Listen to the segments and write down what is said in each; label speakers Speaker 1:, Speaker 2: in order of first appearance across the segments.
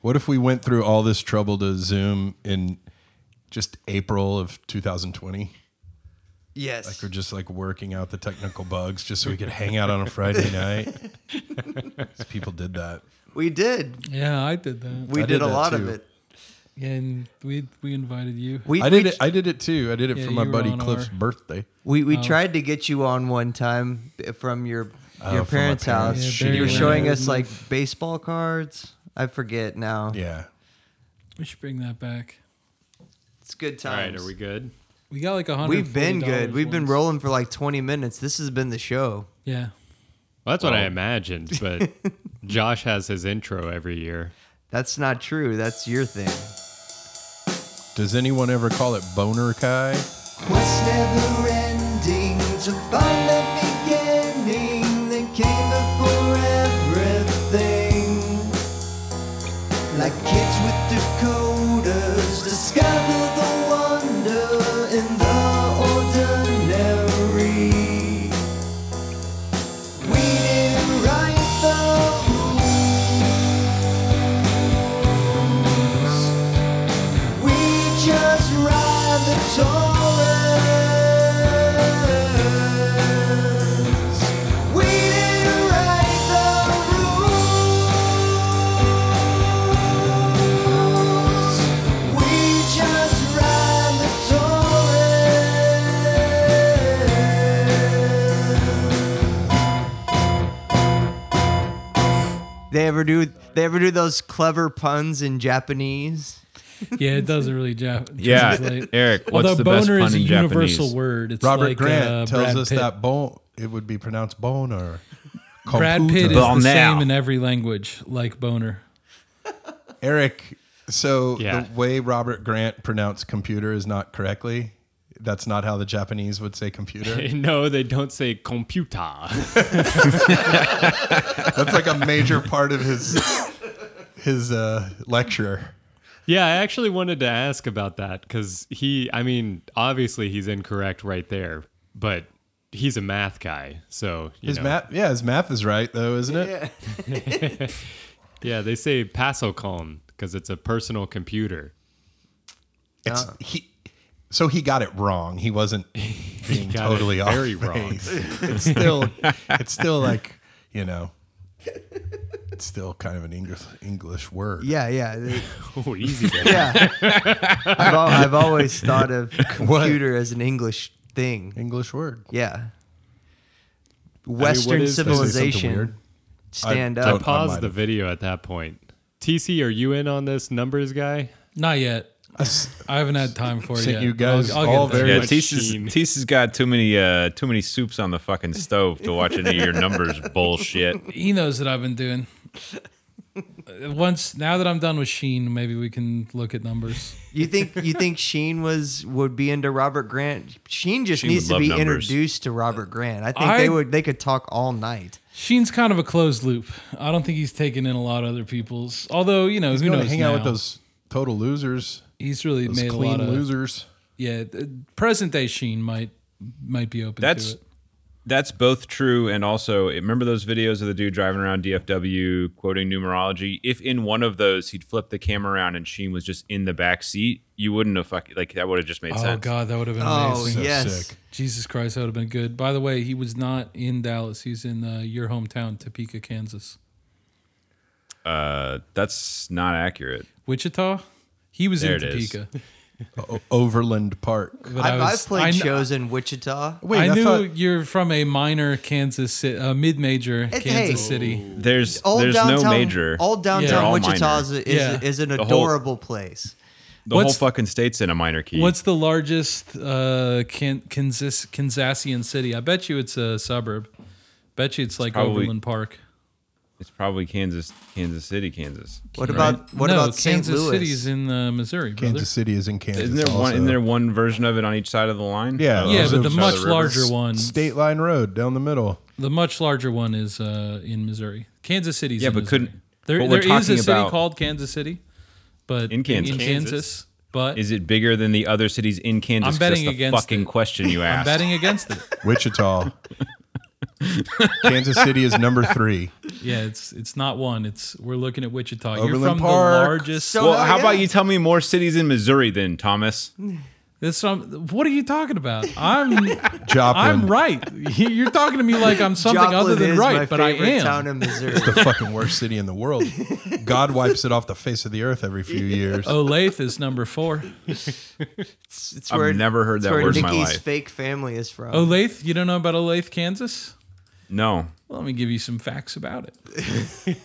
Speaker 1: What if we went through all this trouble to Zoom in just April of 2020?
Speaker 2: Yes.
Speaker 1: Like we're just like working out the technical bugs just so we could hang out on a Friday night. People did that.
Speaker 2: we did.
Speaker 3: Yeah, I did that.
Speaker 2: We
Speaker 1: I
Speaker 2: did,
Speaker 1: did
Speaker 2: a
Speaker 1: that
Speaker 2: lot of
Speaker 1: too.
Speaker 2: it.
Speaker 3: and we we invited you.
Speaker 2: We
Speaker 1: I did
Speaker 2: we,
Speaker 1: it. I did it too. I did it
Speaker 3: Yeah,
Speaker 1: for my
Speaker 3: you were
Speaker 1: buddy
Speaker 3: on
Speaker 1: Cliff's
Speaker 3: our-
Speaker 1: birthday.
Speaker 2: we, we tried to get you on one time from your
Speaker 1: Oh,
Speaker 2: your
Speaker 1: from my
Speaker 2: parents'
Speaker 1: parents'
Speaker 2: house.
Speaker 3: Yeah,
Speaker 2: you were
Speaker 3: shitty
Speaker 2: showing
Speaker 3: land.
Speaker 2: us like baseball cards. I forget now.
Speaker 1: Yeah.
Speaker 3: We should bring that back.
Speaker 2: It's good
Speaker 4: All right,
Speaker 2: times.
Speaker 4: are we good?
Speaker 3: We got like a hundred.
Speaker 2: We've been good. We've been rolling for like 20 minutes. This has been the show.
Speaker 3: Yeah.
Speaker 4: Well, that's what I imagined, but Josh has his intro every year.
Speaker 2: That's not true. That's your thing.
Speaker 1: Does anyone ever call it boner kai?
Speaker 2: What's never ending to find the beginning that came before everything? Like kids with Dakotas discover the wonder in the ordinary. We didn't write the rules. We just ride the Taurus. We didn't write the rules. We just ride the Taurus. They ever do? They ever do those clever puns in Japanese?
Speaker 3: Yeah, it doesn't really ja-
Speaker 5: Yeah,
Speaker 3: translate.
Speaker 5: Uh, Eric, what's
Speaker 3: Although
Speaker 5: the best
Speaker 3: boner
Speaker 5: pun
Speaker 3: is a
Speaker 5: in
Speaker 3: universal
Speaker 5: Japanese?
Speaker 3: word. It's
Speaker 1: Robert
Speaker 3: like,
Speaker 1: Grant
Speaker 3: uh,
Speaker 1: tells
Speaker 3: Brad
Speaker 1: us
Speaker 3: Pitt.
Speaker 1: that bon it would be pronounced boner.
Speaker 3: Brad Pitt
Speaker 1: Computer.
Speaker 3: is the
Speaker 5: Boner.
Speaker 3: same in every language, like boner.
Speaker 1: Eric. So
Speaker 4: Yeah.
Speaker 1: the way Robert Grant pronounced computer is not correctly. That's not how the Japanese would say computer.
Speaker 4: no, they don't say computer.
Speaker 1: That's like a major part of his his uh, lecture.
Speaker 4: yeah, I actually wanted to ask about that because he, I mean, obviously he's incorrect right there, but he's a math guy. So, you
Speaker 1: His
Speaker 4: know.
Speaker 1: math, yeah, his math is right though, isn't it? Yeah.
Speaker 4: Yeah, they say pasocom because it's a personal computer.
Speaker 1: It's,
Speaker 4: Uh-huh.
Speaker 1: he, so he got it wrong. He wasn't being
Speaker 4: got
Speaker 1: totally
Speaker 4: it
Speaker 1: off
Speaker 4: very wrong.
Speaker 1: base. It's still, it's still like you know, it's still kind of an English English word.
Speaker 2: Yeah, yeah.
Speaker 4: Oh, easy. there.
Speaker 2: Yeah. I've, al- I've always thought of computer as an English thing.
Speaker 1: English word.
Speaker 2: Yeah. Western
Speaker 4: is-
Speaker 1: Is it something
Speaker 2: civilization.
Speaker 1: weird?
Speaker 2: Stand
Speaker 1: I
Speaker 4: I
Speaker 1: don't-
Speaker 2: up.
Speaker 1: might
Speaker 4: paused the
Speaker 1: have.
Speaker 4: video at that point. TC, are you in on this numbers guy?
Speaker 3: Not yet.
Speaker 1: I s-
Speaker 3: I haven't had time for it
Speaker 1: Sent
Speaker 3: yet.
Speaker 1: you guys
Speaker 3: I'll, I'll get
Speaker 1: all
Speaker 3: there.
Speaker 5: Yeah,
Speaker 4: much
Speaker 5: Tease
Speaker 4: sheen.
Speaker 5: has got too many uh, too many soups on the fucking stove to watch any of your numbers bullshit.
Speaker 3: He knows that I've been doing. Uh, Once now that I'm done with Sheen, maybe we can look at numbers.
Speaker 2: You think you think Sheen was would be into Robert Grant? Sheen just
Speaker 5: Sheen
Speaker 2: needs
Speaker 5: would
Speaker 2: to
Speaker 5: love
Speaker 2: be
Speaker 5: numbers.
Speaker 2: introduced to Robert Grant. I think
Speaker 3: I-
Speaker 2: they would they could talk all night.
Speaker 3: Sheen's kind of a closed loop. I don't think he's taken in a lot of other people's. Although you know who
Speaker 1: Go to
Speaker 3: knows.
Speaker 1: hang out with
Speaker 3: now.
Speaker 1: those total losers,
Speaker 3: He's really
Speaker 1: those
Speaker 3: made a lot
Speaker 1: clean
Speaker 3: of.
Speaker 1: losers.
Speaker 3: Yeah, th- present day Sheen might might be open to
Speaker 5: That's
Speaker 3: it.
Speaker 5: that's both true and also remember those videos of the dude driving around DFW quoting numerology. If in one of those he'd flip the camera around and Sheen was just in the back seat, you wouldn't have fucking like that would have just made
Speaker 3: Oh
Speaker 5: sense.
Speaker 3: God, that would have been
Speaker 2: Oh
Speaker 3: amazing.
Speaker 1: So
Speaker 2: yes.
Speaker 1: sick.
Speaker 3: Jesus Christ, that would have been good. By the way, he was not in Dallas. He's in uh, your hometown, Topeka, Kansas,
Speaker 5: Uh, that's not accurate.
Speaker 3: Wichita. He was
Speaker 5: There
Speaker 3: in
Speaker 5: it is.
Speaker 3: Topeka.
Speaker 1: O- Overland Park.
Speaker 3: But
Speaker 2: I've,
Speaker 3: was-
Speaker 2: I've played
Speaker 3: I kn-
Speaker 2: shows in Wichita.
Speaker 1: Wait,
Speaker 3: I,
Speaker 1: I
Speaker 3: knew
Speaker 1: thought-
Speaker 3: you're from a minor Kansas, ci- uh, mid-major
Speaker 2: It's-
Speaker 3: Kansas
Speaker 2: hey.
Speaker 1: Oh.
Speaker 3: City.
Speaker 5: There's
Speaker 2: Old
Speaker 5: there's
Speaker 2: downtown,
Speaker 5: no major.
Speaker 2: Old downtown
Speaker 5: all
Speaker 2: Wichita
Speaker 5: minor.
Speaker 2: is, is,
Speaker 3: Yeah.
Speaker 2: is an
Speaker 5: whole-
Speaker 2: adorable place.
Speaker 5: the whole
Speaker 3: what's-
Speaker 5: fucking state's in a minor key.
Speaker 3: What's the largest uh, Kan- Kansas Kansasian city? I bet you it's a suburb. Bet you it's like
Speaker 5: probably-
Speaker 3: Overland Park.
Speaker 5: it's probably Kansas, Kansas City, Kansas.
Speaker 2: What
Speaker 3: right?
Speaker 2: about what
Speaker 3: no,
Speaker 2: about St.
Speaker 3: Kansas
Speaker 2: Louis?
Speaker 3: City's in uh, Missouri, brother.
Speaker 1: Kansas City is in Kansas.
Speaker 5: Isn't there one?
Speaker 1: also.
Speaker 5: Isn't there one version of it on each side of the line? Oh,
Speaker 1: Yeah.
Speaker 3: Yeah,
Speaker 1: Also
Speaker 3: but the
Speaker 1: side of
Speaker 3: much
Speaker 5: river.
Speaker 3: larger one,
Speaker 1: State line road down the middle.
Speaker 3: the much larger one is uh, in Missouri. Kansas City's
Speaker 5: Yeah,
Speaker 3: in
Speaker 5: but
Speaker 3: Missouri.
Speaker 5: couldn't-
Speaker 3: there there
Speaker 5: but we're
Speaker 3: is a
Speaker 5: talking
Speaker 3: city
Speaker 5: about-
Speaker 3: called Kansas City, but
Speaker 5: In Kansas.
Speaker 3: Kansas, but
Speaker 5: Is it bigger than the other cities in Kansas?
Speaker 3: I'm betting
Speaker 5: That's the
Speaker 3: against
Speaker 5: fucking
Speaker 3: it.
Speaker 5: question you asked.
Speaker 3: betting against it.
Speaker 1: Wichita. Kansas City is number three.
Speaker 3: Yeah, it's it's not one. It's we're looking at Wichita.
Speaker 1: Overland
Speaker 3: You're from
Speaker 1: Park.
Speaker 3: the largest.
Speaker 2: So-
Speaker 5: well,
Speaker 2: no,
Speaker 5: how
Speaker 2: yeah.
Speaker 5: about you tell me more cities in Missouri then, Thomas?
Speaker 3: Mm. This some- what are you talking about? I'm
Speaker 1: Joplin.
Speaker 3: I'm right. You're talking to me like I'm something
Speaker 2: Joplin
Speaker 3: other than
Speaker 2: is my
Speaker 3: right, but I
Speaker 2: favorite
Speaker 3: am.
Speaker 2: Town in Missouri.
Speaker 1: the fucking worst city in the world. God wipes it off the face of the earth every few years.
Speaker 3: Olathe is number four.
Speaker 2: It's, it's
Speaker 5: I've
Speaker 2: where,
Speaker 5: never heard
Speaker 2: it's
Speaker 5: that
Speaker 2: where
Speaker 5: word in my
Speaker 2: Nikki's
Speaker 5: life.
Speaker 2: fake family is from.
Speaker 3: Olathe, you don't know about Olathe, Kansas?
Speaker 5: No.
Speaker 3: Well, let me give you some facts about it.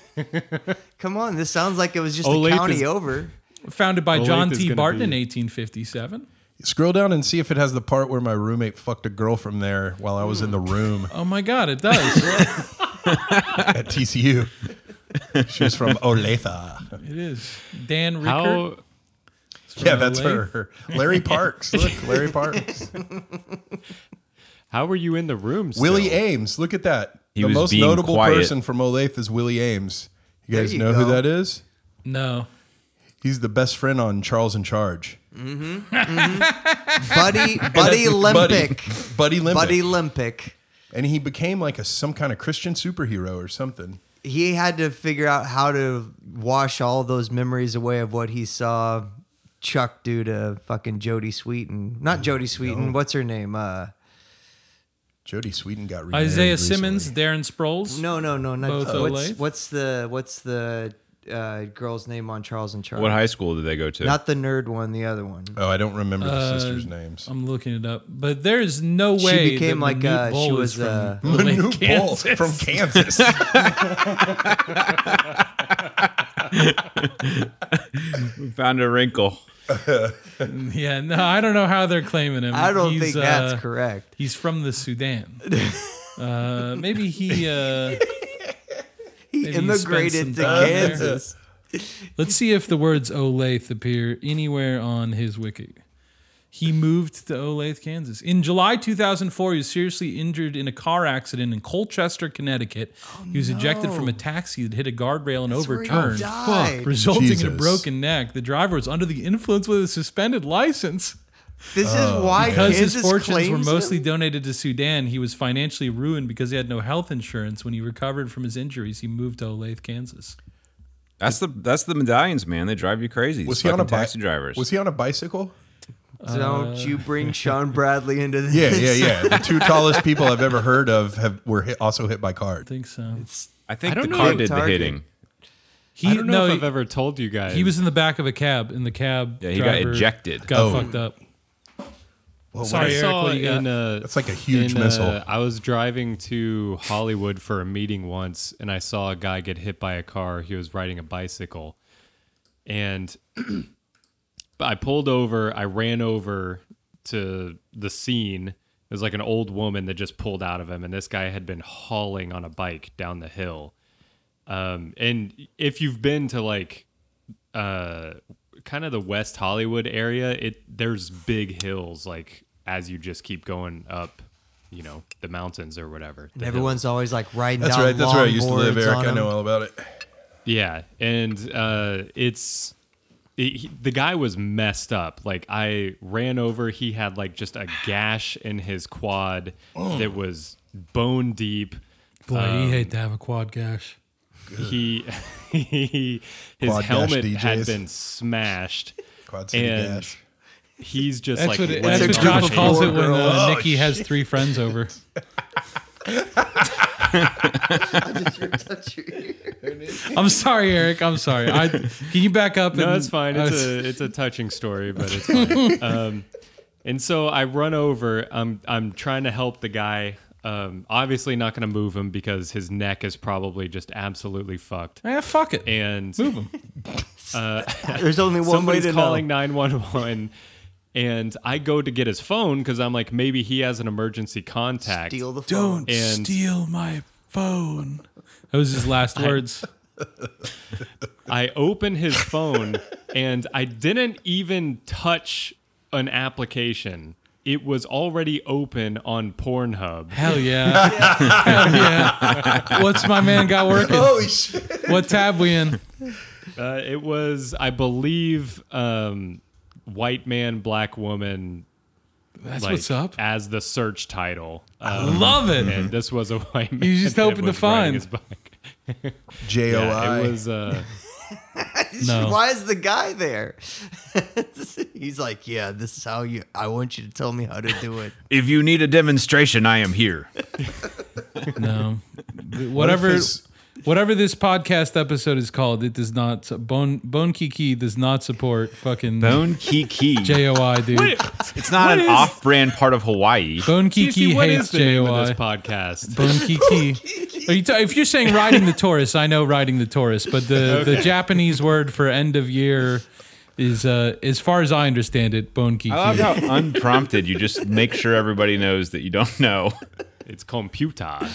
Speaker 2: Come on, this sounds like it was just
Speaker 4: Olathe
Speaker 2: a county
Speaker 4: is-
Speaker 2: over.
Speaker 3: Founded by John
Speaker 4: Olathe is
Speaker 3: T.
Speaker 4: gonna
Speaker 3: Barton
Speaker 4: be-
Speaker 3: in 1857.
Speaker 1: Scroll down and see if it has the part where my roommate fucked a girl from there while I was in the room
Speaker 3: Oh my God, it does.
Speaker 1: at TCU. She was from Olathe.
Speaker 3: it is. Dan Rickert.
Speaker 4: How
Speaker 3: is from
Speaker 1: Yeah, that's
Speaker 3: Olathe.
Speaker 1: her. Larry Parks. Look, Larry Parks.
Speaker 4: how were you in the room? Still?
Speaker 1: Willie Ames. Look at that.
Speaker 5: He
Speaker 1: the
Speaker 5: was
Speaker 1: most
Speaker 5: being
Speaker 1: notable
Speaker 5: quiet.
Speaker 1: person from Olathe is Willie Ames. You guys
Speaker 2: you
Speaker 1: know who
Speaker 2: go.
Speaker 1: that is?
Speaker 3: No.
Speaker 1: He's the best friend on Charles in Charge.
Speaker 2: Buddy, Buddy Limpic.
Speaker 1: Buddy Limpic.
Speaker 2: Buddy Limpic.
Speaker 1: and he became like a some kind of Christian superhero or something.
Speaker 2: He had to figure out how to wash all those memories away of what he saw Chuck do to fucking Jody Sweeten.
Speaker 3: Oh,
Speaker 2: Not Jody Sweeten. What's her name? Uh,
Speaker 1: Jody Sweeten got remarried
Speaker 3: Isaiah
Speaker 1: recently.
Speaker 3: Simmons, Darren Sproles.
Speaker 2: no, no, no. Not,
Speaker 3: Both
Speaker 2: what's,
Speaker 3: Olathe?
Speaker 2: what's the what's the uh, girl's name on Charles and Charles?
Speaker 5: What high school did they go to?
Speaker 2: Not the nerd one. The other one.
Speaker 1: Oh, I don't remember the
Speaker 3: Uh,
Speaker 1: sisters' names.
Speaker 3: I'm looking it up, but there is no
Speaker 2: She
Speaker 3: way
Speaker 2: became
Speaker 3: that
Speaker 2: like
Speaker 3: Manute
Speaker 2: uh,
Speaker 3: Bol
Speaker 2: she
Speaker 3: is
Speaker 2: was
Speaker 3: from
Speaker 2: uh,
Speaker 3: Olathe,
Speaker 1: Manute Bol
Speaker 3: Kansas.
Speaker 1: from Kansas.
Speaker 5: Found a wrinkle.
Speaker 3: Yeah, no, I don't know how they're claiming him.
Speaker 2: uh, I don't
Speaker 3: He's,
Speaker 2: think
Speaker 3: uh,
Speaker 2: that's correct.
Speaker 3: He's from the Sudan. Uh, maybe he. Uh,
Speaker 2: He
Speaker 3: maybe he spent some
Speaker 2: immigrated to
Speaker 3: time there.
Speaker 2: Kansas.
Speaker 3: Let's see if the words Olathe appear anywhere on his wiki. He moved to Olathe, Kansas. In July 2004, he was seriously injured in a car accident in Colchester, Connecticut. he was ejected from a taxi that hit a guardrail and
Speaker 2: Oh, That's where he
Speaker 3: overturned,
Speaker 2: died.
Speaker 3: resulting in a
Speaker 1: Jesus.
Speaker 3: broken neck. The driver was under the influence with a suspended license.
Speaker 2: This
Speaker 1: Oh.
Speaker 2: is why
Speaker 3: Because
Speaker 2: Kansas
Speaker 3: his fortunes were
Speaker 2: claims
Speaker 3: mostly
Speaker 2: him.
Speaker 3: donated to Sudan, he was financially ruined because he had no health insurance. When he recovered from his injuries, he moved to Olathe, Kansas.
Speaker 5: That's the that's the medallions, man. They drive you crazy.
Speaker 1: was
Speaker 5: Was
Speaker 1: he on a bi-
Speaker 5: taxi drivers?
Speaker 1: Was he on a bicycle?
Speaker 3: Uh.
Speaker 2: Don't you bring Sean Bradley into this?
Speaker 1: Yeah, yeah, yeah. The two tallest people I've ever heard of have were hit, also hit by cars.
Speaker 3: I think so.
Speaker 5: I think
Speaker 4: I don't
Speaker 5: the
Speaker 4: know
Speaker 5: car
Speaker 4: if
Speaker 5: did the
Speaker 2: Target-
Speaker 5: hitting.
Speaker 3: He
Speaker 4: I don't know
Speaker 3: no,
Speaker 4: if
Speaker 3: he-
Speaker 4: I've ever told you guys.
Speaker 3: he was in the back of a cab, and the cab
Speaker 5: Yeah, he got
Speaker 3: driver
Speaker 5: ejected.
Speaker 3: got
Speaker 1: Oh.
Speaker 3: fucked up.
Speaker 1: Well, what
Speaker 3: Sorry,
Speaker 1: is-
Speaker 4: I
Speaker 3: Eric,
Speaker 4: saw
Speaker 3: what do you
Speaker 4: in
Speaker 3: got?
Speaker 4: a,
Speaker 1: That's like a huge
Speaker 4: in, uh,
Speaker 1: missile.
Speaker 4: I was driving to Hollywood for a meeting once, and I saw a guy get hit by a car. He was riding a bicycle, and I pulled over. I ran over to the scene. It was like an old woman that just pulled out of him, and this guy had been hauling on a bike down the hill. Um, and if you've been to like uh kind of the West Hollywood area, it there's big hills like as you just keep going up, you know, the mountains or whatever.
Speaker 2: And everyone's always like riding
Speaker 1: That's
Speaker 2: down
Speaker 1: right. That's where I used to
Speaker 2: longboards
Speaker 1: live, Eric.
Speaker 2: on
Speaker 1: I know
Speaker 2: them.
Speaker 1: all about it.
Speaker 4: Yeah, and uh, it's he- he- the guy was messed up. Like I ran over, he had like just a gash in his quad that was bone deep.
Speaker 3: Boy, he hate to have a quad gash.
Speaker 4: He, he his
Speaker 1: Quad gash
Speaker 4: helmet had
Speaker 1: DJs.
Speaker 4: been smashed.
Speaker 1: Quad City
Speaker 4: And
Speaker 1: Dash.
Speaker 4: He's just
Speaker 3: That's
Speaker 4: like
Speaker 3: what, it,
Speaker 4: laying
Speaker 3: that's
Speaker 2: a
Speaker 3: what
Speaker 4: on
Speaker 2: group
Speaker 3: Josh
Speaker 2: of
Speaker 4: the
Speaker 3: calls
Speaker 2: four
Speaker 3: it when uh,
Speaker 1: girls.
Speaker 3: Nikki has three friends over. I'm sorry, Eric. I'm sorry. I, can you back up?
Speaker 4: No,
Speaker 3: and-
Speaker 4: it's fine.
Speaker 3: I
Speaker 4: It's
Speaker 3: was-
Speaker 4: a it's a touching story, but it's fine. um, and so I run over. I'm I'm trying to help the guy. Um, obviously not going to move him because his neck is probably just absolutely fucked.
Speaker 3: Eh, fuck it.
Speaker 4: And
Speaker 3: Move him.
Speaker 2: There's only one way
Speaker 4: somebody's
Speaker 2: to
Speaker 4: calling
Speaker 2: know.
Speaker 4: 911 and I go to get his phone cuz I'm like maybe he has an emergency contact.
Speaker 2: Steal the phone.
Speaker 3: Don't
Speaker 4: And-
Speaker 3: steal my phone. That was his last words.
Speaker 4: I open his phone and I didn't even touch an application. It was already open on Pornhub.
Speaker 3: Hell yeah. Hell yeah. What's my man got working?
Speaker 5: Oh.
Speaker 1: Holy shit!
Speaker 3: What tab we in?
Speaker 4: Uh, it was, I believe, um, white man, black woman,
Speaker 3: That's
Speaker 4: like,
Speaker 3: what's up.
Speaker 4: as the search title.
Speaker 3: I
Speaker 4: Um,
Speaker 3: love it.
Speaker 4: and this was a white man.
Speaker 3: just
Speaker 4: that
Speaker 3: hoping to
Speaker 4: was riding
Speaker 3: find.
Speaker 4: his bike.
Speaker 1: J O
Speaker 4: Yeah,
Speaker 1: I.
Speaker 4: it was. Uh,
Speaker 3: No.
Speaker 2: Why is the guy there? He's like, yeah, this is how you. I want you to tell me how to do it.
Speaker 5: If you need a demonstration, I am here.
Speaker 3: No, whatever,
Speaker 1: his-
Speaker 3: whatever this podcast episode is called, it does not su- bone bone kiki does not support fucking
Speaker 5: Bone Kiki.
Speaker 3: JOI dude.
Speaker 5: It's not an off-brand part of Hawaii.
Speaker 3: Bone kiki
Speaker 4: TC, what is
Speaker 3: hates
Speaker 4: the name of
Speaker 3: JOI.
Speaker 4: this podcast?
Speaker 3: Bone kiki. Are you ta- if you're saying riding the Taurus, I know riding the Taurus, but the, the Japanese word for end of year is, uh, as far as I understand it, bone kiki.
Speaker 5: I love how unprompted you just make sure everybody knows that you don't know.
Speaker 4: It's computer.
Speaker 5: I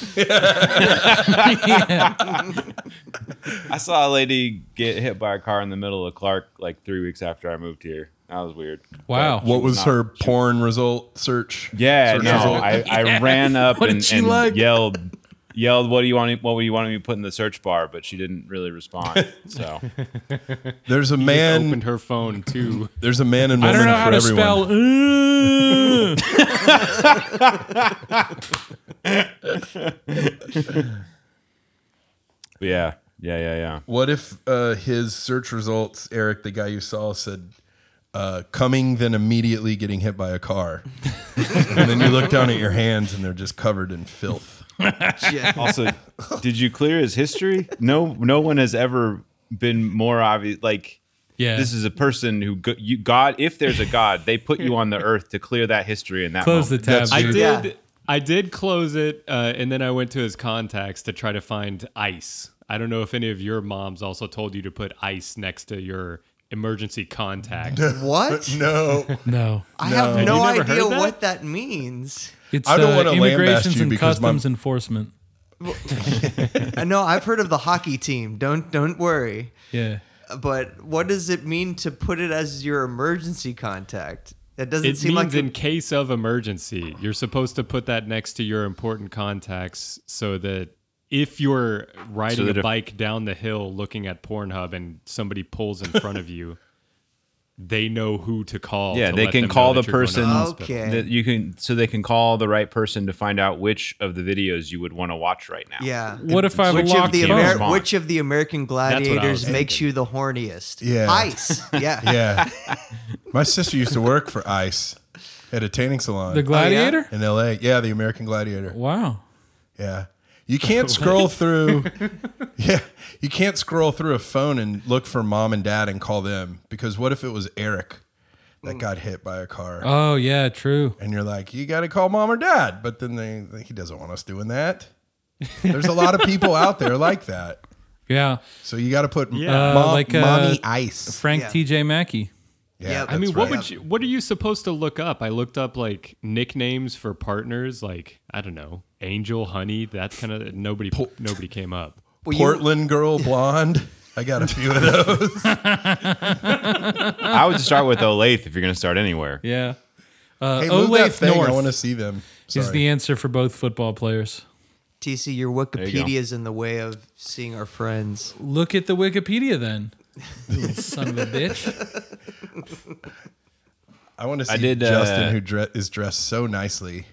Speaker 5: saw a lady get hit by a car in the middle of Clark like three weeks after I moved here. That was weird.
Speaker 3: Wow.
Speaker 5: But she
Speaker 1: What was
Speaker 5: not-
Speaker 1: her porn result search?
Speaker 5: Yeah,
Speaker 1: search
Speaker 5: no,
Speaker 1: result?
Speaker 5: I, I ran up
Speaker 3: What did
Speaker 5: and,
Speaker 3: she
Speaker 5: and
Speaker 3: like?
Speaker 5: yelled, yelled, "What do you want? What do you want me to put in the search bar?" But she didn't really respond. So
Speaker 1: There's a
Speaker 4: Opened
Speaker 1: man.
Speaker 4: her phone too.
Speaker 1: There's a man and
Speaker 3: I
Speaker 1: woman
Speaker 3: don't know how
Speaker 1: for
Speaker 3: to
Speaker 1: everyone.
Speaker 3: spell. "uh."
Speaker 5: but yeah, yeah, yeah, yeah.
Speaker 1: What if uh, his search results, Eric, the guy you saw, said uh, coming, then immediately getting hit by a car, and then you look down at your hands and they're just covered in filth.
Speaker 2: Shit.
Speaker 5: Also, did you clear his history? No, no one has ever been more obvious. Like
Speaker 3: yeah.
Speaker 5: this is a person who go, you God. If there's a God, they put you on the earth to clear that history in that.
Speaker 3: Close the tab.
Speaker 5: moment.
Speaker 4: I
Speaker 3: dude.
Speaker 4: did.
Speaker 2: Yeah.
Speaker 4: I did close it, uh, and then I went to his contacts to try to find ice. I don't know if any of your moms also told you to put ice next to your emergency contact.
Speaker 2: What?
Speaker 1: No,
Speaker 3: No.
Speaker 2: I have no
Speaker 4: you never
Speaker 2: idea
Speaker 4: heard that?
Speaker 2: what that means.
Speaker 3: It's
Speaker 1: I don't
Speaker 3: uh,
Speaker 1: wanna lambast
Speaker 3: immigrations
Speaker 1: you
Speaker 3: and
Speaker 1: because my-
Speaker 3: customs enforcement.
Speaker 2: I know I've heard of the hockey team. Don't don't worry.
Speaker 3: Yeah.
Speaker 2: But what does it mean to put it as your emergency contact? That doesn't
Speaker 4: It
Speaker 2: seem
Speaker 4: means
Speaker 2: like
Speaker 4: in case of emergency, you're supposed to put that next to your important contacts so that if you're riding
Speaker 5: that
Speaker 4: a
Speaker 5: if-
Speaker 4: bike down the hill looking at Pornhub and somebody pulls in front of you, they know who to call.
Speaker 5: Yeah,
Speaker 4: to
Speaker 5: they
Speaker 4: let
Speaker 5: can
Speaker 4: them know
Speaker 5: call
Speaker 4: that
Speaker 5: the
Speaker 4: you're going to
Speaker 5: person-
Speaker 4: the hospital.
Speaker 2: okay.
Speaker 5: That you can so they can call the right person to find out which of the videos you would want to watch right now.
Speaker 2: yeah.
Speaker 3: What if I have a
Speaker 2: Which of,
Speaker 3: locked
Speaker 2: the
Speaker 3: phone?
Speaker 2: Ameri-
Speaker 5: Respond.
Speaker 2: which of the American
Speaker 4: was
Speaker 2: gladiators
Speaker 4: thinking.
Speaker 2: makes you the horniest?
Speaker 1: Yeah.
Speaker 2: Ice. Yeah.
Speaker 1: yeah, my sister used to work for ICE at a tanning salon
Speaker 3: The gladiator?
Speaker 1: in L.A. Oh, Yeah, the American Gladiator.
Speaker 3: Wow.
Speaker 1: Yeah. You can't scroll through Yeah. You can't scroll through a phone and look for mom and dad and call them because what if it was Eric that got hit by a car
Speaker 3: Oh yeah, true.
Speaker 1: and you're like, "You got to call mom or dad." But then they he doesn't want us doing that. There's a lot of people out there like that.
Speaker 3: Yeah.
Speaker 1: So you got to put
Speaker 4: Yeah.
Speaker 1: mom,
Speaker 3: Uh, like, uh,
Speaker 1: mommy ice.
Speaker 3: Frank
Speaker 2: Yeah.
Speaker 3: TJ Mackey.
Speaker 1: Yeah,
Speaker 2: Yep.
Speaker 1: that's
Speaker 4: I mean, what
Speaker 1: right.
Speaker 4: would you? What are you supposed to look up? I looked up like nicknames for partners, like I don't know, Angel, Honey. That's kind of nobody. Nobody came up.
Speaker 2: Well, you-
Speaker 1: Portland girl blonde? I got a few of
Speaker 3: Uh,
Speaker 1: those.
Speaker 5: I would start with Olathe if you're going to start anywhere.
Speaker 3: Yeah. Uh,
Speaker 1: Hey, move that
Speaker 3: Olathe
Speaker 1: thing. I want to
Speaker 3: North
Speaker 1: see them.
Speaker 3: is
Speaker 1: Sorry.
Speaker 3: the answer for both football players.
Speaker 2: TC, your
Speaker 5: you go.
Speaker 2: Wikipedia is in the way of seeing our friends.
Speaker 3: Look at the Wikipedia then. Little son of a bitch.
Speaker 1: I want to see
Speaker 5: I did, uh,
Speaker 1: Justin, who dre- is dressed so nicely.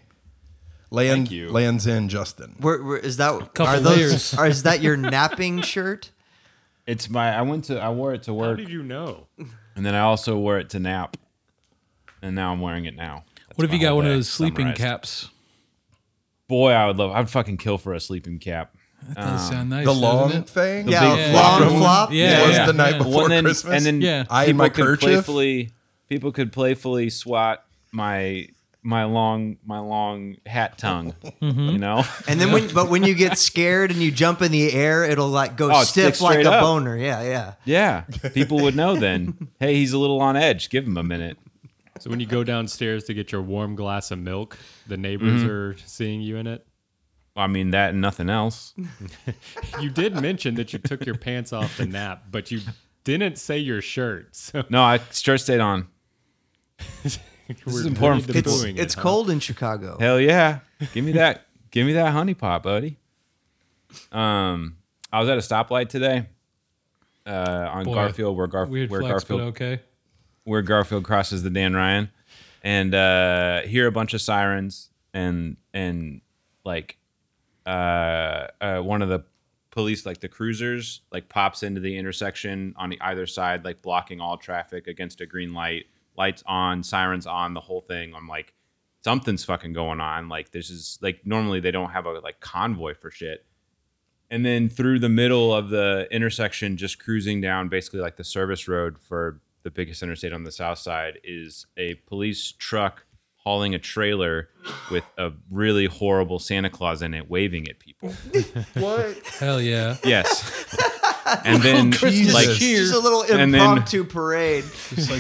Speaker 1: Land,
Speaker 5: Thank you.
Speaker 1: Lands in Justin.
Speaker 2: Where, where, is that?
Speaker 3: Couple
Speaker 2: are those?
Speaker 3: layers.
Speaker 2: Are, is that your napping shirt?
Speaker 5: It's my. I went to. I wore it to
Speaker 4: How
Speaker 5: work,
Speaker 4: did you know?
Speaker 5: and then I also wore it to nap, and now I'm wearing it now. That's
Speaker 3: What if
Speaker 5: my
Speaker 3: you got
Speaker 5: whole
Speaker 3: one of
Speaker 5: day
Speaker 3: those sleeping
Speaker 5: summarized.
Speaker 3: caps?
Speaker 5: Boy, I would love. I'd fucking kill for a sleeping cap.
Speaker 3: That does sound nice.
Speaker 1: Um, The
Speaker 3: doesn't
Speaker 1: long
Speaker 3: it?
Speaker 1: thing?
Speaker 2: yeah,
Speaker 3: big
Speaker 2: long
Speaker 3: flop.
Speaker 2: flop.
Speaker 3: Yeah,
Speaker 1: was
Speaker 3: yeah.
Speaker 1: the night
Speaker 3: yeah.
Speaker 1: before
Speaker 5: Well, and then,
Speaker 1: Christmas.
Speaker 5: and then
Speaker 3: Yeah.
Speaker 1: I
Speaker 5: people
Speaker 1: and my
Speaker 5: could
Speaker 1: kerchief.
Speaker 5: playfully, people could playfully swat my my long my long hat tongue.
Speaker 3: Mm-hmm.
Speaker 5: You know,
Speaker 2: And then when, but when you get scared and you jump in the air, it'll like go
Speaker 5: Oh, it
Speaker 2: stiff
Speaker 5: sticks
Speaker 2: like
Speaker 5: straight
Speaker 2: a
Speaker 5: up.
Speaker 2: boner. Yeah, yeah.
Speaker 5: yeah, people would know then. Hey, he's a little on edge. Give him a minute.
Speaker 4: So when you go downstairs to get your warm glass of milk, the neighbors
Speaker 1: Mm-hmm.
Speaker 4: are seeing you in it.
Speaker 5: I mean that and nothing else.
Speaker 4: You did mention that you took your pants off to nap, but you didn't say your shirt. So
Speaker 5: No, I shirt stayed on.
Speaker 4: this
Speaker 5: is important for people.
Speaker 2: It's it's cold in Chicago.
Speaker 5: Hell yeah. Give me that. give me that honey pot, buddy. Um, I was at a stoplight today. Uh, on
Speaker 3: Boy,
Speaker 5: Garfield, where, Garf-
Speaker 3: Weird
Speaker 5: where
Speaker 3: flex,
Speaker 5: Garfield
Speaker 3: but okay.
Speaker 5: where Garfield crosses the Dan Ryan. and uh, hear a bunch of sirens and and like uh, uh, one of the police like the cruisers like pops into the intersection on the either side like blocking all traffic against a green light lights on sirens on the whole thing i'm like something's fucking going on like this is like normally they don't have a like convoy for shit and then through the middle of the intersection, just cruising down basically like the service road for the biggest interstate on the south side, is a police truck hauling a trailer with a really horrible Santa Claus in it, waving at people.
Speaker 3: Hell yeah.
Speaker 5: Yes. And then,
Speaker 1: Christmas
Speaker 5: like,
Speaker 1: cheer.
Speaker 2: Just a little
Speaker 5: And then-
Speaker 2: impromptu parade.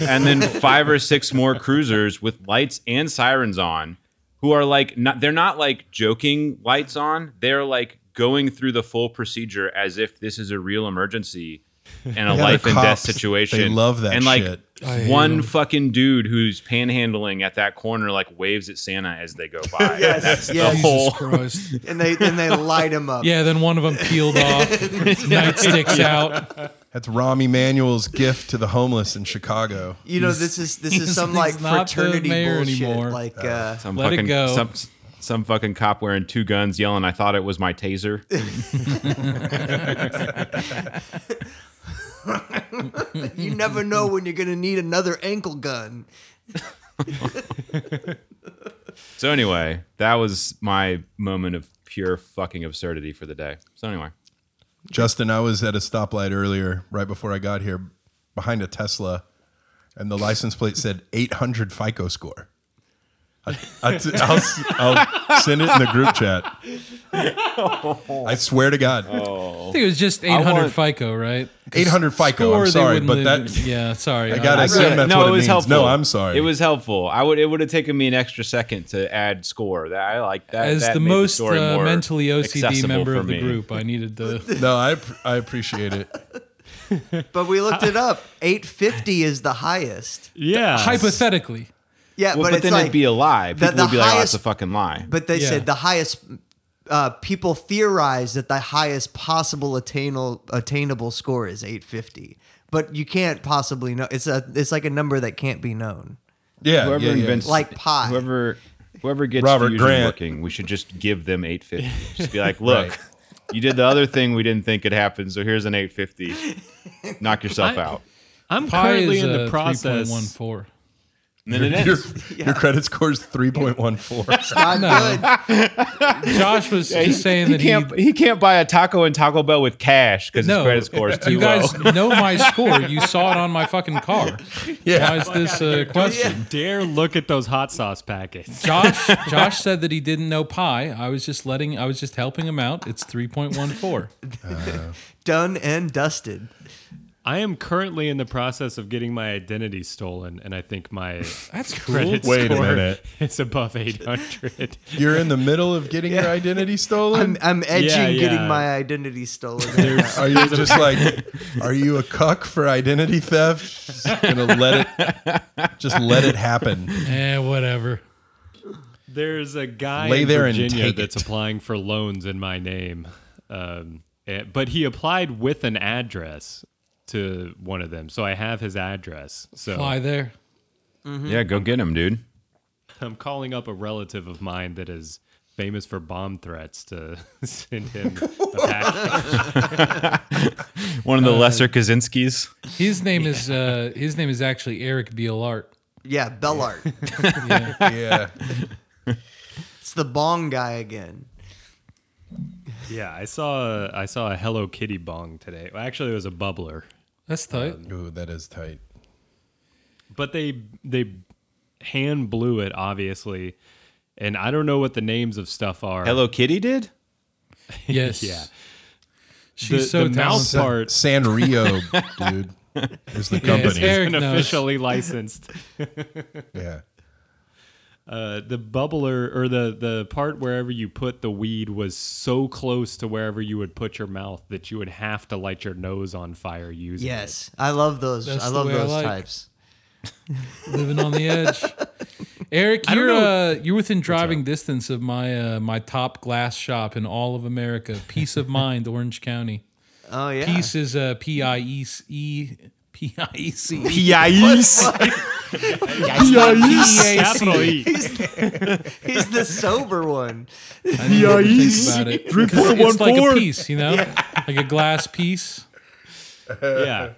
Speaker 5: and then five or six more cruisers with lights and sirens on who are like not they're not like joking lights on they're like going through the full procedure as if this is a real emergency and a
Speaker 1: the
Speaker 5: life and death
Speaker 1: cops,
Speaker 5: situation
Speaker 1: they love that
Speaker 5: and like
Speaker 1: shit.
Speaker 5: one fucking dude who's panhandling at that corner like waves at santa as they go by
Speaker 2: Yes,
Speaker 5: that's
Speaker 2: yes.
Speaker 5: the
Speaker 2: Jesus
Speaker 5: whole
Speaker 3: Christ.
Speaker 2: And they and they light him up.
Speaker 3: Yeah, then one of them peeled off, nightsticks out.
Speaker 1: That's Rahm Emanuel's gift to the homeless in Chicago.
Speaker 2: You know, this is this is
Speaker 3: he's-
Speaker 2: some like
Speaker 3: he's not the
Speaker 2: fraternity
Speaker 3: mayor
Speaker 2: bullshit.
Speaker 3: anymore.
Speaker 2: Like uh,
Speaker 5: some
Speaker 3: Let it
Speaker 5: fucking
Speaker 3: go.
Speaker 5: some some fucking cop wearing two guns yelling i thought it was my taser
Speaker 2: you never know when you're gonna need another ankle gun.
Speaker 5: So anyway, that was my moment of pure fucking absurdity for the day. So anyway,
Speaker 1: Justin, I was at a stoplight earlier, right before I got here, behind a Tesla, and the license plate said 800 FICO score. I, I t- I'll, s- I'll send it in the group chat. I swear to God,
Speaker 3: I think it was just 800 FICO, right?
Speaker 1: 800 FICO.
Speaker 3: Or
Speaker 1: I'm
Speaker 3: they
Speaker 1: sorally,
Speaker 3: wouldn't
Speaker 1: but
Speaker 3: live-
Speaker 1: that
Speaker 3: yeah, sorry. Uh,
Speaker 1: I gotta
Speaker 3: I-
Speaker 1: assume that's what it, means. No, I'm sorry.
Speaker 5: It was helpful. I would. It would have taken me an extra second to add score. That I like that.
Speaker 3: as
Speaker 5: that
Speaker 3: the
Speaker 5: made
Speaker 3: most
Speaker 5: story
Speaker 3: uh,
Speaker 5: more
Speaker 3: mentally OCD
Speaker 5: accessible
Speaker 3: member
Speaker 5: for
Speaker 3: of the
Speaker 5: me.
Speaker 3: group, I needed the.
Speaker 1: no. I app- I appreciate it.
Speaker 2: But we looked it up. 850 is the highest.
Speaker 4: Yeah.
Speaker 3: hypothetically,
Speaker 2: Yeah,
Speaker 5: Well,
Speaker 2: but,
Speaker 5: but,
Speaker 2: it's
Speaker 5: then
Speaker 2: like
Speaker 5: it'd be a lie.
Speaker 2: the-
Speaker 5: People
Speaker 2: the
Speaker 5: would be like, "Oh,
Speaker 2: highest-
Speaker 5: that's a fucking lie."
Speaker 2: But they
Speaker 3: Yeah.
Speaker 2: said the highest uh, people theorize that the highest possible attainable attainable score is 850. But you can't possibly know. It's a it's like a number that can't be known.
Speaker 1: Yeah,
Speaker 5: whoever
Speaker 1: yeah, yeah.
Speaker 5: invents
Speaker 2: Like pie.
Speaker 5: whoever whoever gets
Speaker 1: Robert
Speaker 5: fusion
Speaker 1: Grant.
Speaker 5: working, we should just give them eight fifty. Just be like, look. You did the other thing we didn't think could happen, so here's an 850. Knock yourself
Speaker 4: I-
Speaker 5: out.
Speaker 4: I'm
Speaker 3: pi
Speaker 4: currently
Speaker 3: is
Speaker 4: in
Speaker 3: uh,
Speaker 4: the process.
Speaker 3: 3.14.
Speaker 5: And then it
Speaker 1: your,
Speaker 5: ends.
Speaker 1: your credit score is 3.14.
Speaker 2: Not good.
Speaker 3: Josh was just saying that
Speaker 5: he can't he can't buy a taco in Taco Bell with cash because
Speaker 3: No,
Speaker 5: his credit score is too
Speaker 3: you guys
Speaker 5: low.
Speaker 3: know my score. You saw it on my fucking car. Why
Speaker 1: yeah,
Speaker 3: is this a question?
Speaker 4: Dare look at those hot sauce packets.
Speaker 3: Josh Josh said that he didn't know pi. I was just letting I was just helping him out. It's 3.14.
Speaker 2: Done and dusted.
Speaker 4: I am currently in the process of getting my identity stolen, and I think my
Speaker 3: That's cool.
Speaker 4: credit
Speaker 1: Wait a
Speaker 4: score
Speaker 1: minute.
Speaker 4: is above 800.
Speaker 1: you're in the middle of getting your identity stolen.
Speaker 2: I'm, I'm edging
Speaker 4: Yeah,
Speaker 2: getting
Speaker 4: yeah.
Speaker 2: my identity stolen.
Speaker 1: Are you just like, are you a cuck for identity theft? Just gonna let it, just let it happen.
Speaker 3: Eh, whatever.
Speaker 4: There's a guy
Speaker 1: Lay
Speaker 4: in
Speaker 1: there and
Speaker 4: Virginia
Speaker 1: take
Speaker 4: that's
Speaker 1: it.
Speaker 4: applying for loans in my name, um, eh, but he applied with an address to one of them, so I have his address. So
Speaker 3: Fly there.
Speaker 5: yeah, go get him, dude.
Speaker 4: I'm calling up a relative of mine that is famous for bomb threats to send him a package.
Speaker 3: Uh,
Speaker 5: One of the lesser Kaczynskis.
Speaker 3: His name is uh his name is actually Eric Bielart.
Speaker 2: yeah, Bellart.
Speaker 1: Yeah,
Speaker 2: It's the bong guy again.
Speaker 4: yeah, I saw a, I saw a Hello Kitty bong today. Well, actually, it was a bubbler,
Speaker 3: That's tight.
Speaker 4: Um,
Speaker 1: ooh, that is tight.
Speaker 4: but they they hand blew it obviously, and I don't know what the names of stuff are.
Speaker 5: Hello Kitty did?
Speaker 3: yes.
Speaker 4: yeah.
Speaker 3: She's
Speaker 4: the-
Speaker 3: so
Speaker 4: the
Speaker 3: talented.
Speaker 4: mouse-
Speaker 1: San,
Speaker 4: Part.
Speaker 1: Sanrio, dude, is the
Speaker 3: Yeah, it's
Speaker 1: company. Yeah,
Speaker 3: Eric
Speaker 4: and
Speaker 3: knows.
Speaker 4: officially licensed. Uh, the bubbler or the the part wherever you put the weed was so close to wherever you would put your mouth that you would have to light your nose on fire using it.
Speaker 2: Yes, I love those.
Speaker 3: That's
Speaker 2: I
Speaker 3: the
Speaker 2: love
Speaker 3: way I
Speaker 2: those
Speaker 3: like.
Speaker 2: types.
Speaker 3: living on the edge. Eric,
Speaker 4: don't
Speaker 3: you're
Speaker 4: know-
Speaker 3: uh, you're within driving distance of my uh, my top glass shop in all of America. Peace of mind, Orange County.
Speaker 2: Oh yeah.
Speaker 3: Peace is uh, P I E C E P I E C.
Speaker 5: P.I.E.C.
Speaker 4: Capital E.
Speaker 2: He's he's the sober one.
Speaker 3: I didn't even think
Speaker 4: E.
Speaker 3: about it. 3.14. It's like a piece, you know? Like a glass piece.
Speaker 4: Yeah.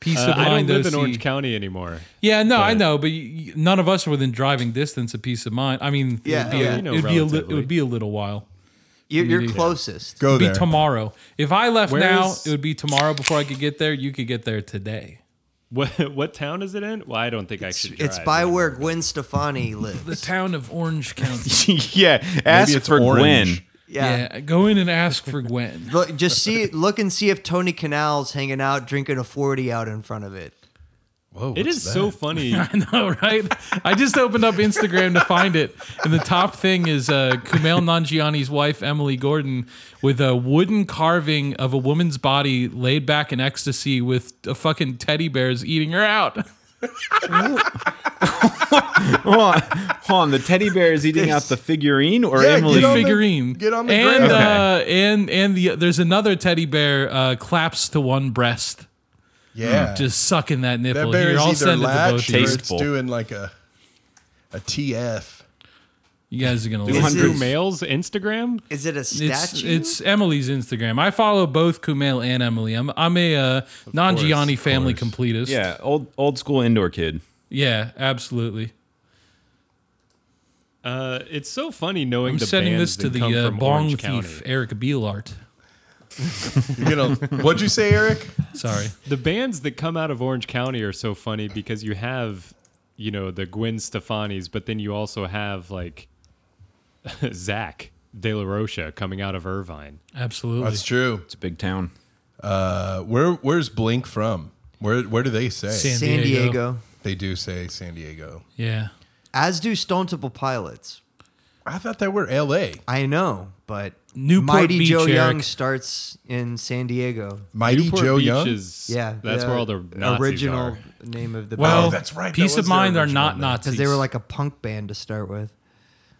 Speaker 3: Piece
Speaker 4: Uh,
Speaker 3: of
Speaker 4: I don't
Speaker 3: mind
Speaker 4: live
Speaker 3: OC.
Speaker 4: in Orange County anymore.
Speaker 3: Yeah, no, I know, but you, you- none of us are within driving distance of peace of mind. I mean,
Speaker 2: Yeah,
Speaker 3: it'd be
Speaker 2: yeah.
Speaker 3: a,
Speaker 4: You know,
Speaker 3: it'd be a li- it
Speaker 4: relatively.
Speaker 3: would be a little while.
Speaker 2: You're, you're
Speaker 3: Yeah.
Speaker 2: closest.
Speaker 1: Go
Speaker 3: It'd be
Speaker 1: there.
Speaker 3: tomorrow. If I left
Speaker 4: Where
Speaker 3: now,
Speaker 4: is-
Speaker 3: it would be tomorrow before I could get there. You could get there today.
Speaker 4: What what town is it in? Well, I don't think I should.
Speaker 2: It's
Speaker 4: drive.
Speaker 2: by where Gwen Stefani
Speaker 3: The
Speaker 2: lives.
Speaker 3: town of Orange County.
Speaker 5: yeah, ask
Speaker 1: it's
Speaker 5: for
Speaker 1: orange.
Speaker 2: yeah.
Speaker 3: yeah, go in and ask for Gwen.
Speaker 2: Look, just see, look and see if Tony Canal's hanging out drinking a forty out in front of it.
Speaker 1: Whoa,
Speaker 4: It
Speaker 1: what's
Speaker 4: is
Speaker 1: that?
Speaker 4: so funny.
Speaker 3: I know, right? I just opened up Instagram to find it, and the top thing is uh, Kumail Nanjiani's wife Emily Gordon with a wooden carving of a woman's body laid back in ecstasy with a fucking teddy bears eating her out.
Speaker 5: Hold on, hold on, the teddy bear is eating out the figurine or
Speaker 1: Yeah,
Speaker 5: Emily?
Speaker 1: get
Speaker 3: the
Speaker 1: on the-
Speaker 3: figurine.
Speaker 1: get on the
Speaker 3: and
Speaker 1: ground.
Speaker 3: uh, and and the there's another teddy bear uh, claps to one breast,
Speaker 1: Yeah.
Speaker 3: Hmm. just sucking that
Speaker 1: that
Speaker 3: nipple.
Speaker 1: bear
Speaker 3: Here, I'll
Speaker 1: is either
Speaker 3: send it to both
Speaker 1: latched
Speaker 3: of
Speaker 1: or
Speaker 3: you.
Speaker 1: it's
Speaker 5: Tasteful.
Speaker 1: doing like a a TF.
Speaker 3: You guys are gonna
Speaker 5: This
Speaker 3: love
Speaker 2: is-
Speaker 3: it.
Speaker 4: Andrew Mail's Instagram.
Speaker 2: Is it a
Speaker 3: It's,
Speaker 2: statue?
Speaker 3: it's Emily's Instagram. I follow both Kumail and Emily. I'm I'm a uh, Nanjiani
Speaker 1: of
Speaker 3: family
Speaker 1: course.
Speaker 3: completist.
Speaker 5: Yeah, old old school indoor kid.
Speaker 3: yeah, absolutely.
Speaker 4: Uh, it's so funny knowing
Speaker 3: I'm
Speaker 4: the
Speaker 3: sending
Speaker 4: bands
Speaker 3: this to
Speaker 4: that come
Speaker 3: the uh,
Speaker 4: from
Speaker 3: bong
Speaker 4: Orange
Speaker 3: thief
Speaker 4: County.
Speaker 3: Eric Bielart.
Speaker 1: You're gonna. what'd you say, Eric?
Speaker 3: Sorry.
Speaker 4: The bands that come out of Orange County are so funny because you have, you know, the Gwen Stefani's, but then you also have like Zach De La Rocha coming out of Irvine.
Speaker 3: Absolutely.
Speaker 1: That's true.
Speaker 5: It's a big town.
Speaker 1: Uh, where where's Blink from? Where where do they say?
Speaker 3: San-
Speaker 2: San Diego.
Speaker 3: Diego.
Speaker 1: they do say San Diego.
Speaker 3: Yeah.
Speaker 2: As do Stone Temple Pilots.
Speaker 1: I thought they were L.A.
Speaker 2: I know, but
Speaker 3: Newport
Speaker 2: Mighty
Speaker 3: Beach,
Speaker 2: Joe
Speaker 3: Eric.
Speaker 2: Young starts in San Diego.
Speaker 1: Mighty
Speaker 4: Newport
Speaker 1: Joe
Speaker 4: Beach
Speaker 1: Young.
Speaker 4: is
Speaker 2: Yeah,
Speaker 4: that's
Speaker 2: the
Speaker 4: where all the Nazis
Speaker 2: original
Speaker 4: are.
Speaker 2: name of the
Speaker 3: Well,
Speaker 1: Oh,
Speaker 2: band.
Speaker 1: that's right. That
Speaker 3: Peace
Speaker 1: was
Speaker 3: of
Speaker 1: their
Speaker 3: mind are
Speaker 1: original
Speaker 3: not
Speaker 1: name.
Speaker 3: Nazis.
Speaker 2: because they were like a punk band to start with.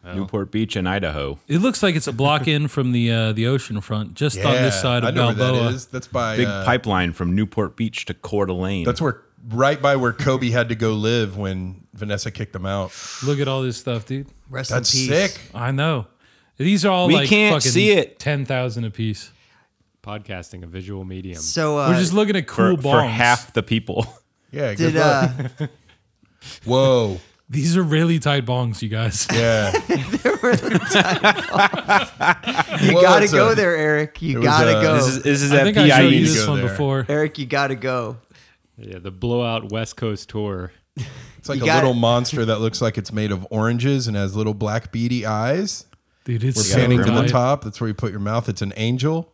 Speaker 5: Newport Beach in Idaho.
Speaker 3: it looks like it's a block in from the uh, the ocean front, just on this side
Speaker 1: I
Speaker 3: of
Speaker 1: know where that
Speaker 3: Balboa.
Speaker 1: is. That's by.
Speaker 5: Big
Speaker 1: uh,
Speaker 5: pipeline from Newport Beach to Coeur d'Alene.
Speaker 1: that's where right by where Kobe had to go live when Vanessa kicked him out.
Speaker 3: Look at all this stuff, dude.
Speaker 2: Rest
Speaker 1: That's
Speaker 2: in peace.
Speaker 1: sick.
Speaker 3: I know. These are all
Speaker 5: We
Speaker 3: like
Speaker 5: can't
Speaker 3: fucking
Speaker 5: see it.
Speaker 3: ten thousand apiece.
Speaker 4: podcasting, a visual medium.
Speaker 2: So uh,
Speaker 3: We're just looking at
Speaker 5: for,
Speaker 3: cool
Speaker 5: for
Speaker 3: bongs.
Speaker 5: half the people.
Speaker 1: Yeah. Good
Speaker 2: did
Speaker 1: luck.
Speaker 2: uh,
Speaker 1: Whoa.
Speaker 3: These are really tight bongs, you guys.
Speaker 1: Yeah.
Speaker 2: you
Speaker 1: Well,
Speaker 2: gotta
Speaker 1: it's
Speaker 2: go
Speaker 1: a-
Speaker 2: there, Eric. You
Speaker 1: was,
Speaker 2: gotta
Speaker 1: uh,
Speaker 2: go,
Speaker 5: This is this is
Speaker 3: I
Speaker 5: at E.
Speaker 3: think I showed you
Speaker 1: PIEs.
Speaker 5: PIE.
Speaker 3: this
Speaker 1: E Go
Speaker 3: one
Speaker 1: there.
Speaker 3: before.
Speaker 2: Eric. You gotta go.
Speaker 4: Yeah, the blowout West Coast tour.
Speaker 1: It's like
Speaker 2: You
Speaker 1: a
Speaker 2: got
Speaker 1: little
Speaker 2: it.
Speaker 1: monster that looks like it's made of oranges and has little black beady eyes.
Speaker 3: Dude, it's
Speaker 1: We're
Speaker 3: so
Speaker 1: panning to the
Speaker 3: tight.
Speaker 1: top. That's where you put your mouth. It's an angel.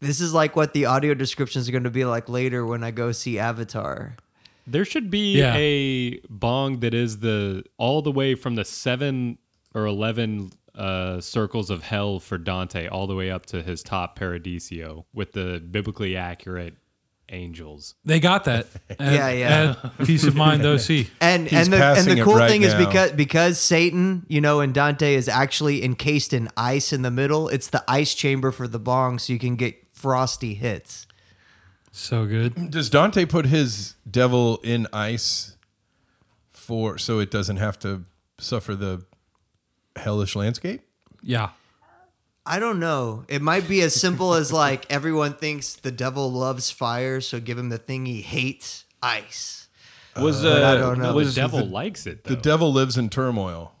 Speaker 2: This is like what the audio descriptions are going to be like later when I go see Avatar.
Speaker 4: There should be
Speaker 3: Yeah.
Speaker 4: a bong that is the all the way from the seven or eleven uh, circles of hell for Dante, all the way up to his top paradiso with the biblically accurate angels.
Speaker 3: They got that. At-
Speaker 2: Yeah, yeah.
Speaker 3: at Peace of mind, OC.
Speaker 2: And
Speaker 1: He's
Speaker 2: and the and
Speaker 1: passing
Speaker 2: the
Speaker 1: it
Speaker 2: cool
Speaker 1: right
Speaker 2: thing is
Speaker 1: now.
Speaker 2: because because Satan, you know, and Dante is actually encased in ice in the middle. It's the ice chamber for the bong, so you can get frosty hits.
Speaker 3: So good.
Speaker 1: Does Dante put his devil in ice for so it doesn't have to suffer the hellish landscape?
Speaker 3: Yeah.
Speaker 2: I don't know. It might be as simple as like everyone thinks the devil loves fire, so give him the thing he hates, ice.
Speaker 5: Was
Speaker 2: I
Speaker 5: uh,
Speaker 2: don't know.
Speaker 5: was
Speaker 4: the devil likes it though.
Speaker 1: The devil lives in turmoil.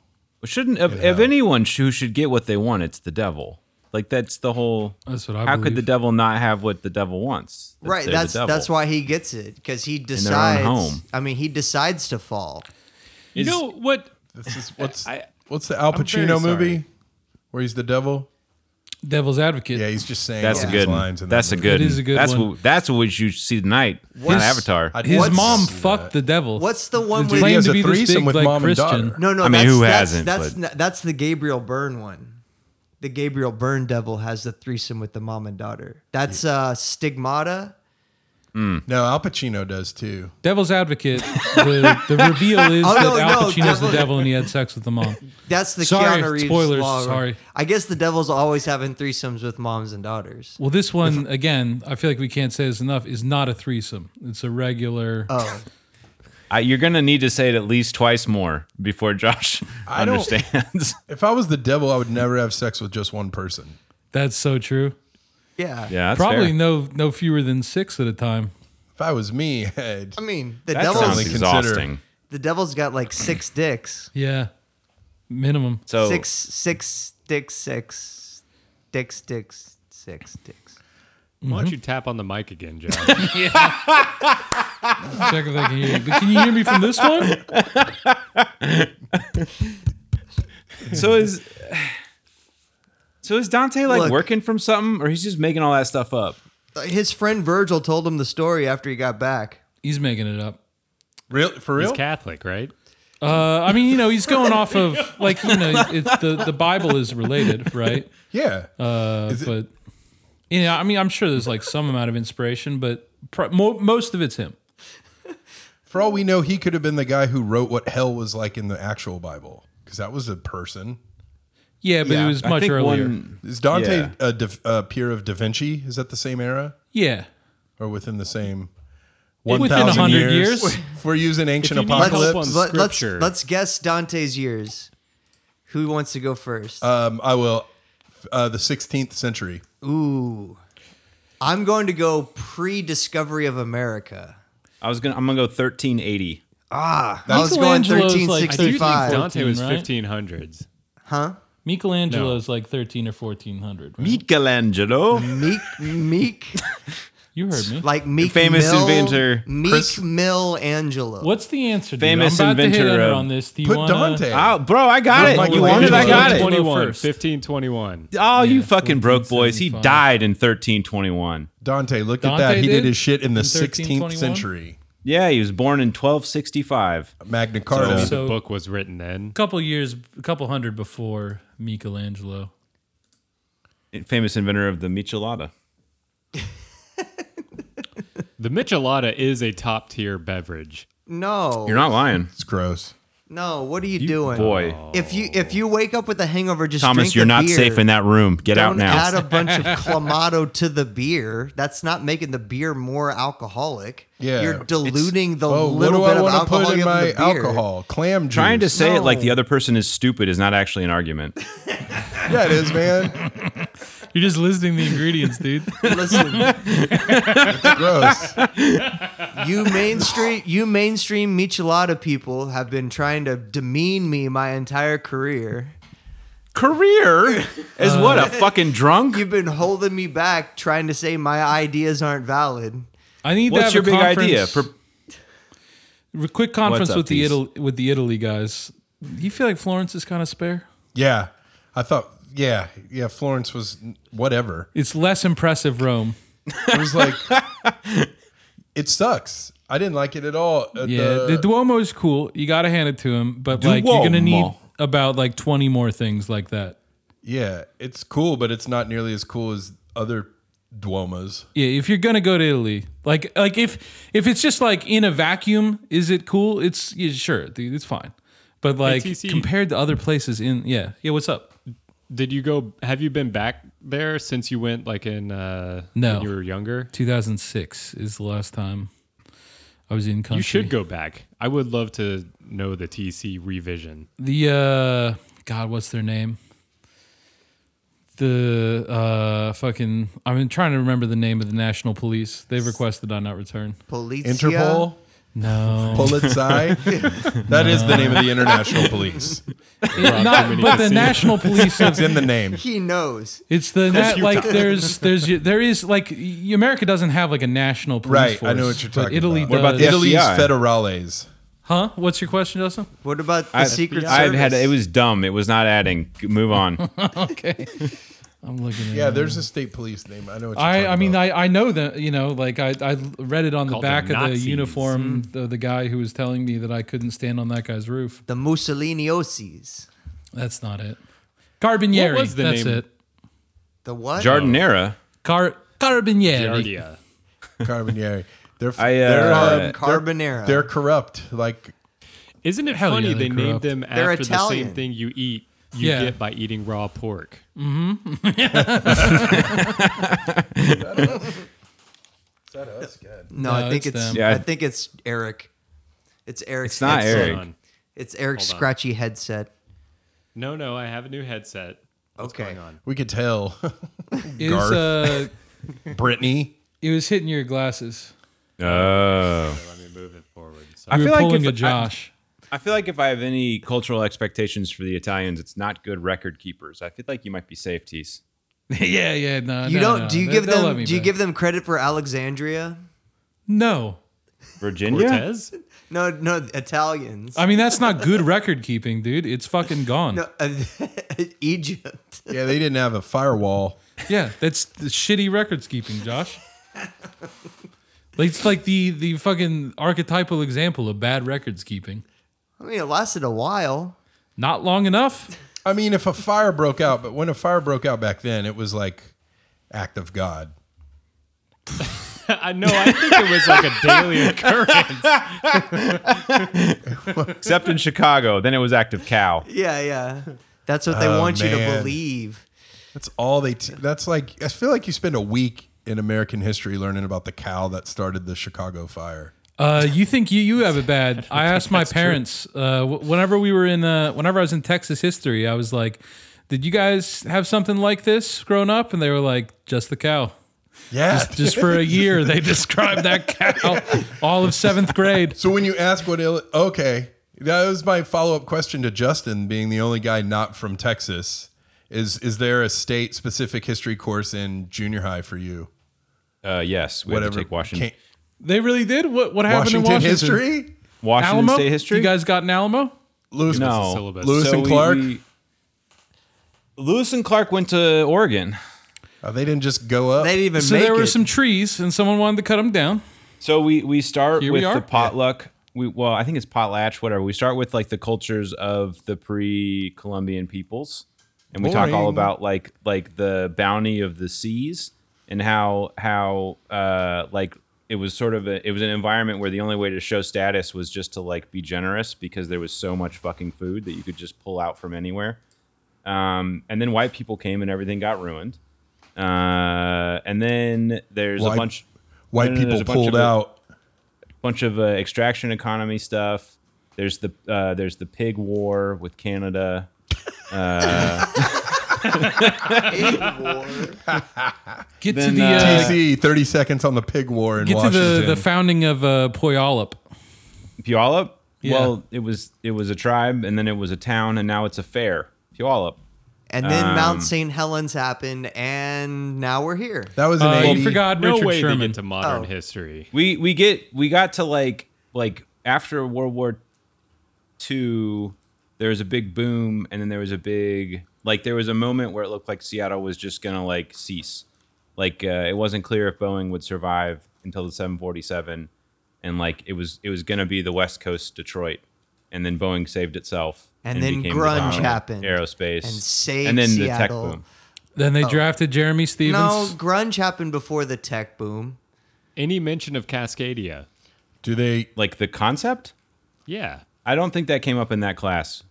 Speaker 5: shouldn't of, of anyone sh- who should get what they want, it's the devil. Like that's the whole.
Speaker 3: That's what I
Speaker 5: How could
Speaker 3: believe.
Speaker 5: the devil not have what the devil wants?
Speaker 2: right,
Speaker 5: they're the
Speaker 2: that's
Speaker 5: devil.
Speaker 2: that's why he gets it because he
Speaker 5: their own
Speaker 2: decides.
Speaker 5: home.
Speaker 2: I mean, he decides to fall.
Speaker 4: you know what?
Speaker 1: This is what's
Speaker 4: I-
Speaker 1: what's the Al
Speaker 4: I'm very
Speaker 1: Pacino
Speaker 4: sorry.
Speaker 1: movie where he's the devil?
Speaker 3: Devil's advocate.
Speaker 1: Yeah, he's just saying
Speaker 5: That's
Speaker 1: all
Speaker 5: a
Speaker 1: these
Speaker 5: good one.
Speaker 1: lines. in that
Speaker 5: That's a
Speaker 1: movie.
Speaker 5: good.
Speaker 3: It is
Speaker 5: one.
Speaker 3: a good
Speaker 5: that's
Speaker 3: one.
Speaker 5: What, that's what we should see tonight. Not
Speaker 2: His-
Speaker 5: Avatar.
Speaker 1: I'd
Speaker 3: His
Speaker 1: love to
Speaker 3: mom
Speaker 1: see
Speaker 3: fucked
Speaker 1: that.
Speaker 3: the devil.
Speaker 2: What's the one
Speaker 3: Dude,
Speaker 2: with
Speaker 1: He
Speaker 3: claim
Speaker 1: has
Speaker 3: to
Speaker 1: a
Speaker 3: be this
Speaker 1: threesome
Speaker 3: big,
Speaker 1: with
Speaker 3: like,
Speaker 1: mom
Speaker 3: Christian.
Speaker 1: and daughter.
Speaker 2: No, no.
Speaker 5: I mean,
Speaker 2: that's,
Speaker 5: who
Speaker 2: that's,
Speaker 5: hasn't,
Speaker 2: That's
Speaker 5: but-
Speaker 2: n- that's the Gabriel Byrne one. The Gabriel Byrne devil has the threesome with the mom and daughter. That's uh, Stigmata.
Speaker 1: No, Al Pacino does too.
Speaker 3: Devil's advocate. The, the reveal is
Speaker 2: Oh,
Speaker 3: that
Speaker 2: no,
Speaker 3: Al
Speaker 2: no,
Speaker 3: Pacino's
Speaker 2: devil-
Speaker 3: the devil and he had sex with the mom.
Speaker 2: That's the
Speaker 3: Sorry,
Speaker 2: Keanu Reeves
Speaker 3: spoilers,
Speaker 2: law.
Speaker 3: sorry.
Speaker 2: I guess the devil's always having threesomes with moms and daughters.
Speaker 3: Well, this one again, I feel like we can't say this enough, is not a threesome. It's a regular.
Speaker 2: Oh,
Speaker 5: I, you're gonna need to say it at least twice more before Josh
Speaker 1: I don't-
Speaker 5: understands.
Speaker 1: If I was the devil, I would never have sex with just one person.
Speaker 3: That's so true.
Speaker 2: Yeah.
Speaker 5: yeah, that's
Speaker 3: Probably
Speaker 5: fair.
Speaker 3: no no fewer than six at a time.
Speaker 1: If I was me, I'd-
Speaker 2: I mean, the
Speaker 5: That
Speaker 1: only
Speaker 5: sounds
Speaker 2: devil's
Speaker 1: consider-
Speaker 5: exhausting.
Speaker 2: the devil's got like six dicks.
Speaker 3: Yeah, minimum.
Speaker 5: So
Speaker 2: Six six dicks six dicks dicks six dicks.
Speaker 4: Why don't you tap on the mic again, John?
Speaker 3: Check if I can hear you. But can you hear me from this one?
Speaker 5: so is so is Dante like
Speaker 2: Look.
Speaker 5: working from something, or he's just making all that stuff up?
Speaker 2: Uh, His friend Virgil told him the story after he got back.
Speaker 3: He's making it up.
Speaker 1: real for real.
Speaker 4: He's Catholic, right?
Speaker 3: Uh, I mean, you know, he's going off of like you know, it's the the Bible is related, right?
Speaker 1: yeah,
Speaker 3: Uh,
Speaker 1: it-
Speaker 3: but you know, I mean, I'm sure there's like some amount of inspiration, but pr- mo- most of it's him.
Speaker 1: for all we know, he could have been the guy who wrote what hell was like in the actual Bible, because that was a person.
Speaker 3: Yeah, but
Speaker 1: Yeah,
Speaker 3: it was much earlier.
Speaker 5: one.
Speaker 1: Is Dante
Speaker 5: Yeah.
Speaker 1: a, def, a peer of Da Vinci? Is that the same era
Speaker 3: yeah,
Speaker 1: or within the same?
Speaker 3: Within
Speaker 1: 1,000
Speaker 3: 100
Speaker 1: years.
Speaker 3: years?
Speaker 1: If we're using ancient
Speaker 4: If you need help
Speaker 1: apocalypse,
Speaker 4: on-
Speaker 2: Let, let's
Speaker 4: Scripture.
Speaker 2: let's guess Dante's years. Who wants to go first?
Speaker 1: um, I will. Uh, the 16th century.
Speaker 2: Ooh. I'm going to go pre-discovery of America.
Speaker 5: I was gonna. I'm gonna go 1380.
Speaker 2: Ah, I was going
Speaker 3: Michelangelo's like-
Speaker 4: I do think
Speaker 2: 1365.
Speaker 4: Dante was
Speaker 3: 14,
Speaker 4: 1500s.
Speaker 2: huh?
Speaker 3: Michelangelo's like 13 or 1400. Right?
Speaker 5: Michelangelo,
Speaker 2: Meek, Meek,
Speaker 3: you heard me.
Speaker 2: like Meek.
Speaker 5: famous
Speaker 2: Mill,
Speaker 5: inventor,
Speaker 2: Meek
Speaker 1: Chris-
Speaker 2: Mill Angelo.
Speaker 3: What's the answer? Dude?
Speaker 5: Famous
Speaker 3: I'm about to
Speaker 5: inventor
Speaker 3: hit enter
Speaker 5: of-
Speaker 3: on this. Do you
Speaker 1: Put
Speaker 3: wanna-
Speaker 1: Dante.
Speaker 5: oh, bro, I got it. You
Speaker 1: Michelangelo.
Speaker 5: wanted, I got it.
Speaker 4: 21,
Speaker 3: First.
Speaker 4: 1521.
Speaker 5: Oh, you
Speaker 3: Yeah,
Speaker 5: fucking broke, boys. He
Speaker 3: 1475.
Speaker 5: died in 1321.
Speaker 1: Dante, look
Speaker 3: Dante
Speaker 1: at that. He did,
Speaker 3: did?
Speaker 1: his shit in the
Speaker 3: In
Speaker 1: 16th
Speaker 3: 1321?
Speaker 1: century.
Speaker 5: Yeah, he was born in 1265.
Speaker 1: Magna Carta.
Speaker 3: So-
Speaker 4: the book was written then.
Speaker 3: A couple years, a couple hundred before Michelangelo.
Speaker 5: Famous inventor of the Michelada.
Speaker 4: The Michelada is a top tier beverage.
Speaker 2: No,
Speaker 5: You're not lying.
Speaker 1: it's gross.
Speaker 2: no. What are you, doing,
Speaker 5: Boy.
Speaker 2: If you if you wake up with a hangover, just
Speaker 5: Thomas,
Speaker 2: drink
Speaker 5: you're
Speaker 2: the
Speaker 5: not
Speaker 2: beer.
Speaker 5: safe in that room. Get out
Speaker 2: Don't
Speaker 5: now.
Speaker 2: add a bunch of clamato to the beer. That's not making the beer more alcoholic.
Speaker 1: Yeah.
Speaker 2: you're
Speaker 1: It's-
Speaker 2: diluting the
Speaker 1: Oh, what
Speaker 2: little
Speaker 1: do I
Speaker 2: bit of
Speaker 1: want to
Speaker 2: alcohol
Speaker 1: put in
Speaker 2: you have
Speaker 1: my
Speaker 2: in the beer.
Speaker 1: alcohol? Clam juice.
Speaker 5: Trying to say it like
Speaker 2: No.
Speaker 5: the other person is stupid is not actually an argument.
Speaker 1: Yeah, it is, man.
Speaker 3: You're just listing the ingredients, dude.
Speaker 2: Listen,
Speaker 1: Gross.
Speaker 2: you mainstream you mainstream michelada people have been trying to demean me my entire career.
Speaker 5: Career is what a fucking drunk.
Speaker 2: You've been holding me back, trying to say my ideas aren't valid.
Speaker 3: I need to have
Speaker 5: What's your
Speaker 3: a
Speaker 5: big
Speaker 3: conference,
Speaker 5: idea? Pro-
Speaker 3: a quick conference
Speaker 5: What's up,
Speaker 3: with the
Speaker 5: Deez?
Speaker 3: Italy with the Italy guys. Do you feel like Florence is kind of spare?
Speaker 1: Yeah. I thought, yeah, yeah, Florence was whatever.
Speaker 3: It's less impressive Rome.
Speaker 1: It was like, it sucks. I didn't like it at all. Uh,
Speaker 3: Yeah, the,
Speaker 1: the-
Speaker 3: Duomo is cool. You got to hand it to him, but like you're gonna need
Speaker 5: Duomo.
Speaker 3: about like 20 more things like that.
Speaker 1: yeah, it's cool, but it's not nearly as cool as other Duomas.
Speaker 3: Yeah, if you're gonna go to Italy, like like if if it's just like in a vacuum, is it cool? It's yeah, sure, dude, it's fine. But like
Speaker 4: TC.
Speaker 3: compared to other places in yeah yeah, what's up?
Speaker 4: Did you go? Have you been back there since you went like in uh,
Speaker 3: No.
Speaker 4: when you were younger?
Speaker 3: 2006 is the last time I was in country.
Speaker 4: You should go back. I would love to know the TC revision.
Speaker 3: the uh god what's their name the uh fucking i've been trying to remember the name of the national police they've requested i not return
Speaker 2: Polizia.
Speaker 1: Interpol,
Speaker 5: uh,
Speaker 3: no
Speaker 1: Polizei. that is the name of the international police.
Speaker 3: not, but the national police
Speaker 1: It's in the name.
Speaker 2: He knows.
Speaker 3: it's the na-
Speaker 4: Utah.
Speaker 3: like there's there's there is like y- america doesn't have like a national police
Speaker 1: Right,
Speaker 3: force,
Speaker 1: I know what you're
Speaker 3: but
Speaker 1: talking
Speaker 3: italy
Speaker 1: about.
Speaker 3: does.
Speaker 5: What about the F-
Speaker 1: Italy's
Speaker 5: FBI.
Speaker 1: federales.
Speaker 3: huh what's your question justin
Speaker 2: What about the
Speaker 5: I-
Speaker 2: Secret
Speaker 5: I've
Speaker 2: Service?
Speaker 5: had it was dumb. It was not adding. Move on.
Speaker 3: okay i'm looking at
Speaker 1: Yeah,
Speaker 3: it.
Speaker 1: there's a state police name. I know what you're
Speaker 3: I,
Speaker 1: talking
Speaker 3: I mean,
Speaker 1: about.
Speaker 3: I, I know that, you know, like I, I read it on the
Speaker 4: Called the
Speaker 3: back of the
Speaker 4: Nazis. Hmm.
Speaker 3: uniform, the, the guy who was telling me that I couldn't stand on that guy's roof.
Speaker 2: the Mussolinioses.
Speaker 3: That's not it. Carbonieri.
Speaker 4: What was the
Speaker 3: That's
Speaker 4: name?
Speaker 3: it.
Speaker 2: The what?
Speaker 5: Jardinera.
Speaker 3: Car- Carbonieri.
Speaker 4: Giardia.
Speaker 1: Carbonieri. They're f-
Speaker 5: I, uh,
Speaker 1: they're, um,
Speaker 5: They're-
Speaker 2: Carbonara.
Speaker 1: they're corrupt. Like
Speaker 4: Isn't it
Speaker 3: Hell
Speaker 4: funny
Speaker 3: yeah, they're
Speaker 4: they named
Speaker 3: corrupt.
Speaker 4: them
Speaker 2: They're
Speaker 4: after the
Speaker 2: Italian.
Speaker 4: same thing you eat? You
Speaker 3: Yeah.
Speaker 4: get by eating raw pork.
Speaker 1: Is that us? Good.
Speaker 2: no,
Speaker 3: No,
Speaker 2: I think
Speaker 3: it's
Speaker 2: it's.
Speaker 3: them.
Speaker 5: Yeah, I-
Speaker 2: I think it's Eric. It's Eric's.
Speaker 5: It's not
Speaker 2: headset.
Speaker 5: Eric.
Speaker 4: Hold on.
Speaker 2: It's Eric's
Speaker 4: Hold on.
Speaker 2: scratchy headset.
Speaker 4: No, no, I have a new headset.
Speaker 2: okay.
Speaker 1: We could tell.
Speaker 3: Is
Speaker 1: Garth.
Speaker 3: uh,
Speaker 1: Brittany.
Speaker 3: it was hitting your glasses.
Speaker 5: Oh.
Speaker 4: Let me move it forward. So,
Speaker 5: I
Speaker 3: You
Speaker 5: feel
Speaker 3: were
Speaker 5: like
Speaker 3: pulling a
Speaker 5: if I-
Speaker 3: Josh.
Speaker 5: I feel like if I have any cultural expectations for the Italians, it's not good record keepers. I feel like you might be safe, Tease.
Speaker 3: yeah, yeah, no.
Speaker 2: You
Speaker 3: no,
Speaker 2: don't.
Speaker 3: no.
Speaker 2: Do you
Speaker 3: They-
Speaker 2: give
Speaker 3: they'll let
Speaker 2: them?
Speaker 3: me
Speaker 2: Do you
Speaker 3: back.
Speaker 2: give them credit for Alexandria?
Speaker 3: No.
Speaker 5: Virginia?
Speaker 4: Cortez?
Speaker 2: No, no, Italians.
Speaker 3: I mean, that's not good record keeping, dude. It's fucking gone.
Speaker 2: no, Egypt.
Speaker 1: Yeah, they didn't have a firewall.
Speaker 3: Yeah, that's the shitty records keeping, Josh. Like, It's like the the fucking archetypal example of bad records keeping.
Speaker 2: I mean, it lasted a while.
Speaker 3: Not long enough.
Speaker 1: I mean, if a fire broke out, but when a fire broke out back then, it was like act of God.
Speaker 4: I know. I think it was like a daily occurrence.
Speaker 5: Except in Chicago. Then it was active cow.
Speaker 2: Yeah, yeah. That's what they
Speaker 1: Oh,
Speaker 2: want you to
Speaker 1: man.
Speaker 2: believe.
Speaker 1: That's all they. T- that's like I feel like you spend a week in American history learning about the cow that started the Chicago fire.
Speaker 3: Uh, you think you you have it bad? I asked my parents. Uh, wh- whenever we were in, uh, whenever I was in Texas history, I was like, "Did you guys have something like this growing up?" And they were like, "Just the cow."
Speaker 1: Yeah.
Speaker 3: Just for a year, they described that cow all of seventh grade.
Speaker 1: so when you ask what, Ill- okay, that was my follow up question to Justin, being the only guy not from Texas. Is is there a state specific history course in junior high for you?
Speaker 5: Uh, yes. We had to take Washington.
Speaker 1: Can't-
Speaker 3: They really did. What what
Speaker 1: Washington,
Speaker 3: happened in Washington?
Speaker 1: history.
Speaker 5: Washington
Speaker 3: Alamo?
Speaker 5: State history?
Speaker 3: You guys got an Alamo?
Speaker 1: Lewis,
Speaker 4: a
Speaker 5: no.
Speaker 4: syllabus.
Speaker 1: Lewis and
Speaker 5: we-
Speaker 1: Clark.
Speaker 5: we- Lewis and Clark went to Oregon.
Speaker 1: Oh, they didn't just go up.
Speaker 2: They didn't even
Speaker 3: So
Speaker 2: make
Speaker 3: there were
Speaker 2: it.
Speaker 3: some trees, and someone wanted to cut them down.
Speaker 5: So we we start
Speaker 3: Here we
Speaker 5: with
Speaker 3: are.
Speaker 5: the potluck. We well, I think it's potlatch, whatever. We start with like the cultures of the pre-Columbian peoples, and we talk all
Speaker 1: Boring.
Speaker 5: about like like the bounty of the seas and how how uh, like it was sort of a, it was an environment where the only way to show status was just to like be generous because there was so much fucking food that you could just pull out from anywhere. Um, and then white people came and everything got ruined. Uh, and then there's
Speaker 1: White-
Speaker 5: a bunch
Speaker 1: White
Speaker 5: No, no, no,
Speaker 1: people
Speaker 5: there's a bunch
Speaker 1: pulled
Speaker 5: of-
Speaker 1: out.
Speaker 5: bunch of uh, extraction economy stuff. There's the uh, there's the pig war with Canada.
Speaker 3: Get to
Speaker 5: Then,
Speaker 3: the
Speaker 5: uh,
Speaker 3: uh,
Speaker 1: TC, 30 seconds on the pig war in
Speaker 3: get to
Speaker 1: Washington.
Speaker 3: the, the founding of uh, Puyallup.
Speaker 5: Puyallup.
Speaker 3: Yeah.
Speaker 5: Well, it was it was a tribe, and then it was a town, and now it's a fair. Puyallup.
Speaker 2: and then
Speaker 5: Um,
Speaker 2: Mount St. Helens happened, and now we're here.
Speaker 1: that was an
Speaker 3: Uh, you
Speaker 1: 80.
Speaker 3: forgot
Speaker 4: No
Speaker 3: Richard
Speaker 4: way
Speaker 3: Sherman.
Speaker 4: to get to modern
Speaker 2: Oh.
Speaker 4: history.
Speaker 5: We we get we got to like like after World War II, there was a big boom, and then there was a big like there was a moment where it looked like Seattle was just gonna like cease. Like uh, it wasn't clear if Boeing would survive until the 747, and like it was it was gonna be the West Coast Detroit, and then Boeing saved itself.
Speaker 2: And then
Speaker 5: became the
Speaker 2: grunge
Speaker 5: dominant
Speaker 2: happened
Speaker 5: aerospace,
Speaker 2: and saved
Speaker 5: and then the tech
Speaker 2: Seattle.
Speaker 5: boom.
Speaker 3: Then
Speaker 4: Oh.
Speaker 3: they drafted Jeremy Stevens.
Speaker 2: No, grunge happened before the tech boom.
Speaker 4: Any mention of Cascadia?
Speaker 1: Do they?
Speaker 5: Like the concept,
Speaker 4: Yeah.
Speaker 5: I don't think that came up in that class.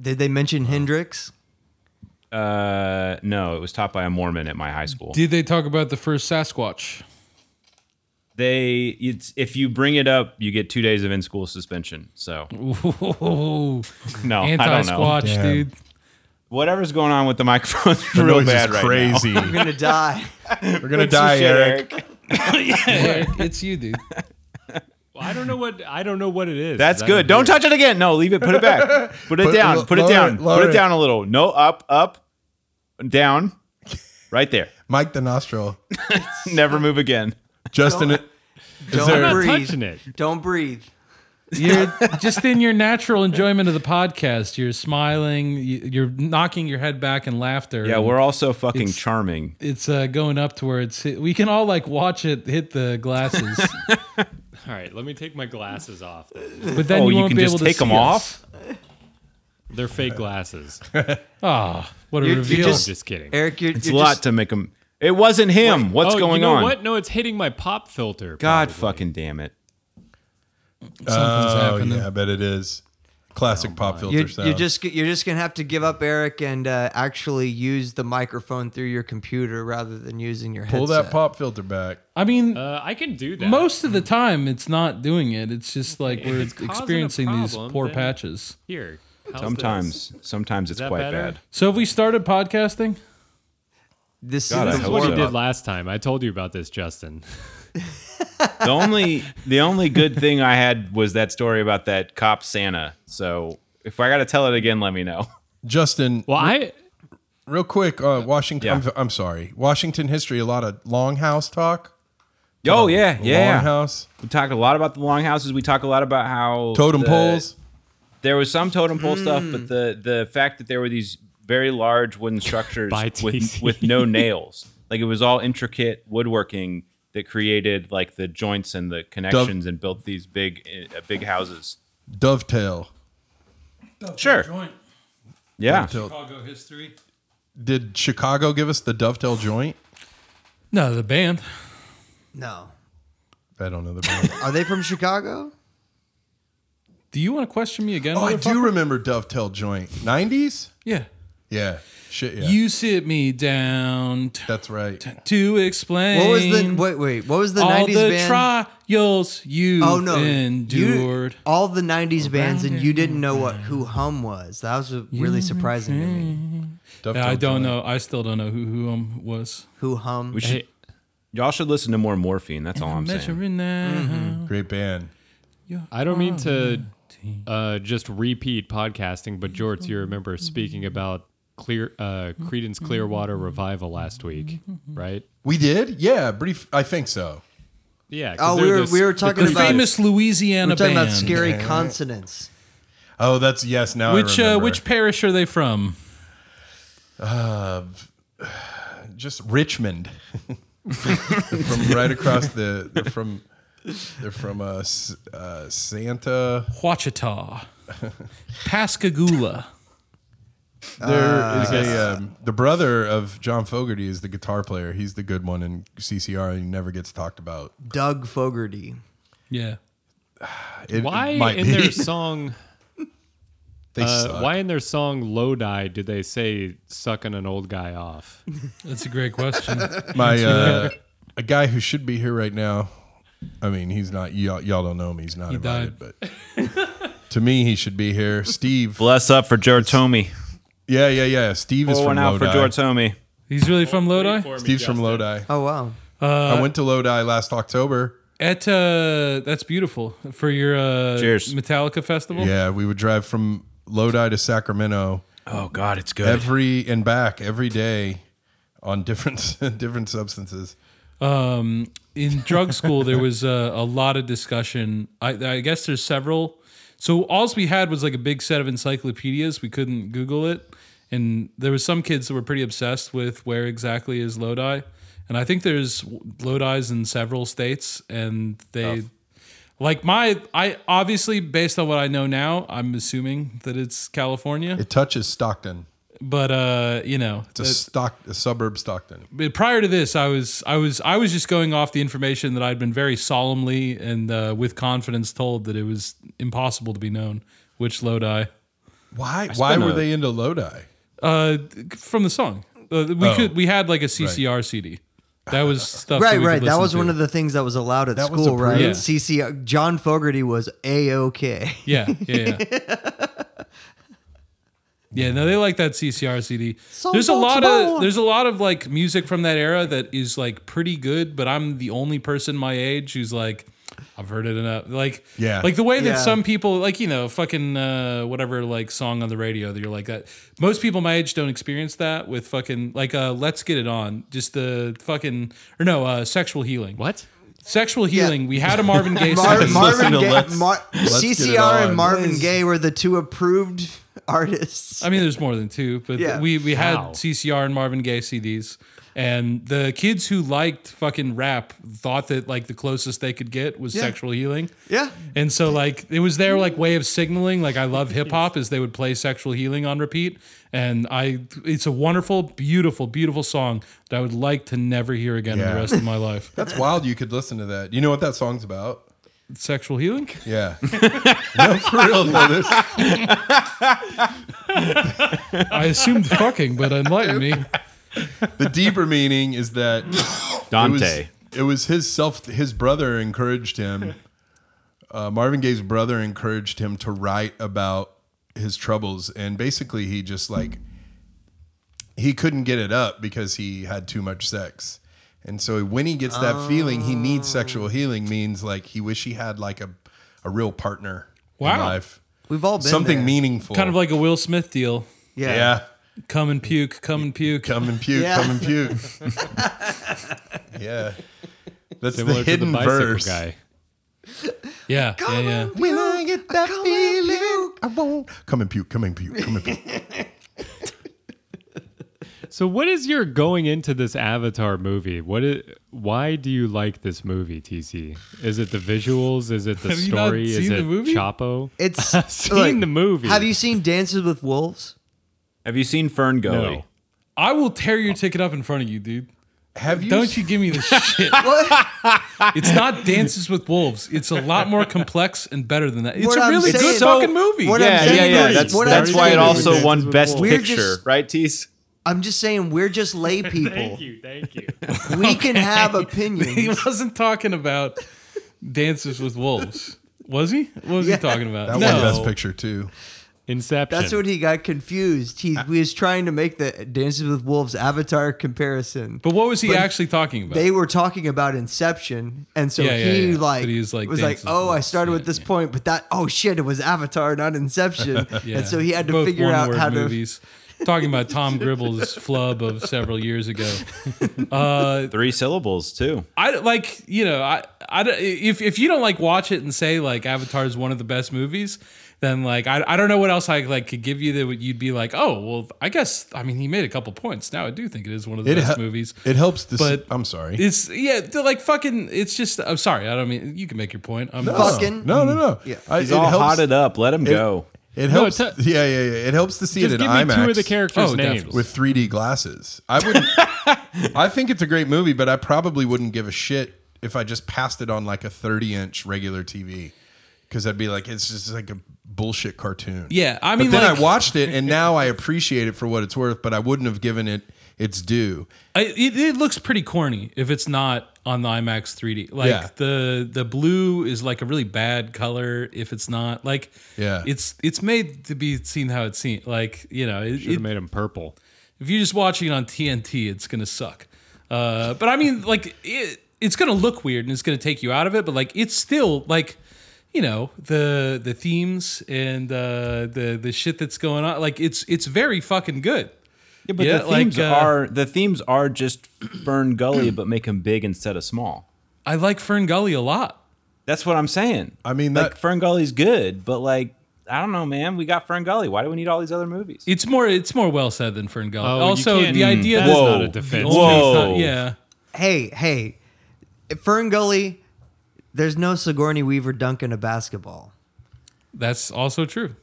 Speaker 2: Did they mention Hendrix?
Speaker 5: Uh, no, it was taught by a Mormon at my high school.
Speaker 3: Did they talk about the first Sasquatch?
Speaker 5: they, it's, if you bring it up, you get two days of in-school suspension. So
Speaker 3: Ooh,
Speaker 5: no, I don't know.
Speaker 3: anti-Squatch,
Speaker 1: Damn.
Speaker 3: dude.
Speaker 5: Whatever's going on with the microphone's
Speaker 1: The
Speaker 5: real
Speaker 1: noise
Speaker 5: bad
Speaker 1: is
Speaker 5: right now.
Speaker 1: crazy.
Speaker 2: We're gonna die.
Speaker 1: We're gonna die,
Speaker 5: Shit,
Speaker 1: Eric.
Speaker 3: Eric, it's you, dude.
Speaker 4: Well, I don't know what I don't know what it is.
Speaker 5: That's
Speaker 4: 'cause I don't
Speaker 5: good. Don't
Speaker 4: hear it.
Speaker 5: touch it again. No, leave it. Put it back. Put it
Speaker 1: Put-
Speaker 5: down.
Speaker 1: l-
Speaker 5: Put it
Speaker 1: lower
Speaker 5: down.
Speaker 1: it, lower
Speaker 5: Put it
Speaker 1: it.
Speaker 5: down a little. No, up, up, down. Right there.
Speaker 1: Mike the nostril.
Speaker 5: Never move again.
Speaker 1: Justin,
Speaker 2: Don't- Don't
Speaker 1: there-
Speaker 4: I'm not
Speaker 2: breathe.
Speaker 4: touching it.
Speaker 2: Don't breathe.
Speaker 3: You're just in your natural enjoyment of the podcast. You're smiling. you- You're knocking your head back in laughter.
Speaker 5: Yeah,
Speaker 3: and
Speaker 5: we're all so fucking charming.
Speaker 3: it's uh, going up to where it's. We can all like watch it hit the glasses,
Speaker 4: All right, let me take my glasses off. Then.
Speaker 3: but then
Speaker 5: Oh,
Speaker 3: you
Speaker 5: you
Speaker 3: won't
Speaker 5: can
Speaker 3: be
Speaker 5: just
Speaker 3: able to
Speaker 5: take 'em
Speaker 3: see
Speaker 5: off?
Speaker 4: They're fake glasses.
Speaker 3: Ah, what a
Speaker 2: You're- you're
Speaker 3: reveal!
Speaker 4: I'm
Speaker 2: just-
Speaker 4: just kidding.
Speaker 2: Eric, you're,
Speaker 5: It's
Speaker 2: you're
Speaker 5: a lot
Speaker 2: just,
Speaker 5: to make him. It wasn't him. What's
Speaker 4: oh,
Speaker 5: going
Speaker 4: you know
Speaker 5: on?
Speaker 4: What? No, it's hitting my pop filter.
Speaker 5: God
Speaker 4: probably.
Speaker 5: fucking damn it.
Speaker 3: Something's
Speaker 1: oh
Speaker 2: uh,
Speaker 3: happening.
Speaker 1: yeah, I bet it is.
Speaker 5: Oh
Speaker 1: Classic pop filter
Speaker 2: You're,
Speaker 1: sound.
Speaker 2: you're just you're just gonna have to give up, Eric, and uh, actually use the microphone through your computer rather than using your
Speaker 1: pull
Speaker 2: headset.
Speaker 1: that pop filter back.
Speaker 3: I mean,
Speaker 4: Uh, I can do that.
Speaker 3: most of the time it's not doing it. It's just like
Speaker 4: If
Speaker 3: we're
Speaker 4: it's causing a
Speaker 3: experiencing these
Speaker 4: problem,
Speaker 3: poor
Speaker 4: then-
Speaker 3: patches.
Speaker 4: here. how's this?
Speaker 5: Sometimes, sometimes it's
Speaker 4: that
Speaker 5: quite
Speaker 4: better?
Speaker 5: bad.
Speaker 3: So have we started podcasting?
Speaker 2: This
Speaker 5: God, I
Speaker 2: is
Speaker 4: This
Speaker 2: the
Speaker 4: is
Speaker 5: hope
Speaker 4: what
Speaker 5: so.
Speaker 4: he
Speaker 2: warm
Speaker 4: did
Speaker 2: up.
Speaker 4: last time. I told you about this, Justin.
Speaker 5: The only, the only good thing I had was that story about that cop Santa. So if I got to tell it again, let me know.
Speaker 1: Justin,
Speaker 4: Well, I
Speaker 1: real quick, uh, Washington.
Speaker 5: Yeah.
Speaker 1: I'm, I'm sorry, Washington history. A lot of Longhouse talk.
Speaker 5: Oh yeah, yeah.
Speaker 1: Longhouse
Speaker 5: We talked a lot about the longhouses. We talk a lot about how
Speaker 1: totem
Speaker 5: the-
Speaker 1: poles.
Speaker 5: There was some totem pole stuff, but the the fact that there were these very large wooden structures
Speaker 4: By
Speaker 5: with
Speaker 4: TC.
Speaker 5: with no nails, like it was all intricate woodworking that created like the joints and the connections and built these big uh, big houses.
Speaker 1: Dovetail.
Speaker 5: Sure. Yeah.
Speaker 1: Dovetail.
Speaker 3: Chicago history.
Speaker 1: Did Chicago give us the dovetail joint?
Speaker 3: No, the band.
Speaker 2: No,
Speaker 1: I don't know the band.
Speaker 2: are they from Chicago?
Speaker 3: Do you want to question me again?
Speaker 1: oh, I
Speaker 3: motherfucker?
Speaker 1: do remember dovetail joint. 90s?
Speaker 3: Yeah.
Speaker 1: Yeah. Shit, yeah.
Speaker 3: You sit me down t-
Speaker 1: That's right.
Speaker 3: to explain.
Speaker 2: What was the wait wait? What was the
Speaker 3: all
Speaker 2: nineties
Speaker 3: the
Speaker 2: band?
Speaker 3: trials you
Speaker 2: oh no,
Speaker 3: endured?
Speaker 2: You, all the nineties bands, and you didn't know what who hum was. That was really surprising to me.
Speaker 1: Dovetail
Speaker 3: Yeah, I don't
Speaker 1: joint.
Speaker 3: know. I still don't know who who um was.
Speaker 2: Who hum?
Speaker 5: We should.
Speaker 4: Hey.
Speaker 5: Y'all should listen to more morphine. That's all I'm saying.
Speaker 3: Measuring now.
Speaker 2: Mm-hmm.
Speaker 1: Great band.
Speaker 4: I don't mean to uh, just repeat podcasting, but Jorts, you remember speaking about clear uh, Credence Clearwater Revival last week, right?
Speaker 1: We did? Yeah, brief. I think so.
Speaker 4: Yeah. 'cause
Speaker 2: Oh,
Speaker 4: they're
Speaker 2: we were
Speaker 4: this-
Speaker 2: we were talking
Speaker 3: The
Speaker 2: about
Speaker 3: famous
Speaker 2: we
Speaker 3: Louisiana
Speaker 2: were talking
Speaker 3: band.
Speaker 2: about scary consonants.
Speaker 1: Oh, that's yes. Now
Speaker 3: which
Speaker 1: I
Speaker 3: uh,
Speaker 1: remember.
Speaker 3: which parish are they from?
Speaker 1: just Richmond from right across the they're from they're from uh, S- uh, Santa.
Speaker 3: Ouachita, Pascagoula.
Speaker 1: There is a um, the brother of John Fogerty is the guitar player. He's the good one in CCR. He never gets talked about.
Speaker 2: Doug Fogerty.
Speaker 3: Yeah.
Speaker 1: It,
Speaker 4: Why
Speaker 1: it might
Speaker 4: in
Speaker 1: be.
Speaker 4: their song?
Speaker 1: they
Speaker 4: Uh,
Speaker 1: suck.
Speaker 4: why in their song "Lodi" did they say "sucking an old guy off"?
Speaker 3: That's a great question.
Speaker 1: My uh, a guy who should be here right now. I mean, he's not. Y'all, y'all don't know him. He's not invited, but. To me, he should be here. Steve.
Speaker 5: Bless up for George Homie.
Speaker 1: Yeah, yeah, yeah. Steve is
Speaker 5: Pour
Speaker 1: from
Speaker 5: one out
Speaker 1: Lodi.
Speaker 5: for George Homie.
Speaker 3: He's really from Lodi.
Speaker 1: Steve's from Lodi.
Speaker 2: Oh wow.
Speaker 4: Uh,
Speaker 1: I went to Lodi last October.
Speaker 3: At uh, that's beautiful for your uh,
Speaker 5: Cheers.
Speaker 3: Metallica festival.
Speaker 1: Yeah, we would drive from Lodi to Sacramento
Speaker 5: Oh God, it's good.
Speaker 1: every and back every day on different different substances.
Speaker 3: um, in drug school there was uh, a lot of discussion I, I guess there's several so alls we had was like a big set of encyclopedias we couldn't google it and there was some kids that were pretty obsessed with where exactly is lodi and i think there's lodi's in several states and they like my i obviously based on what i know now i'm assuming that it's california
Speaker 1: It touches Stockton.
Speaker 3: but uh you know
Speaker 1: It's a stock a suburb Stockton.
Speaker 3: but prior to this, I was I was I was just going off the information that I'd been very solemnly and uh, with confidence told that it was impossible to be known which Lodi
Speaker 1: Why why
Speaker 5: spent
Speaker 1: were
Speaker 5: a-
Speaker 1: they into Lodi?
Speaker 3: uh, from the song. Uh, we
Speaker 1: Oh.
Speaker 3: could we had like a CCR CD that was stuff.
Speaker 2: Right,
Speaker 3: that we
Speaker 2: right.
Speaker 3: Could
Speaker 2: That was one
Speaker 3: to.
Speaker 2: of the things that was allowed at
Speaker 1: That was
Speaker 2: school, right?
Speaker 1: approved.
Speaker 3: Yeah.
Speaker 2: CC John Fogerty was a okay.
Speaker 3: yeah yeah. yeah. Yeah, no, they like that CCR CD.
Speaker 2: Some
Speaker 3: there's a
Speaker 2: folks
Speaker 3: lot
Speaker 2: don't.
Speaker 3: of there's a lot of like music from that era that is like pretty good, but I'm the only person my age who's like, I've heard it enough. Like,
Speaker 1: Yeah.
Speaker 3: like the way that
Speaker 2: Yeah.
Speaker 3: some people like you know fucking uh, whatever like song on the radio that you're like that. Most people my age don't experience that with fucking like uh, let's get it on. Just the fucking or no uh, sexual healing.
Speaker 4: What?
Speaker 3: Sexual healing. We had a Marvin Gaye.
Speaker 2: Mar-
Speaker 1: Let's
Speaker 3: song.
Speaker 2: Marvin
Speaker 1: listen to
Speaker 2: Gaye,
Speaker 1: Let's-
Speaker 2: Mar-
Speaker 1: Let's Get It
Speaker 2: CCR
Speaker 1: On.
Speaker 2: and Marvin Gaye were the two approved artists.
Speaker 3: I mean, there's more than two, but
Speaker 2: Yeah.
Speaker 3: we we had
Speaker 4: Wow.
Speaker 3: CCR and Marvin Gaye CDs, and the kids who liked fucking rap thought that like the closest they could get was sexual healing,
Speaker 2: Yeah,
Speaker 3: and so like it was their like way of signaling like I love hip hop is they would play sexual healing on repeat, and I it's a wonderful, beautiful, beautiful song that I would like to never hear again in
Speaker 1: Yeah.
Speaker 3: the rest of my life.
Speaker 1: That's wild you could listen to that. You know what that song's about?
Speaker 3: sexual healing.
Speaker 1: Yeah. no, for real though. This,
Speaker 3: I assumed fucking, but enlighten me.
Speaker 1: the deeper meaning is that It
Speaker 5: Dante.
Speaker 1: was, it was his self. His brother encouraged him. Uh, Marvin Gaye's brother encouraged him to write about his troubles, and basically, he just like he couldn't get it up because he had too much sex, and so when he gets that feeling, he needs
Speaker 2: Oh.
Speaker 1: sexual healing. Means like he wish he had like a a real partner in
Speaker 3: Wow.
Speaker 1: life,
Speaker 2: We've all been
Speaker 1: something
Speaker 2: there.
Speaker 1: meaningful,
Speaker 3: Kind of like a Will Smith deal.
Speaker 2: Yeah.
Speaker 1: yeah.
Speaker 3: Come and puke. Come and puke.
Speaker 1: Come and puke.
Speaker 2: Yeah.
Speaker 1: Come and puke. yeah, that's
Speaker 4: Similar
Speaker 1: the
Speaker 4: to
Speaker 1: hidden
Speaker 4: the bicycle
Speaker 1: verse.
Speaker 4: guy.
Speaker 3: Yeah. Yeah. Yeah.
Speaker 1: When I get that
Speaker 2: Come and
Speaker 1: feeling, I won't come and puke. Come and puke. Come and puke.
Speaker 4: So what is your going into this Avatar movie? What is, why do you like this movie, TC? Is it the visuals? Is it the
Speaker 3: Have you not
Speaker 4: story? Is
Speaker 3: seen
Speaker 4: it
Speaker 3: the movie?
Speaker 4: Chapo?
Speaker 2: It's
Speaker 4: Seen
Speaker 2: like,
Speaker 4: the movie.
Speaker 2: Have you seen Dances with Wolves?
Speaker 5: Have you seen Fern Gully?
Speaker 4: No.
Speaker 3: I will tear your ticket up in front of you, dude.
Speaker 1: Have you?
Speaker 3: Don't you give me this shit. It's not Dances with Wolves. It's a lot more complex and better than that. It's
Speaker 2: What
Speaker 3: a
Speaker 2: I'm
Speaker 3: really
Speaker 2: saying-
Speaker 3: good
Speaker 2: So-
Speaker 3: fucking movie.
Speaker 2: what I'm
Speaker 5: Yeah, yeah,
Speaker 2: saying
Speaker 5: yeah.
Speaker 2: is-
Speaker 5: That's
Speaker 2: what I'm
Speaker 5: that's why it
Speaker 2: saying is-
Speaker 5: also won Best
Speaker 2: We're
Speaker 5: Picture,
Speaker 2: just-
Speaker 5: right, Tease?
Speaker 2: I'm just saying we're just lay people.
Speaker 4: you, thank you.
Speaker 2: we can have
Speaker 3: he
Speaker 2: opinions.
Speaker 3: wasn't talking about Dances with Wolves. Was he? What was
Speaker 2: Yeah.
Speaker 3: he talking about?
Speaker 1: that
Speaker 3: no.
Speaker 1: one best picture too.
Speaker 4: Inception.
Speaker 2: That's what he got confused. He,
Speaker 1: Uh,
Speaker 2: he was trying to make the Dances with Wolves avatar comparison.
Speaker 3: But what was he actually talking about?
Speaker 2: they were talking about Inception, and so
Speaker 3: Yeah, yeah,
Speaker 2: he
Speaker 3: yeah.
Speaker 2: like
Speaker 3: But he's like,
Speaker 2: was like,
Speaker 3: dances
Speaker 2: "Oh,
Speaker 3: with
Speaker 2: I started
Speaker 3: wolves."
Speaker 2: with this point, but that oh shit, it was Avatar, not Inception."
Speaker 3: Yeah.
Speaker 2: And so he had to
Speaker 3: Both
Speaker 2: figure out
Speaker 3: one-word
Speaker 2: how
Speaker 3: movies. Talking about Tom Gribble's flub of several years ago. Uh,
Speaker 5: Three syllables too.
Speaker 3: I like you know I, I don't- if if you don't like watch it and say like Avatar is one of the best movies, then like I, I don't know what else I like could give you that would- you'd be like oh well I guess I mean he made a couple points now I do think it is one of the
Speaker 1: It
Speaker 3: best
Speaker 1: hel-
Speaker 3: movies.
Speaker 1: It helps. This,
Speaker 3: But-
Speaker 1: I'm sorry.
Speaker 3: It's yeah they're, like fucking it's just I'm sorry I don't mean you can make your point I'm
Speaker 1: No,
Speaker 2: fucking-
Speaker 1: No, no, no.
Speaker 2: Yeah.
Speaker 1: I,
Speaker 5: He's
Speaker 1: it
Speaker 5: all
Speaker 1: helps,
Speaker 5: hotted up. Let him go.
Speaker 1: It helps.
Speaker 4: it's a-
Speaker 1: yeah, yeah, yeah. It helps to see
Speaker 4: Just
Speaker 1: it
Speaker 4: give
Speaker 1: in
Speaker 4: me
Speaker 1: IMAX
Speaker 4: two of the characters'
Speaker 3: Oh,
Speaker 4: names.
Speaker 3: definitely.
Speaker 1: with 3D glasses. I wouldn't. I think it's a great movie, but I probably wouldn't give a shit if I just passed it on like a 30 inch regular TV because I'd be like, it's just like a bullshit cartoon.
Speaker 3: yeah I mean
Speaker 1: but then
Speaker 3: like,
Speaker 1: I watched it, and now I appreciate it for what it's worth. But I wouldn't have given it its due.
Speaker 3: I, it, it looks pretty corny if it's not on the IMAX 3D. Like
Speaker 1: Yeah.
Speaker 3: the the blue is like a really bad color if it's not like
Speaker 1: Yeah.
Speaker 3: it's it's made to be seen how it's seen. Like you know, it,
Speaker 4: Should
Speaker 3: it,
Speaker 4: have made him purple.
Speaker 3: if you're just watching it on TNT, it's gonna suck. Uh, but I mean, like it, it's gonna look weird and it's gonna take you out of it. But like it's still like you know the the themes and uh, the the shit that's going on. Like it's it's very fucking good.
Speaker 5: Yeah, but
Speaker 3: Yeah,
Speaker 5: the
Speaker 3: like,
Speaker 5: themes
Speaker 3: uh,
Speaker 5: are the themes are just Fern Gully, but make him big instead of small.
Speaker 3: I like Fern Gully a lot.
Speaker 5: That's what I'm saying.
Speaker 1: I mean,
Speaker 5: like
Speaker 1: that-
Speaker 5: Fern Gully's good, but like I don't know, man. We got Fern Gully. Why do we need all these other movies?
Speaker 3: It's more. It's more well said than Ferngully.
Speaker 4: Oh, you
Speaker 3: also,
Speaker 4: can't-
Speaker 3: the idea
Speaker 4: that
Speaker 3: that
Speaker 4: is
Speaker 5: Whoa.
Speaker 4: not a defense.
Speaker 5: Whoa.
Speaker 3: It's not- yeah,
Speaker 2: to hey hey, Fern Gully. There's no Sigourney Weaver dunking a basketball.
Speaker 3: that's also true.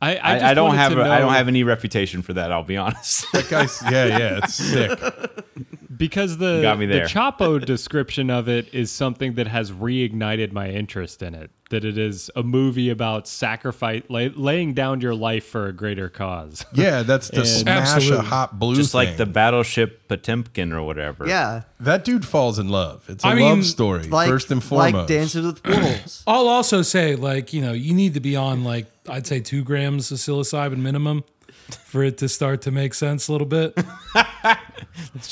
Speaker 4: I, I, just
Speaker 5: I, I don't
Speaker 4: wanted
Speaker 5: have
Speaker 4: to
Speaker 5: a, I don't
Speaker 4: know-
Speaker 5: have any reputation for that. I'll be honest.
Speaker 1: That guy's yeah, yeah, it's sick.
Speaker 4: because the
Speaker 5: got me there.
Speaker 4: the Chapo description of it is something that has reignited my interest in it. That it is a movie about sacrifice, lay, laying down your life for a greater cause.
Speaker 1: Yeah, that's the smash a
Speaker 3: Absolutely.
Speaker 1: hot blue.
Speaker 5: just like
Speaker 1: thing.
Speaker 5: the battleship Potemkin or whatever.
Speaker 2: Yeah,
Speaker 1: that dude falls in love. It's a
Speaker 3: I mean,
Speaker 1: love story
Speaker 2: like
Speaker 1: first and foremost.
Speaker 2: like Dances with Wolves.
Speaker 3: I'll also say, like you know, you need to be on like I'd say two grams of psilocybin minimum for it to start to make sense a little bit.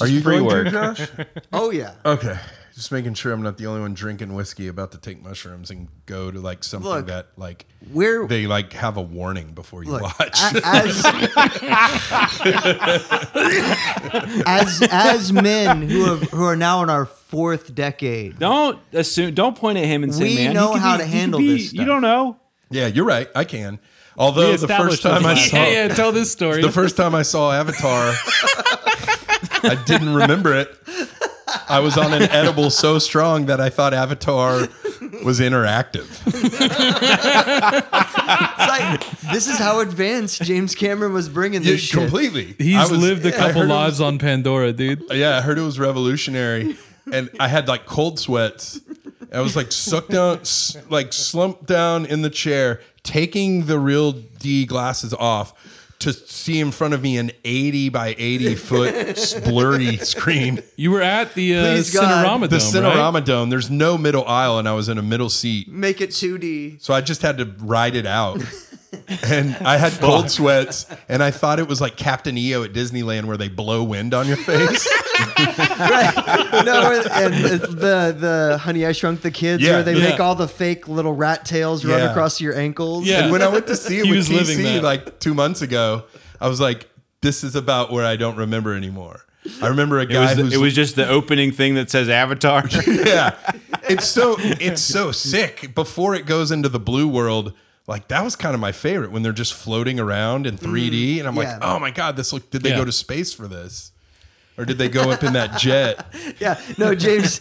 Speaker 1: Are you going
Speaker 5: pre-work.
Speaker 1: to Josh?
Speaker 2: oh yeah.
Speaker 1: Okay, just making sure I'm not the only one drinking whiskey about to take mushrooms and go to like something
Speaker 2: Look,
Speaker 1: that like
Speaker 2: we're-
Speaker 1: they like have a warning before you
Speaker 2: Look,
Speaker 1: watch.
Speaker 2: a- as, as as men who have who are now in our fourth decade,
Speaker 5: Don't assume. Don't point at him and say,
Speaker 2: We
Speaker 5: "Man, he
Speaker 2: know
Speaker 5: could
Speaker 2: how to
Speaker 5: be- he could
Speaker 2: handle
Speaker 5: be-
Speaker 2: this
Speaker 5: You
Speaker 2: stuff.
Speaker 5: don't know.
Speaker 1: yeah, you're right. I can. Although
Speaker 4: We
Speaker 1: the first
Speaker 4: established
Speaker 1: time I
Speaker 4: this
Speaker 1: saw
Speaker 4: last
Speaker 3: yeah, yeah, tell this story.
Speaker 1: the first time I saw Avatar, I didn't remember it. I was on an edible so strong that I thought Avatar was interactive.
Speaker 2: It's like, this is how advanced James Cameron was bringing this shit.
Speaker 1: completely. I
Speaker 3: He's
Speaker 1: was-
Speaker 3: lived a
Speaker 1: I heard
Speaker 3: couple
Speaker 1: it was-
Speaker 3: lives on Pandora, dude.
Speaker 1: Yeah, I heard it was revolutionary, and I had like cold sweats. I was like sucked down, s- like slumped down in the chair, taking the real D glasses off to see in front of me an 80 by 80 foot s- blurry screen.
Speaker 3: You were at the uh,
Speaker 2: Please God,
Speaker 3: Cinerama Dome,
Speaker 1: The Cinerama
Speaker 3: right?
Speaker 1: Dome, there's no middle aisle, and I was in a middle seat.
Speaker 2: Make it 2D.
Speaker 1: So I just had to ride it out. And I had cold sweats, and I thought it was like Captain EO at Disneyland where they blow wind on your face.
Speaker 2: No, and the the Honey I Shrunk the Kids
Speaker 1: Yeah.
Speaker 2: where they
Speaker 3: Yeah.
Speaker 2: make all the fake little rat tails run
Speaker 1: Yeah.
Speaker 2: across your ankles.
Speaker 3: Yeah.
Speaker 1: And when I went to see it
Speaker 3: He
Speaker 1: with
Speaker 3: was living
Speaker 1: TC
Speaker 3: that.
Speaker 1: like two months ago, I was like, this is about where I don't remember anymore. I remember a
Speaker 5: It
Speaker 1: guy
Speaker 5: was, the-
Speaker 1: who's
Speaker 5: it was just the opening thing that says Avatar.
Speaker 1: yeah. It's so it's so sick. Before it goes into the blue world, like that was kind of my favorite when they're just floating around in 3D, and I'm
Speaker 2: Mm-hmm. yeah.
Speaker 1: like, oh my god, this look. Did they
Speaker 3: Yeah.
Speaker 1: go to space for this, or did they go up in that jet?
Speaker 2: Yeah, no, James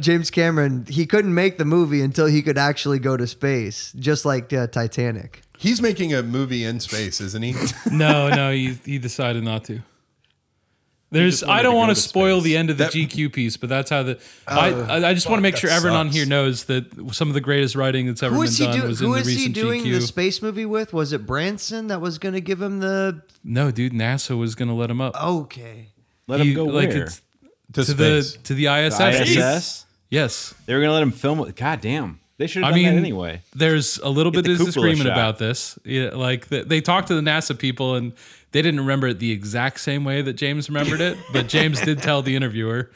Speaker 2: James Cameron, he couldn't make the movie until he could actually go to space, just like uh, Titanic.
Speaker 1: He's making a movie in space, isn't he?
Speaker 3: No, no, he, he decided not to. There's,
Speaker 4: wanted
Speaker 3: I don't
Speaker 4: to
Speaker 3: want
Speaker 4: go
Speaker 3: to
Speaker 4: to
Speaker 3: spoil
Speaker 4: space.
Speaker 3: the end of the
Speaker 1: That-
Speaker 3: GQ piece, but that's how the. I, I, I just want to make
Speaker 1: that
Speaker 3: sure everyone on
Speaker 1: sucks.
Speaker 3: here knows that some of the greatest writing that's ever
Speaker 2: Who
Speaker 3: been
Speaker 2: is he,
Speaker 3: done
Speaker 2: do-
Speaker 3: was in
Speaker 2: who
Speaker 3: the
Speaker 2: is he
Speaker 3: recent
Speaker 2: doing
Speaker 3: GQ.
Speaker 2: the space movie with? Was it Branson that was going to give him the
Speaker 3: no, dude, NASA was gonna let him up.
Speaker 2: Oh, okay?
Speaker 5: Let
Speaker 3: He-
Speaker 5: him go
Speaker 3: like,
Speaker 4: where?
Speaker 3: it's-
Speaker 1: To,
Speaker 3: to
Speaker 1: space.
Speaker 3: the to the ISS.
Speaker 5: ISS.
Speaker 3: Yes.
Speaker 5: They were gonna let him film. it. God damn, they should
Speaker 3: I
Speaker 5: have done
Speaker 3: mean,
Speaker 5: that anyway.
Speaker 3: There's a little bit
Speaker 5: the
Speaker 3: of
Speaker 5: cupola
Speaker 3: disagreement
Speaker 5: shot.
Speaker 3: about this. Yeah, like the, they talked to the NASA people and they didn't remember it the exact same way that James remembered it, but James did tell the interviewer,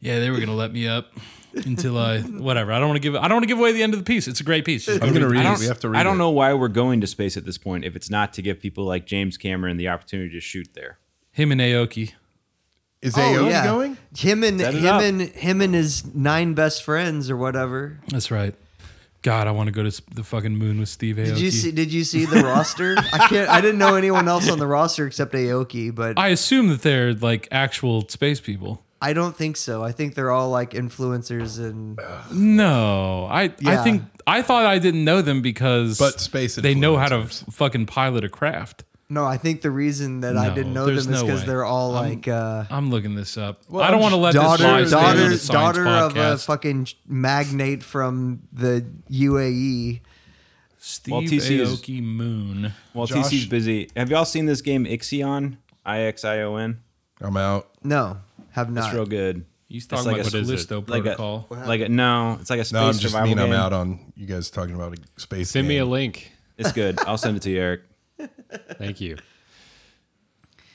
Speaker 3: "Yeah, they were gonna let me up until I whatever. I don't want to give I don't want to give away the end of the piece. It's a great piece.
Speaker 1: I'm gonna read
Speaker 5: I
Speaker 1: it.
Speaker 5: don't,
Speaker 1: We have to read.
Speaker 5: I don't
Speaker 1: it.
Speaker 5: know why we're going to space at this point if it's not to give people like James Cameron the opportunity to shoot there.
Speaker 3: Him and Aoki.
Speaker 1: Is
Speaker 2: Oh,
Speaker 1: Aoki
Speaker 2: yeah.
Speaker 1: going?
Speaker 2: Him and
Speaker 5: it
Speaker 2: him
Speaker 5: up.
Speaker 2: and him and his nine best friends or whatever.
Speaker 3: That's right. God, I want to go to s- the fucking moon with Steve Aoki.
Speaker 2: Did you see? Did you see the roster? I can't. I didn't know anyone else on the roster except Aoki, but I,
Speaker 3: I assume that they're like actual space people.
Speaker 2: don't think so. I think they're all like influencers and
Speaker 3: No, I I
Speaker 2: Yeah.
Speaker 3: think I thought I didn't know them because
Speaker 1: But space
Speaker 3: they know how to f- fucking pilot a craft.
Speaker 2: no. I think the reason that I
Speaker 3: No,
Speaker 2: didn't know them
Speaker 3: there's
Speaker 2: is
Speaker 3: no
Speaker 2: because
Speaker 3: way.
Speaker 2: they're all like uh,
Speaker 3: I'm looking this up. I don't want to let this
Speaker 2: daughter,
Speaker 3: live stand on
Speaker 2: daughter,
Speaker 3: the science
Speaker 2: daughter of uh, a
Speaker 3: podcast.
Speaker 2: fucking magnate from the E. UAE.
Speaker 3: Steve
Speaker 5: Well, TC is-
Speaker 3: Aoki Moon.
Speaker 5: Well,
Speaker 1: Josh-
Speaker 5: TC's busy. Have y'all seen this game Ixion? I X I O N.
Speaker 1: I'm out.
Speaker 2: No, have not.
Speaker 5: It's real good.
Speaker 3: He's
Speaker 5: It's
Speaker 3: talking
Speaker 5: like
Speaker 3: about
Speaker 5: a-
Speaker 3: Callisto
Speaker 5: like a-
Speaker 3: Protocol.
Speaker 5: Like a, no, it's like a space
Speaker 1: No, I'm just
Speaker 5: survival
Speaker 1: mean I'm
Speaker 5: game.
Speaker 1: out on you guys talking about a space.
Speaker 4: Send me a
Speaker 1: game.
Speaker 4: link.
Speaker 5: It's good. I'll send it to you, Eric.
Speaker 4: Thank you.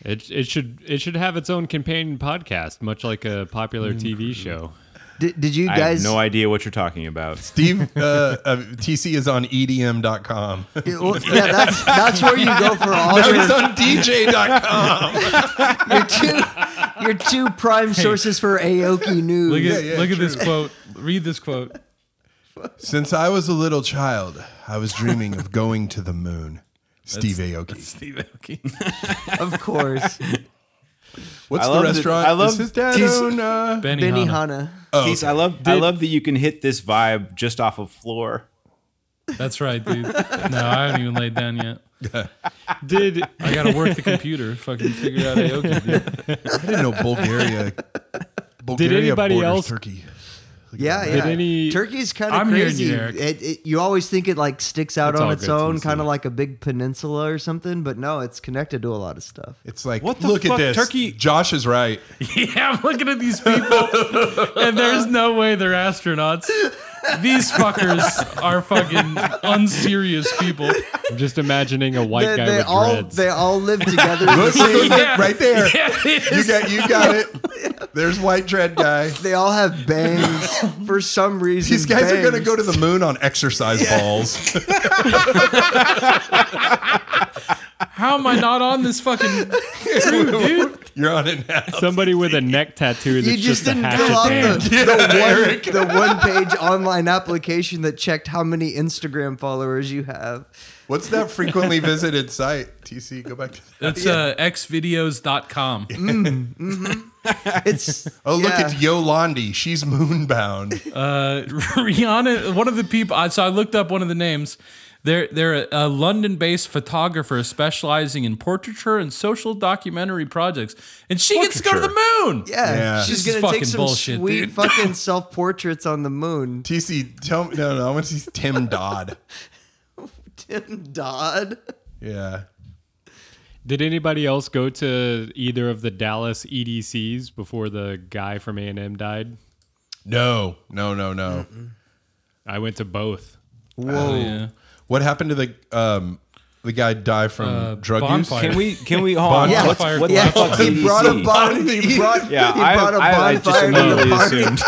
Speaker 4: It, it should it should have its own companion podcast, much like a popular TV show.
Speaker 2: Did, did you
Speaker 5: I have
Speaker 2: guys?
Speaker 5: no idea what you're talking about.
Speaker 1: Steve uh, uh, TC is on E EDM.com.
Speaker 2: Yeah, well, yeah, that's that's where you go for all
Speaker 1: now
Speaker 2: your,
Speaker 1: he's on
Speaker 5: E
Speaker 1: DJ.com.
Speaker 2: your two your two prime sources for Aoki news.
Speaker 3: Look at
Speaker 1: Yeah, yeah,
Speaker 3: look at this
Speaker 1: true.
Speaker 3: quote. Read this quote.
Speaker 1: Since I was a little child, I was dreaming of going to the moon. Steve Aoki.
Speaker 3: Steve Aoki.
Speaker 2: of course,
Speaker 1: What's
Speaker 5: I
Speaker 1: the
Speaker 5: love the-
Speaker 1: restaurant?
Speaker 5: I love
Speaker 1: Does his dad
Speaker 5: TC
Speaker 1: own, uh,
Speaker 3: Benny,
Speaker 2: Benny
Speaker 3: Hanna.
Speaker 2: Hanna.
Speaker 5: Keith, I love I love that you can hit this vibe just off of floor.
Speaker 3: That's right, dude. No, I haven't even laid down yet.
Speaker 4: Did
Speaker 3: I gotta work the computer. Fucking figure out Aoki. Dude.
Speaker 1: I didn't know Bulgaria. Bulgaria
Speaker 4: anybody
Speaker 1: borders
Speaker 4: else-
Speaker 1: Turkey.
Speaker 2: Yeah, yeah.
Speaker 4: Did any-
Speaker 2: Turkey's kind
Speaker 3: I'm
Speaker 2: of
Speaker 3: hearing
Speaker 2: crazy.
Speaker 3: you, Eric.
Speaker 2: It, it, you always think it like sticks out
Speaker 4: It's
Speaker 2: on
Speaker 4: all
Speaker 2: its
Speaker 4: good,
Speaker 2: own,
Speaker 4: TC.
Speaker 2: kind of like a big peninsula or something, but no, it's connected to a lot of stuff.
Speaker 1: It's like
Speaker 5: What the
Speaker 1: look at
Speaker 5: fuck,
Speaker 1: this.
Speaker 5: Turkey-
Speaker 1: Josh is right.
Speaker 3: yeah, I'm looking at these people, and there's no way they're astronauts. These fuckers are fucking unserious people.
Speaker 4: I'm just imagining a white
Speaker 2: They,
Speaker 4: guy
Speaker 2: they
Speaker 4: with
Speaker 2: all
Speaker 4: dreads.
Speaker 2: they all live together. in the same-
Speaker 1: Right there.
Speaker 3: Yeah, it
Speaker 1: You
Speaker 3: is.
Speaker 1: got you got it. There's white dread guy.
Speaker 2: they all have bangs for some reason.
Speaker 1: These guys are gonna
Speaker 2: bangs.
Speaker 1: go to the moon on exercise balls.
Speaker 3: How am I not on this fucking crew, dude?
Speaker 1: You're on it now.
Speaker 4: Somebody with a neck tattoo that's
Speaker 2: You just
Speaker 4: just, a
Speaker 2: didn't
Speaker 4: hatchet.
Speaker 2: fill out
Speaker 4: Damn.
Speaker 2: the, the, one, the one page online application that checked how many Instagram followers you have.
Speaker 1: What's that frequently visited site? TC, go back to that.
Speaker 3: That's uh, xvideos.com.
Speaker 2: It's
Speaker 1: Oh, look
Speaker 2: yeah.
Speaker 1: at Yolandi. She's moonbound.
Speaker 3: Uh, Rihanna, one of the people, I, so I looked up one of the names. They're they're a, a London-based photographer specializing in portraiture and social documentary projects, and she gets to go to the moon.
Speaker 2: Yeah,
Speaker 1: Yeah.
Speaker 2: she's
Speaker 3: This
Speaker 2: gonna
Speaker 3: is
Speaker 2: take
Speaker 3: fucking
Speaker 2: some
Speaker 3: bullshit,
Speaker 2: sweet
Speaker 3: dude.
Speaker 2: fucking self portraits on the moon.
Speaker 1: TC, tell me. No, no, I want to see Tim Dodd.
Speaker 2: Tim Dodd.
Speaker 1: Yeah.
Speaker 4: Did anybody else go to either of the Dallas EDCs before the guy from A and M died?
Speaker 1: No, no, no, no.
Speaker 4: I went to both.
Speaker 3: Whoa. Yeah.
Speaker 1: What happened to the um the guy die from
Speaker 4: Uh,
Speaker 1: drug
Speaker 3: bonfire.
Speaker 1: use?
Speaker 6: Can we? Can we? Hold on.
Speaker 1: Bonfire.
Speaker 6: What's,
Speaker 3: Bonfire
Speaker 6: what
Speaker 2: yeah,
Speaker 6: the fuck's
Speaker 2: he brought a
Speaker 6: EDC?
Speaker 2: bon- he brought,
Speaker 6: Yeah,
Speaker 2: he
Speaker 6: I-
Speaker 2: brought a
Speaker 6: I- I just
Speaker 2: bonfire to the
Speaker 6: immediately
Speaker 2: party.
Speaker 6: assumed.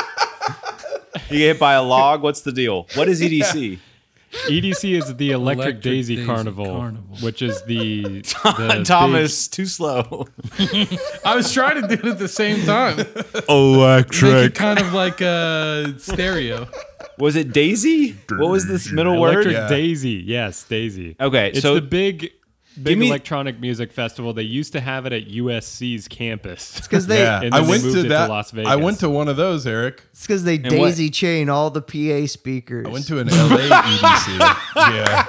Speaker 6: You get hit by a log. What's the deal? What is EDC?
Speaker 4: EDC E is the Electric,
Speaker 3: Electric
Speaker 4: Daisy,
Speaker 3: Daisy
Speaker 4: Carnival,
Speaker 3: Carnival.
Speaker 4: which is the, the
Speaker 6: Thomas, too slow.
Speaker 3: I was trying to do it at the same time. Make it
Speaker 6: Electric.
Speaker 3: kind of like a stereo.
Speaker 6: Was it Daisy? What was this middle
Speaker 4: big Electric
Speaker 6: word?
Speaker 1: Yeah.
Speaker 4: Daisy. Yes, Daisy.
Speaker 6: Okay,
Speaker 4: it's
Speaker 6: so-
Speaker 4: the big. Big
Speaker 6: me-
Speaker 4: electronic music festival. They used to have it at USC's campus.
Speaker 2: Because they,
Speaker 1: Yeah,
Speaker 4: And
Speaker 1: I
Speaker 4: then they
Speaker 1: went
Speaker 4: moved
Speaker 1: to
Speaker 4: it to
Speaker 1: that.
Speaker 4: Las
Speaker 1: I
Speaker 4: Vegas.
Speaker 1: went to one of those, Eric.
Speaker 2: it's 'cause they
Speaker 6: what?
Speaker 2: daisy chain all the PA speakers.
Speaker 1: I went to an LA EDC. Yeah,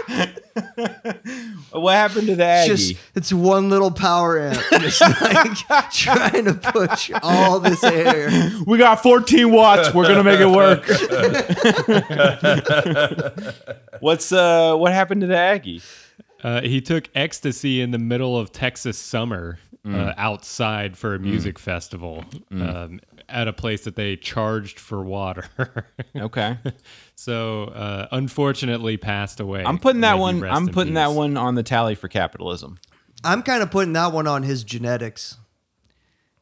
Speaker 6: What happened to the
Speaker 2: It's
Speaker 6: Aggie?
Speaker 2: just it's one little power amp, just like trying to push all this air.
Speaker 6: we got 14 watts. We're gonna make it work. What's uh? What happened to the Aggie?
Speaker 4: Uh, he took ecstasy in the middle of Texas summer
Speaker 6: Mm.
Speaker 4: uh, outside for a music festival um, at a place that they charged for water.
Speaker 6: Okay,
Speaker 4: so uh, unfortunately, passed away.
Speaker 6: I'm putting that
Speaker 4: May he
Speaker 6: one.
Speaker 4: rest
Speaker 6: I'm
Speaker 4: in
Speaker 6: putting that
Speaker 4: peace.
Speaker 6: one on the tally for capitalism.
Speaker 2: I'm kind of putting that one on his genetics.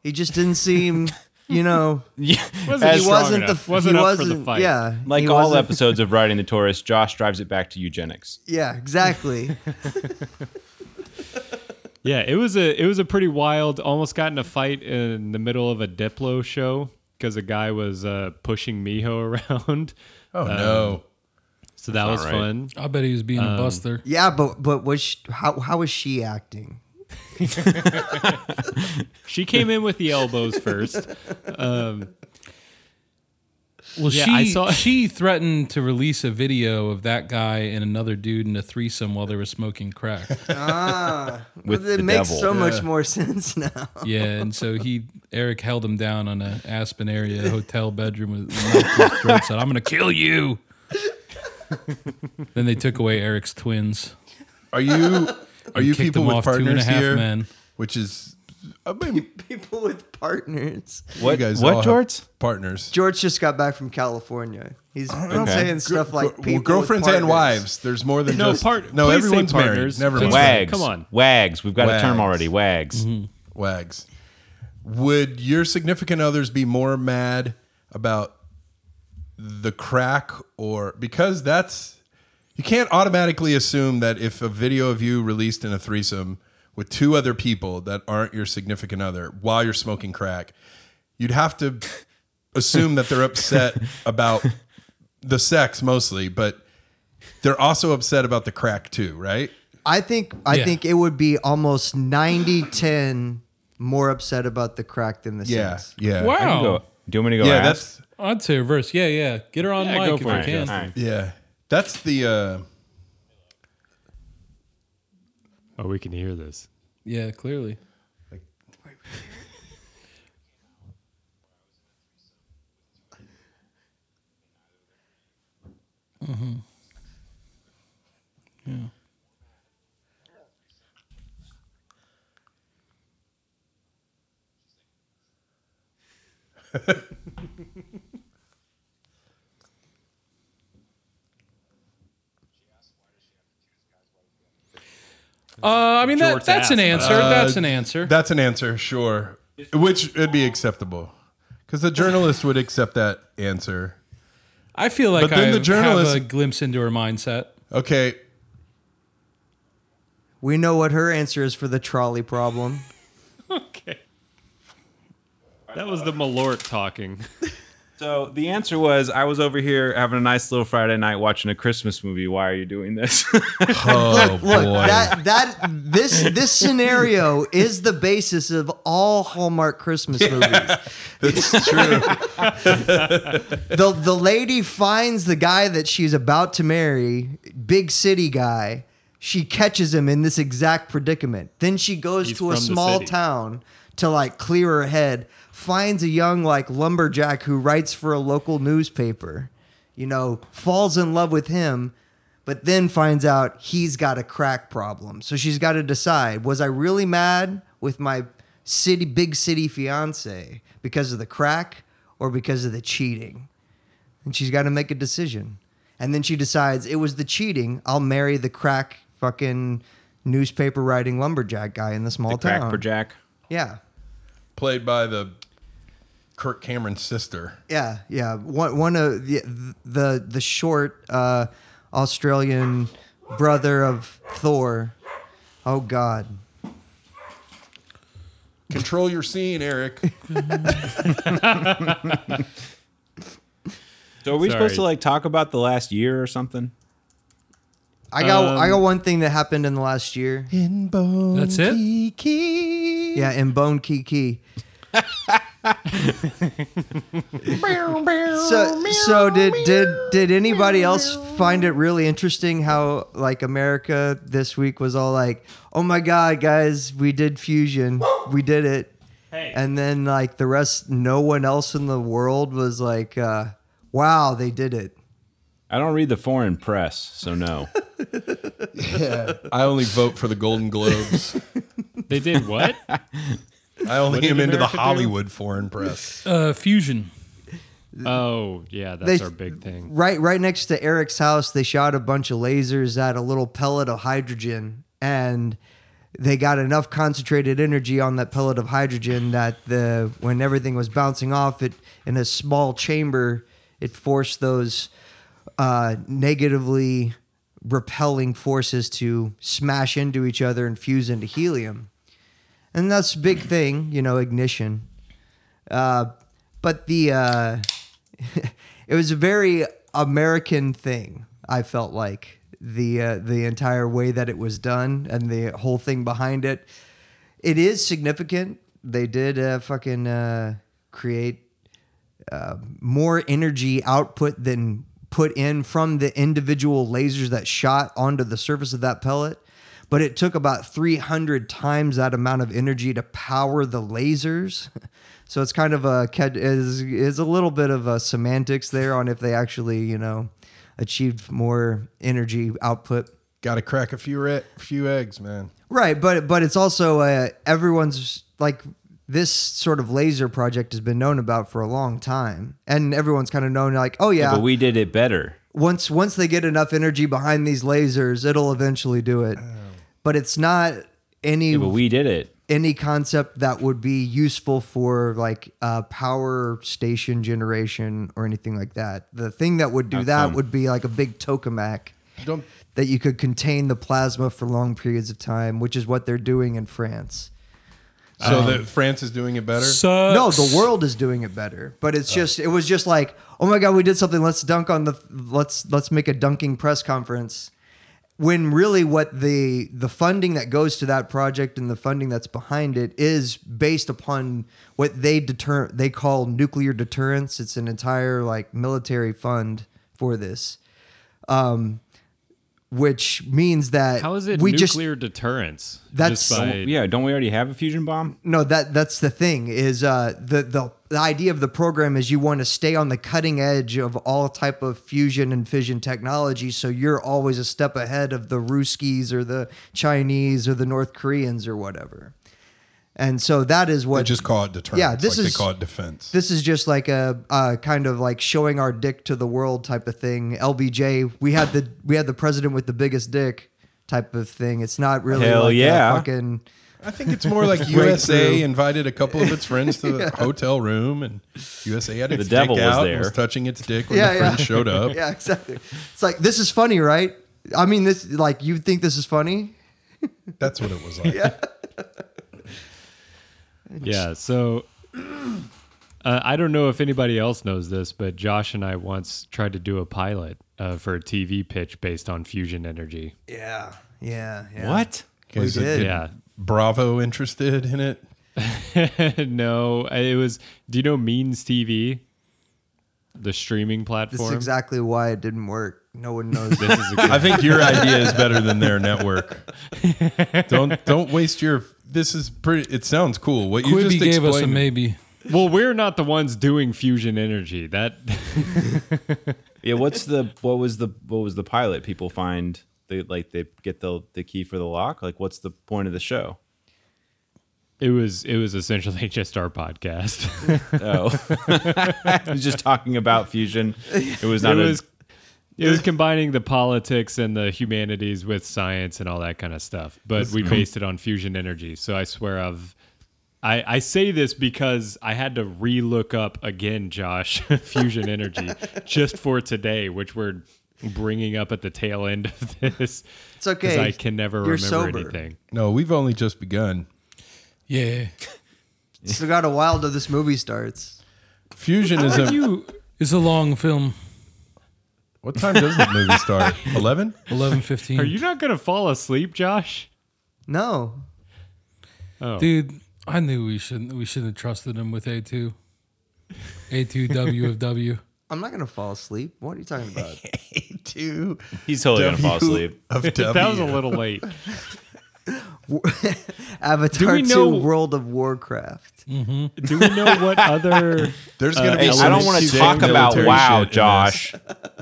Speaker 2: He just didn't seem, you know,
Speaker 6: Yeah,
Speaker 4: Wasn't
Speaker 6: as-
Speaker 2: he
Speaker 4: strong
Speaker 2: wasn't
Speaker 4: enough.
Speaker 2: the
Speaker 4: Wasn't
Speaker 2: he
Speaker 4: up for the
Speaker 2: wasn't
Speaker 4: fight.
Speaker 2: yeah
Speaker 6: like
Speaker 2: he
Speaker 6: all
Speaker 2: wasn't-
Speaker 6: episodes of
Speaker 5: Riding the Taurus, Josh drives it back to eugenics.
Speaker 2: yeah exactly
Speaker 4: Yeah, it was a it was a pretty wild. Almost got in a fight in the middle of a Diplo show because a guy was uh, pushing Miho around.
Speaker 1: Oh no.
Speaker 4: So that was
Speaker 5: right.
Speaker 4: fun.
Speaker 3: I bet he was being a buster.
Speaker 2: yeah but but was she, how how was she acting
Speaker 4: She came in with the elbows first. Um,
Speaker 3: Well,
Speaker 4: Yeah,
Speaker 3: she
Speaker 4: I saw-
Speaker 3: she threatened to release a video of that guy and another dude in a threesome while they were smoking crack.
Speaker 5: With
Speaker 2: it
Speaker 5: the
Speaker 2: makes
Speaker 5: devil.
Speaker 2: so much more sense now
Speaker 3: yeah, and so he Eric held him down on a Aspen area hotel bedroom with knocked his throats out. I'm gonna kill you. then they took away Eric's twins.
Speaker 1: Are you are you
Speaker 3: Kicked
Speaker 1: people
Speaker 3: them
Speaker 1: with
Speaker 3: off two and a
Speaker 1: partners
Speaker 3: half
Speaker 1: here?
Speaker 3: men.
Speaker 1: Which is I mean,
Speaker 2: people with partners
Speaker 6: what?
Speaker 1: you guys all
Speaker 6: what
Speaker 1: have
Speaker 6: George?
Speaker 1: partners.
Speaker 2: George just got back from California he's been
Speaker 6: Okay.
Speaker 2: saying stuff like
Speaker 1: Well,
Speaker 2: people with
Speaker 1: girlfriends and
Speaker 2: partners.
Speaker 1: wives. There's more than
Speaker 4: No,
Speaker 1: just
Speaker 4: part-
Speaker 1: no.
Speaker 4: please say
Speaker 1: Everyone's married.
Speaker 4: partners.
Speaker 1: Never
Speaker 4: Please
Speaker 1: mind.
Speaker 4: say-
Speaker 6: Wags.
Speaker 4: Come on. Mm-hmm.
Speaker 6: Wags. We've got a term
Speaker 1: Wags.
Speaker 6: already. Wags.
Speaker 1: Wags. Would your significant others be more mad about the crack or because that's you can't automatically assume that if a video of you released in a threesome with two other people that aren't your significant other while you're smoking crack, you'd have to assume that they're upset about the sex mostly, but they're also upset about the crack too, right?
Speaker 2: I think I
Speaker 3: Yeah.
Speaker 2: think it would be almost 90 10 more upset about the crack than the
Speaker 1: Yeah.
Speaker 2: sex
Speaker 1: Yeah.
Speaker 3: Wow.
Speaker 4: Oh.
Speaker 5: Go- do you want me to go?
Speaker 1: Yeah,
Speaker 5: ask?
Speaker 1: that's
Speaker 3: I'd say reverse. Yeah, yeah. Get her on
Speaker 4: Yeah,
Speaker 3: mic
Speaker 4: go
Speaker 3: if you
Speaker 4: for it,
Speaker 3: can.
Speaker 4: Justin.
Speaker 1: Yeah, that's the. Uh,
Speaker 4: Oh, we can hear this.
Speaker 3: Yeah, clearly. Uh, I mean that,
Speaker 4: George
Speaker 3: that's an
Speaker 4: asked.
Speaker 3: answer. that's an answer.
Speaker 1: that's an answer, sure. Which would be acceptable, because the journalist would accept that answer.
Speaker 3: I feel like
Speaker 1: But then
Speaker 3: I
Speaker 1: the journalist-
Speaker 3: have a glimpse into her mindset.
Speaker 1: Okay,
Speaker 2: we know what her answer is for the trolley problem
Speaker 4: Okay. That was the Malort talking.
Speaker 5: So the answer was I was over here having a nice little Friday night watching a Christmas movie. Why are you doing this?
Speaker 1: Oh
Speaker 2: Look,
Speaker 1: boy.
Speaker 2: that that this this scenario is the basis of all Hallmark Christmas movies.
Speaker 1: That's true.
Speaker 2: the the lady finds the guy that she's about to marry, big city guy. She catches him in this exact predicament. Then she goes
Speaker 4: He's
Speaker 2: to a
Speaker 4: from the
Speaker 2: small
Speaker 4: city.
Speaker 2: town to like clear her head, finds a young like lumberjack who writes for a local newspaper. You know, falls in love with him, but then finds out he's got a crack problem. So she's got to decide, was I really mad with my city big city fiance because of the crack or because of the cheating? and she's got to make a decision. And then she decides it was the cheating. I'll marry the crack fucking newspaper writing lumberjack guy in the small
Speaker 5: Crack
Speaker 2: town.
Speaker 5: for Jack.
Speaker 2: yeah,
Speaker 1: Played by the Kirk Cameron's sister.
Speaker 2: yeah, yeah. One one of the the the short uh, Australian brother of Thor. Oh God.
Speaker 1: Control your scene, Eric.
Speaker 6: So are we
Speaker 4: Sorry.
Speaker 6: supposed to like talk about the last year or something?
Speaker 2: I got I got one thing that happened in the last year.
Speaker 1: In bone
Speaker 3: That's it?
Speaker 1: Kiki.
Speaker 2: Yeah, in Bone Kiki. so so did did did anybody else find it really interesting how like America this week was all like, "Oh my god, guys, we did fusion. We did it." And then like the rest no one else in the world was like, uh, "Wow, they did it."
Speaker 6: I don't read the foreign press, so no.
Speaker 1: I only vote for the Golden Globes.
Speaker 4: They did what?
Speaker 1: I only
Speaker 4: did
Speaker 1: am into the
Speaker 4: America do?
Speaker 1: Hollywood foreign press.
Speaker 3: Uh, fusion.
Speaker 4: oh, yeah, that's
Speaker 2: They-
Speaker 4: our big thing.
Speaker 2: right right next to Eric's house, they shot a bunch of lasers at a little pellet of hydrogen and they got enough concentrated energy on that pellet of hydrogen that the when everything was bouncing off it in a small chamber, it forced those uh, negatively repelling forces to smash into each other and fuse into helium. And that's a big thing, you know, ignition. Uh, but the uh, it was a very American thing. I felt like the uh, the entire way that it was done and the whole thing behind it. It is significant. They did uh, fucking uh, create uh, more energy output than put in from the individual lasers that shot onto the surface of that pellet. But it took about 300 times that amount of energy to power the lasers. So it's kind of a ca- is is a little bit of a semantics there on if they actually you know achieved more energy output.
Speaker 1: Got to crack a few re- few eggs, man.
Speaker 2: Right, but but it's also uh, everyone's like this sort of laser project has been known about for a long time, and everyone's kind of known like, oh yeah,
Speaker 6: But we did it better.
Speaker 2: once once they get enough energy behind these lasers, it'll eventually do it. But it's not any
Speaker 6: But we did it.
Speaker 2: any concept that would be useful for like uh, power station generation or anything like that. The thing that would do that would be like a big tokamak
Speaker 1: Don't
Speaker 2: that you could contain the plasma for long periods of time, which is what they're doing in France.
Speaker 1: so that Um, France is doing it better.
Speaker 3: Sucks.
Speaker 2: No, the world is doing it better, but it's just it was just like, oh my god, we did something. Let's dunk on the let's let's make a dunking press conference. When really, what the the funding that goes to that project and the funding that's behind it is based upon what they deter they call nuclear deterrence. It's an entire like military fund for this, um, which means that
Speaker 4: How is it
Speaker 2: we just
Speaker 4: nuclear deterrence?
Speaker 2: That's-
Speaker 4: Just by-
Speaker 6: Yeah, don't we already have a fusion bomb?
Speaker 2: no that that's the thing is uh the the, the idea of the program is you want to stay on the cutting edge of all type of fusion and fission technology so you're always a step ahead of the ruskies or the chinese or the north koreans or whatever and so that is
Speaker 1: They
Speaker 2: what
Speaker 1: just call it deterrence.
Speaker 2: Yeah, this
Speaker 1: like
Speaker 2: is-
Speaker 1: they call it defense.
Speaker 2: this is just like a, a kind of like showing our dick to the world type of thing lbj we had the we had the president with the biggest dick type of thing it's not really
Speaker 6: Hell
Speaker 2: like a
Speaker 6: yeah.
Speaker 2: fucking
Speaker 1: I think it's more like USA invited a couple of its friends to the hotel room, and USA had its
Speaker 6: The devil
Speaker 1: dick
Speaker 6: was
Speaker 1: out
Speaker 6: there.
Speaker 1: and was touching its dick when
Speaker 2: Yeah,
Speaker 1: the
Speaker 2: yeah.
Speaker 1: friends showed up.
Speaker 2: yeah, exactly. It's like this is funny, right? I mean, this like you think this is funny?
Speaker 1: That's what it was like.
Speaker 4: yeah so Uh, I don't know if anybody else knows this, but Josh and I once tried to do a pilot uh, for a TV pitch based on fusion energy.
Speaker 2: Yeah. Yeah. yeah.
Speaker 5: What?
Speaker 2: We
Speaker 1: Is it-
Speaker 2: did.
Speaker 4: Yeah.
Speaker 1: Bravo interested in it?
Speaker 4: no, it was. Do you know Means TV? The streaming
Speaker 2: This
Speaker 4: platform.
Speaker 2: is exactly why it didn't work. No one knows.
Speaker 4: This is a
Speaker 1: I think your idea is better than their network. Don't don't waste your. This is pretty. It sounds cool. What you
Speaker 3: Quibi
Speaker 1: just
Speaker 3: gave us a
Speaker 1: explained-
Speaker 3: maybe.
Speaker 4: well, we're not the ones doing fusion energy. That
Speaker 5: Yeah. What's the what was the what was the pilot? People find they like they get the the key for the lock. Like, what's the point of the show?
Speaker 4: it was. It was essentially just our podcast.
Speaker 5: Oh, It was just talking about fusion. It was not.
Speaker 4: it
Speaker 5: a-
Speaker 4: was it was combining the politics and the humanities with science and all that kind of stuff. But we based it on fusion energy. So I swear I've I, I say this because I had to re-look up again, Josh, fusion energy just for today, which we're bringing up at the tail end of this.
Speaker 2: It's okay.
Speaker 4: I can never
Speaker 2: You're
Speaker 4: remember
Speaker 2: sober.
Speaker 4: anything.
Speaker 1: No, we've only just begun.
Speaker 3: Yeah.
Speaker 2: Still got a while till this movie starts.
Speaker 1: Fusion is a.
Speaker 3: You. It's a long film.
Speaker 1: What time does the movie start? Eleven.
Speaker 3: Eleven fifteen.
Speaker 4: Are you not gonna fall asleep, Josh?
Speaker 2: No.
Speaker 4: Oh.
Speaker 3: Dude, I knew we shouldn't. We shouldn't have trusted him with A two. A two W of W.
Speaker 2: I'm not gonna fall asleep. What are you talking about?
Speaker 1: Two.
Speaker 5: he's totally gonna fall asleep.
Speaker 1: Of
Speaker 4: That was a
Speaker 1: W.
Speaker 4: little late.
Speaker 2: Avatar
Speaker 4: we know-
Speaker 2: 2 World of Warcraft.
Speaker 4: Do we know what other
Speaker 1: There's gonna be.
Speaker 5: Hey,
Speaker 1: some
Speaker 5: I don't want to
Speaker 1: sick
Speaker 5: talk about
Speaker 1: military
Speaker 5: wow,
Speaker 1: shit in
Speaker 5: Josh.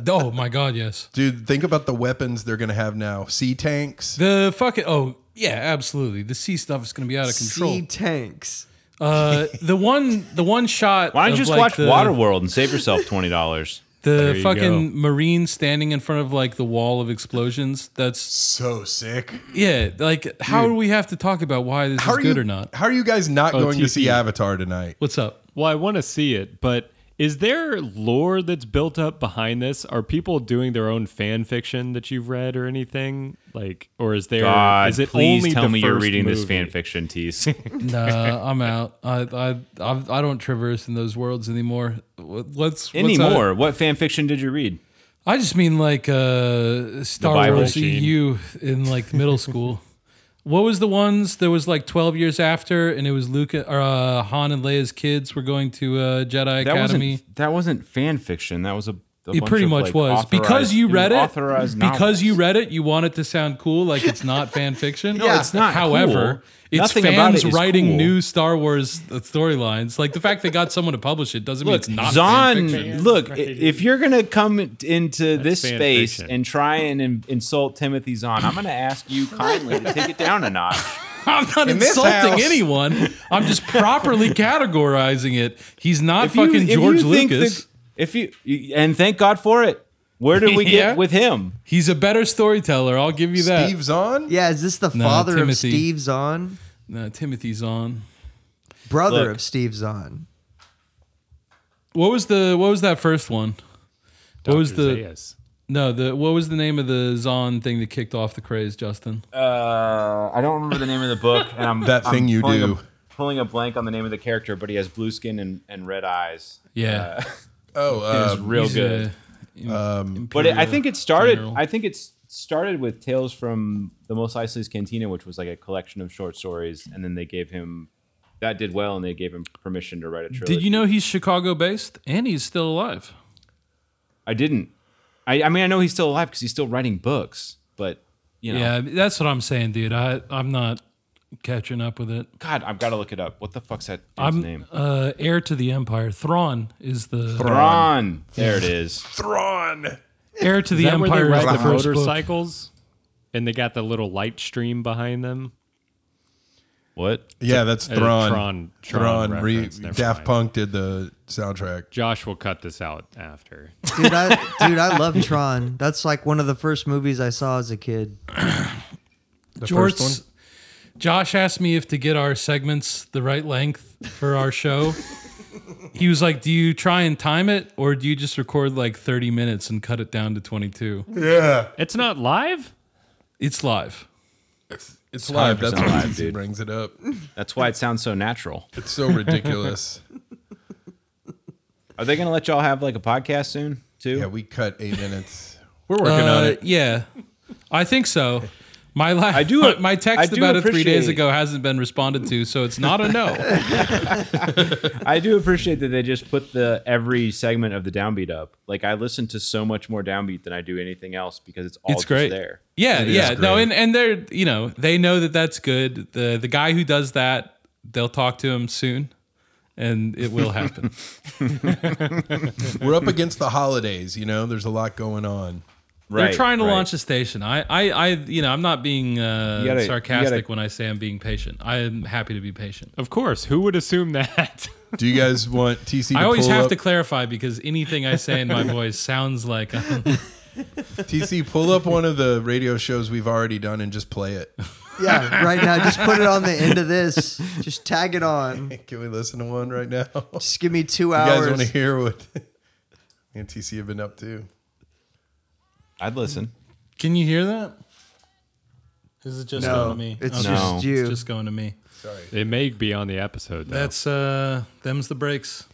Speaker 3: Oh my God, yes.
Speaker 1: this. Dude, think about the weapons they're gonna have now. Sea tanks.
Speaker 3: The fucking. Oh yeah, absolutely. The sea stuff is going to be out of control.
Speaker 2: Sea tanks.
Speaker 3: Uh, the one. The one shot.
Speaker 5: Why don't
Speaker 3: of,
Speaker 5: you just
Speaker 3: like,
Speaker 5: watch
Speaker 3: the,
Speaker 5: Waterworld and save yourself twenty dollars?
Speaker 3: The
Speaker 4: you
Speaker 3: fucking marine standing in front of like the wall of explosions. That's
Speaker 1: So sick.
Speaker 3: yeah. Like, how do we have to talk about why this
Speaker 1: How
Speaker 3: is
Speaker 1: are
Speaker 3: good
Speaker 1: you?
Speaker 3: or not?
Speaker 1: How are you guys not
Speaker 4: Oh,
Speaker 1: going to see
Speaker 4: TP.
Speaker 1: Avatar tonight?
Speaker 3: What's up?
Speaker 4: Well, I want to see it, but is there lore that's built up behind this? Are people doing their own fan fiction that you've read or anything? Like, or is there? Is
Speaker 5: God,
Speaker 4: it
Speaker 5: please
Speaker 4: only
Speaker 5: tell
Speaker 4: the
Speaker 5: me you're
Speaker 4: first
Speaker 5: reading this
Speaker 4: movie?
Speaker 5: fan fiction, tease.
Speaker 3: Nah, I'm out. I I I've, I don't traverse in those worlds anymore. What- Let's what's
Speaker 5: Anymore? What fan fiction did you read?
Speaker 3: I, I just mean like uh, Star
Speaker 5: Bible
Speaker 3: Wars
Speaker 5: machine.
Speaker 3: EU in like middle school. What was the ones that was like 12 years after, and it was Luke or uh, Han and Leia's kids were going to uh, Jedi
Speaker 5: That
Speaker 3: Academy.
Speaker 5: wasn't that wasn't fan fiction. That was a. a
Speaker 3: it
Speaker 5: bunch
Speaker 3: pretty
Speaker 5: of,
Speaker 3: much
Speaker 5: like,
Speaker 3: was
Speaker 5: authorized-
Speaker 3: because you
Speaker 5: was
Speaker 3: read it.
Speaker 5: authorized novels.
Speaker 3: Because you read it, you want it to sound cool, like it's not fan fiction. no,
Speaker 5: it's not
Speaker 3: However,
Speaker 5: cool.
Speaker 3: it's
Speaker 5: Nothing about
Speaker 3: fans
Speaker 5: it is
Speaker 3: writing
Speaker 5: cool.
Speaker 3: new Star Wars uh, storylines. Like the fact they got someone to publish it doesn't mean it's not fan fiction.
Speaker 5: Zahn, look, i- if you're gonna come into this
Speaker 4: fan
Speaker 5: space
Speaker 4: fiction.
Speaker 5: and try and in- insult Timothy Zahn, I'm gonna ask you kindly to take it down a notch.
Speaker 3: I'm not
Speaker 1: this house-
Speaker 3: insulting anyone. I'm just properly categorizing it. He's not
Speaker 5: If you-
Speaker 3: fucking
Speaker 5: if you
Speaker 3: George
Speaker 5: think
Speaker 3: Lucas.
Speaker 5: that- if you you- and thank God for it. Where did we get
Speaker 3: Yeah.
Speaker 5: with him?
Speaker 3: He's a better storyteller. I'll give you that.
Speaker 1: Steve's on.
Speaker 2: Yeah, is this the father of
Speaker 3: Timothy.
Speaker 2: Steve Zahn?
Speaker 3: No, Timothy Zahn.
Speaker 2: Brother
Speaker 5: Look.
Speaker 2: of Steve Zahn.
Speaker 3: What was the what was that first one? What was
Speaker 4: Dr.
Speaker 3: the
Speaker 4: Zaius.
Speaker 3: no the what was the name of the Zahn thing that kicked off the craze, Justin?
Speaker 5: Uh, I don't remember the name of the book, and I'm
Speaker 1: That
Speaker 5: I'm
Speaker 1: thing you
Speaker 5: pulling a-
Speaker 1: do.
Speaker 5: pulling a blank on the name of the character, but he has blue skin and, and red eyes.
Speaker 3: Yeah,
Speaker 1: Oh,
Speaker 5: It's
Speaker 1: uh,
Speaker 5: real
Speaker 3: He's
Speaker 5: uh, good.
Speaker 3: a-
Speaker 5: But it, I
Speaker 3: Imperial
Speaker 5: think it started.
Speaker 3: General.
Speaker 5: I think it's started with Tales from the Most Eisley's Cantina, which was like a collection of short stories, and then they gave him that did well, and they gave him permission to write a trilogy.
Speaker 3: Did you know he's Chicago based and he's still alive?
Speaker 5: I didn't. I, I mean, I know he's still alive because he's still writing books, but you know,
Speaker 3: Yeah, that's what I'm saying, dude. I I'm not catching up with it.
Speaker 5: God, I've got to look it up. What the fuck's that dude's
Speaker 3: I'm
Speaker 5: name?
Speaker 3: uh, heir to the empire. Thrawn is the
Speaker 5: Thrawn. There it is.
Speaker 1: Thrawn.
Speaker 3: heir to
Speaker 4: Is
Speaker 3: the
Speaker 4: that where
Speaker 3: empire
Speaker 4: they
Speaker 3: is
Speaker 4: ride
Speaker 3: the
Speaker 4: the
Speaker 3: first book.
Speaker 4: motorcycles? And they got the little light stream behind them.
Speaker 5: What?
Speaker 1: Yeah, that's
Speaker 4: Uh,
Speaker 1: Thron.
Speaker 4: Tron-
Speaker 1: Thron.
Speaker 4: Tron
Speaker 1: re-
Speaker 4: reference, never
Speaker 1: Daft
Speaker 4: mind.
Speaker 1: Punk did the soundtrack.
Speaker 4: Josh will cut this out after.
Speaker 2: Dude, I dude, I love Tron. That's like one of the first movies I saw as a kid.
Speaker 3: Jorts, Josh asked me if to get our segments the right length for our show. he was like, "Do you try and time it, or do you just record like 30 minutes and cut it down to 22?"
Speaker 1: Yeah,
Speaker 4: It's not live?
Speaker 3: It's live.
Speaker 1: it's live. That's
Speaker 5: 100%
Speaker 1: why
Speaker 5: live,
Speaker 1: he
Speaker 5: dude.
Speaker 1: brings it up.
Speaker 5: That's why it sounds so natural.
Speaker 1: It's so ridiculous.
Speaker 6: Are they going to let y'all have like a podcast soon too?
Speaker 1: Yeah, we cut eight minutes. We're working on
Speaker 3: Uh,
Speaker 1: it.
Speaker 3: Yeah, I think so. My la- I
Speaker 6: do-
Speaker 3: do. My text
Speaker 6: I do
Speaker 3: about it three days
Speaker 6: appreciate-
Speaker 3: ago hasn't been responded to, so it's not a no.
Speaker 6: I do appreciate that they just put the every segment of the downbeat up. Like I listen to so much more downbeat than I do anything else because it's all
Speaker 3: it's
Speaker 6: just
Speaker 3: great.
Speaker 6: there.
Speaker 3: Yeah,
Speaker 1: is
Speaker 3: yeah. No,
Speaker 1: great.
Speaker 3: and and they're you know they know that that's good. The the guy who does that, they'll talk to him soon, and it will happen.
Speaker 1: We're up against the holidays. You know, there's a lot going on.
Speaker 6: Right.
Speaker 3: They're trying to
Speaker 6: right.
Speaker 3: launch a station. I, I, I you know, I'm not being uh,
Speaker 6: You gotta- you
Speaker 3: sarcastic
Speaker 6: gotta-
Speaker 3: when I say I'm being patient. I am happy to be patient.
Speaker 4: Of course, who would assume that?
Speaker 1: Do you guys want TC? To
Speaker 3: I always
Speaker 1: pull
Speaker 3: have
Speaker 1: up?
Speaker 3: to clarify because anything I say in my voice sounds like uh, I'm
Speaker 1: TC, pull up one of the radio shows we've already done and just play it.
Speaker 2: Yeah, right now, just put it on the end of this. Just tag it on.
Speaker 1: Can we listen to one right now? You
Speaker 2: Just give me two
Speaker 1: guys want to
Speaker 2: hours.
Speaker 1: hear what me and TC have been up to?
Speaker 6: I'd listen.
Speaker 3: Can you hear that? Is it just going to
Speaker 2: No,
Speaker 3: me?
Speaker 2: it's
Speaker 3: Okay.
Speaker 6: No.
Speaker 2: just you.
Speaker 3: It's just going to me.
Speaker 4: It may be on the episode. Though.
Speaker 3: That's uh them's the breaks.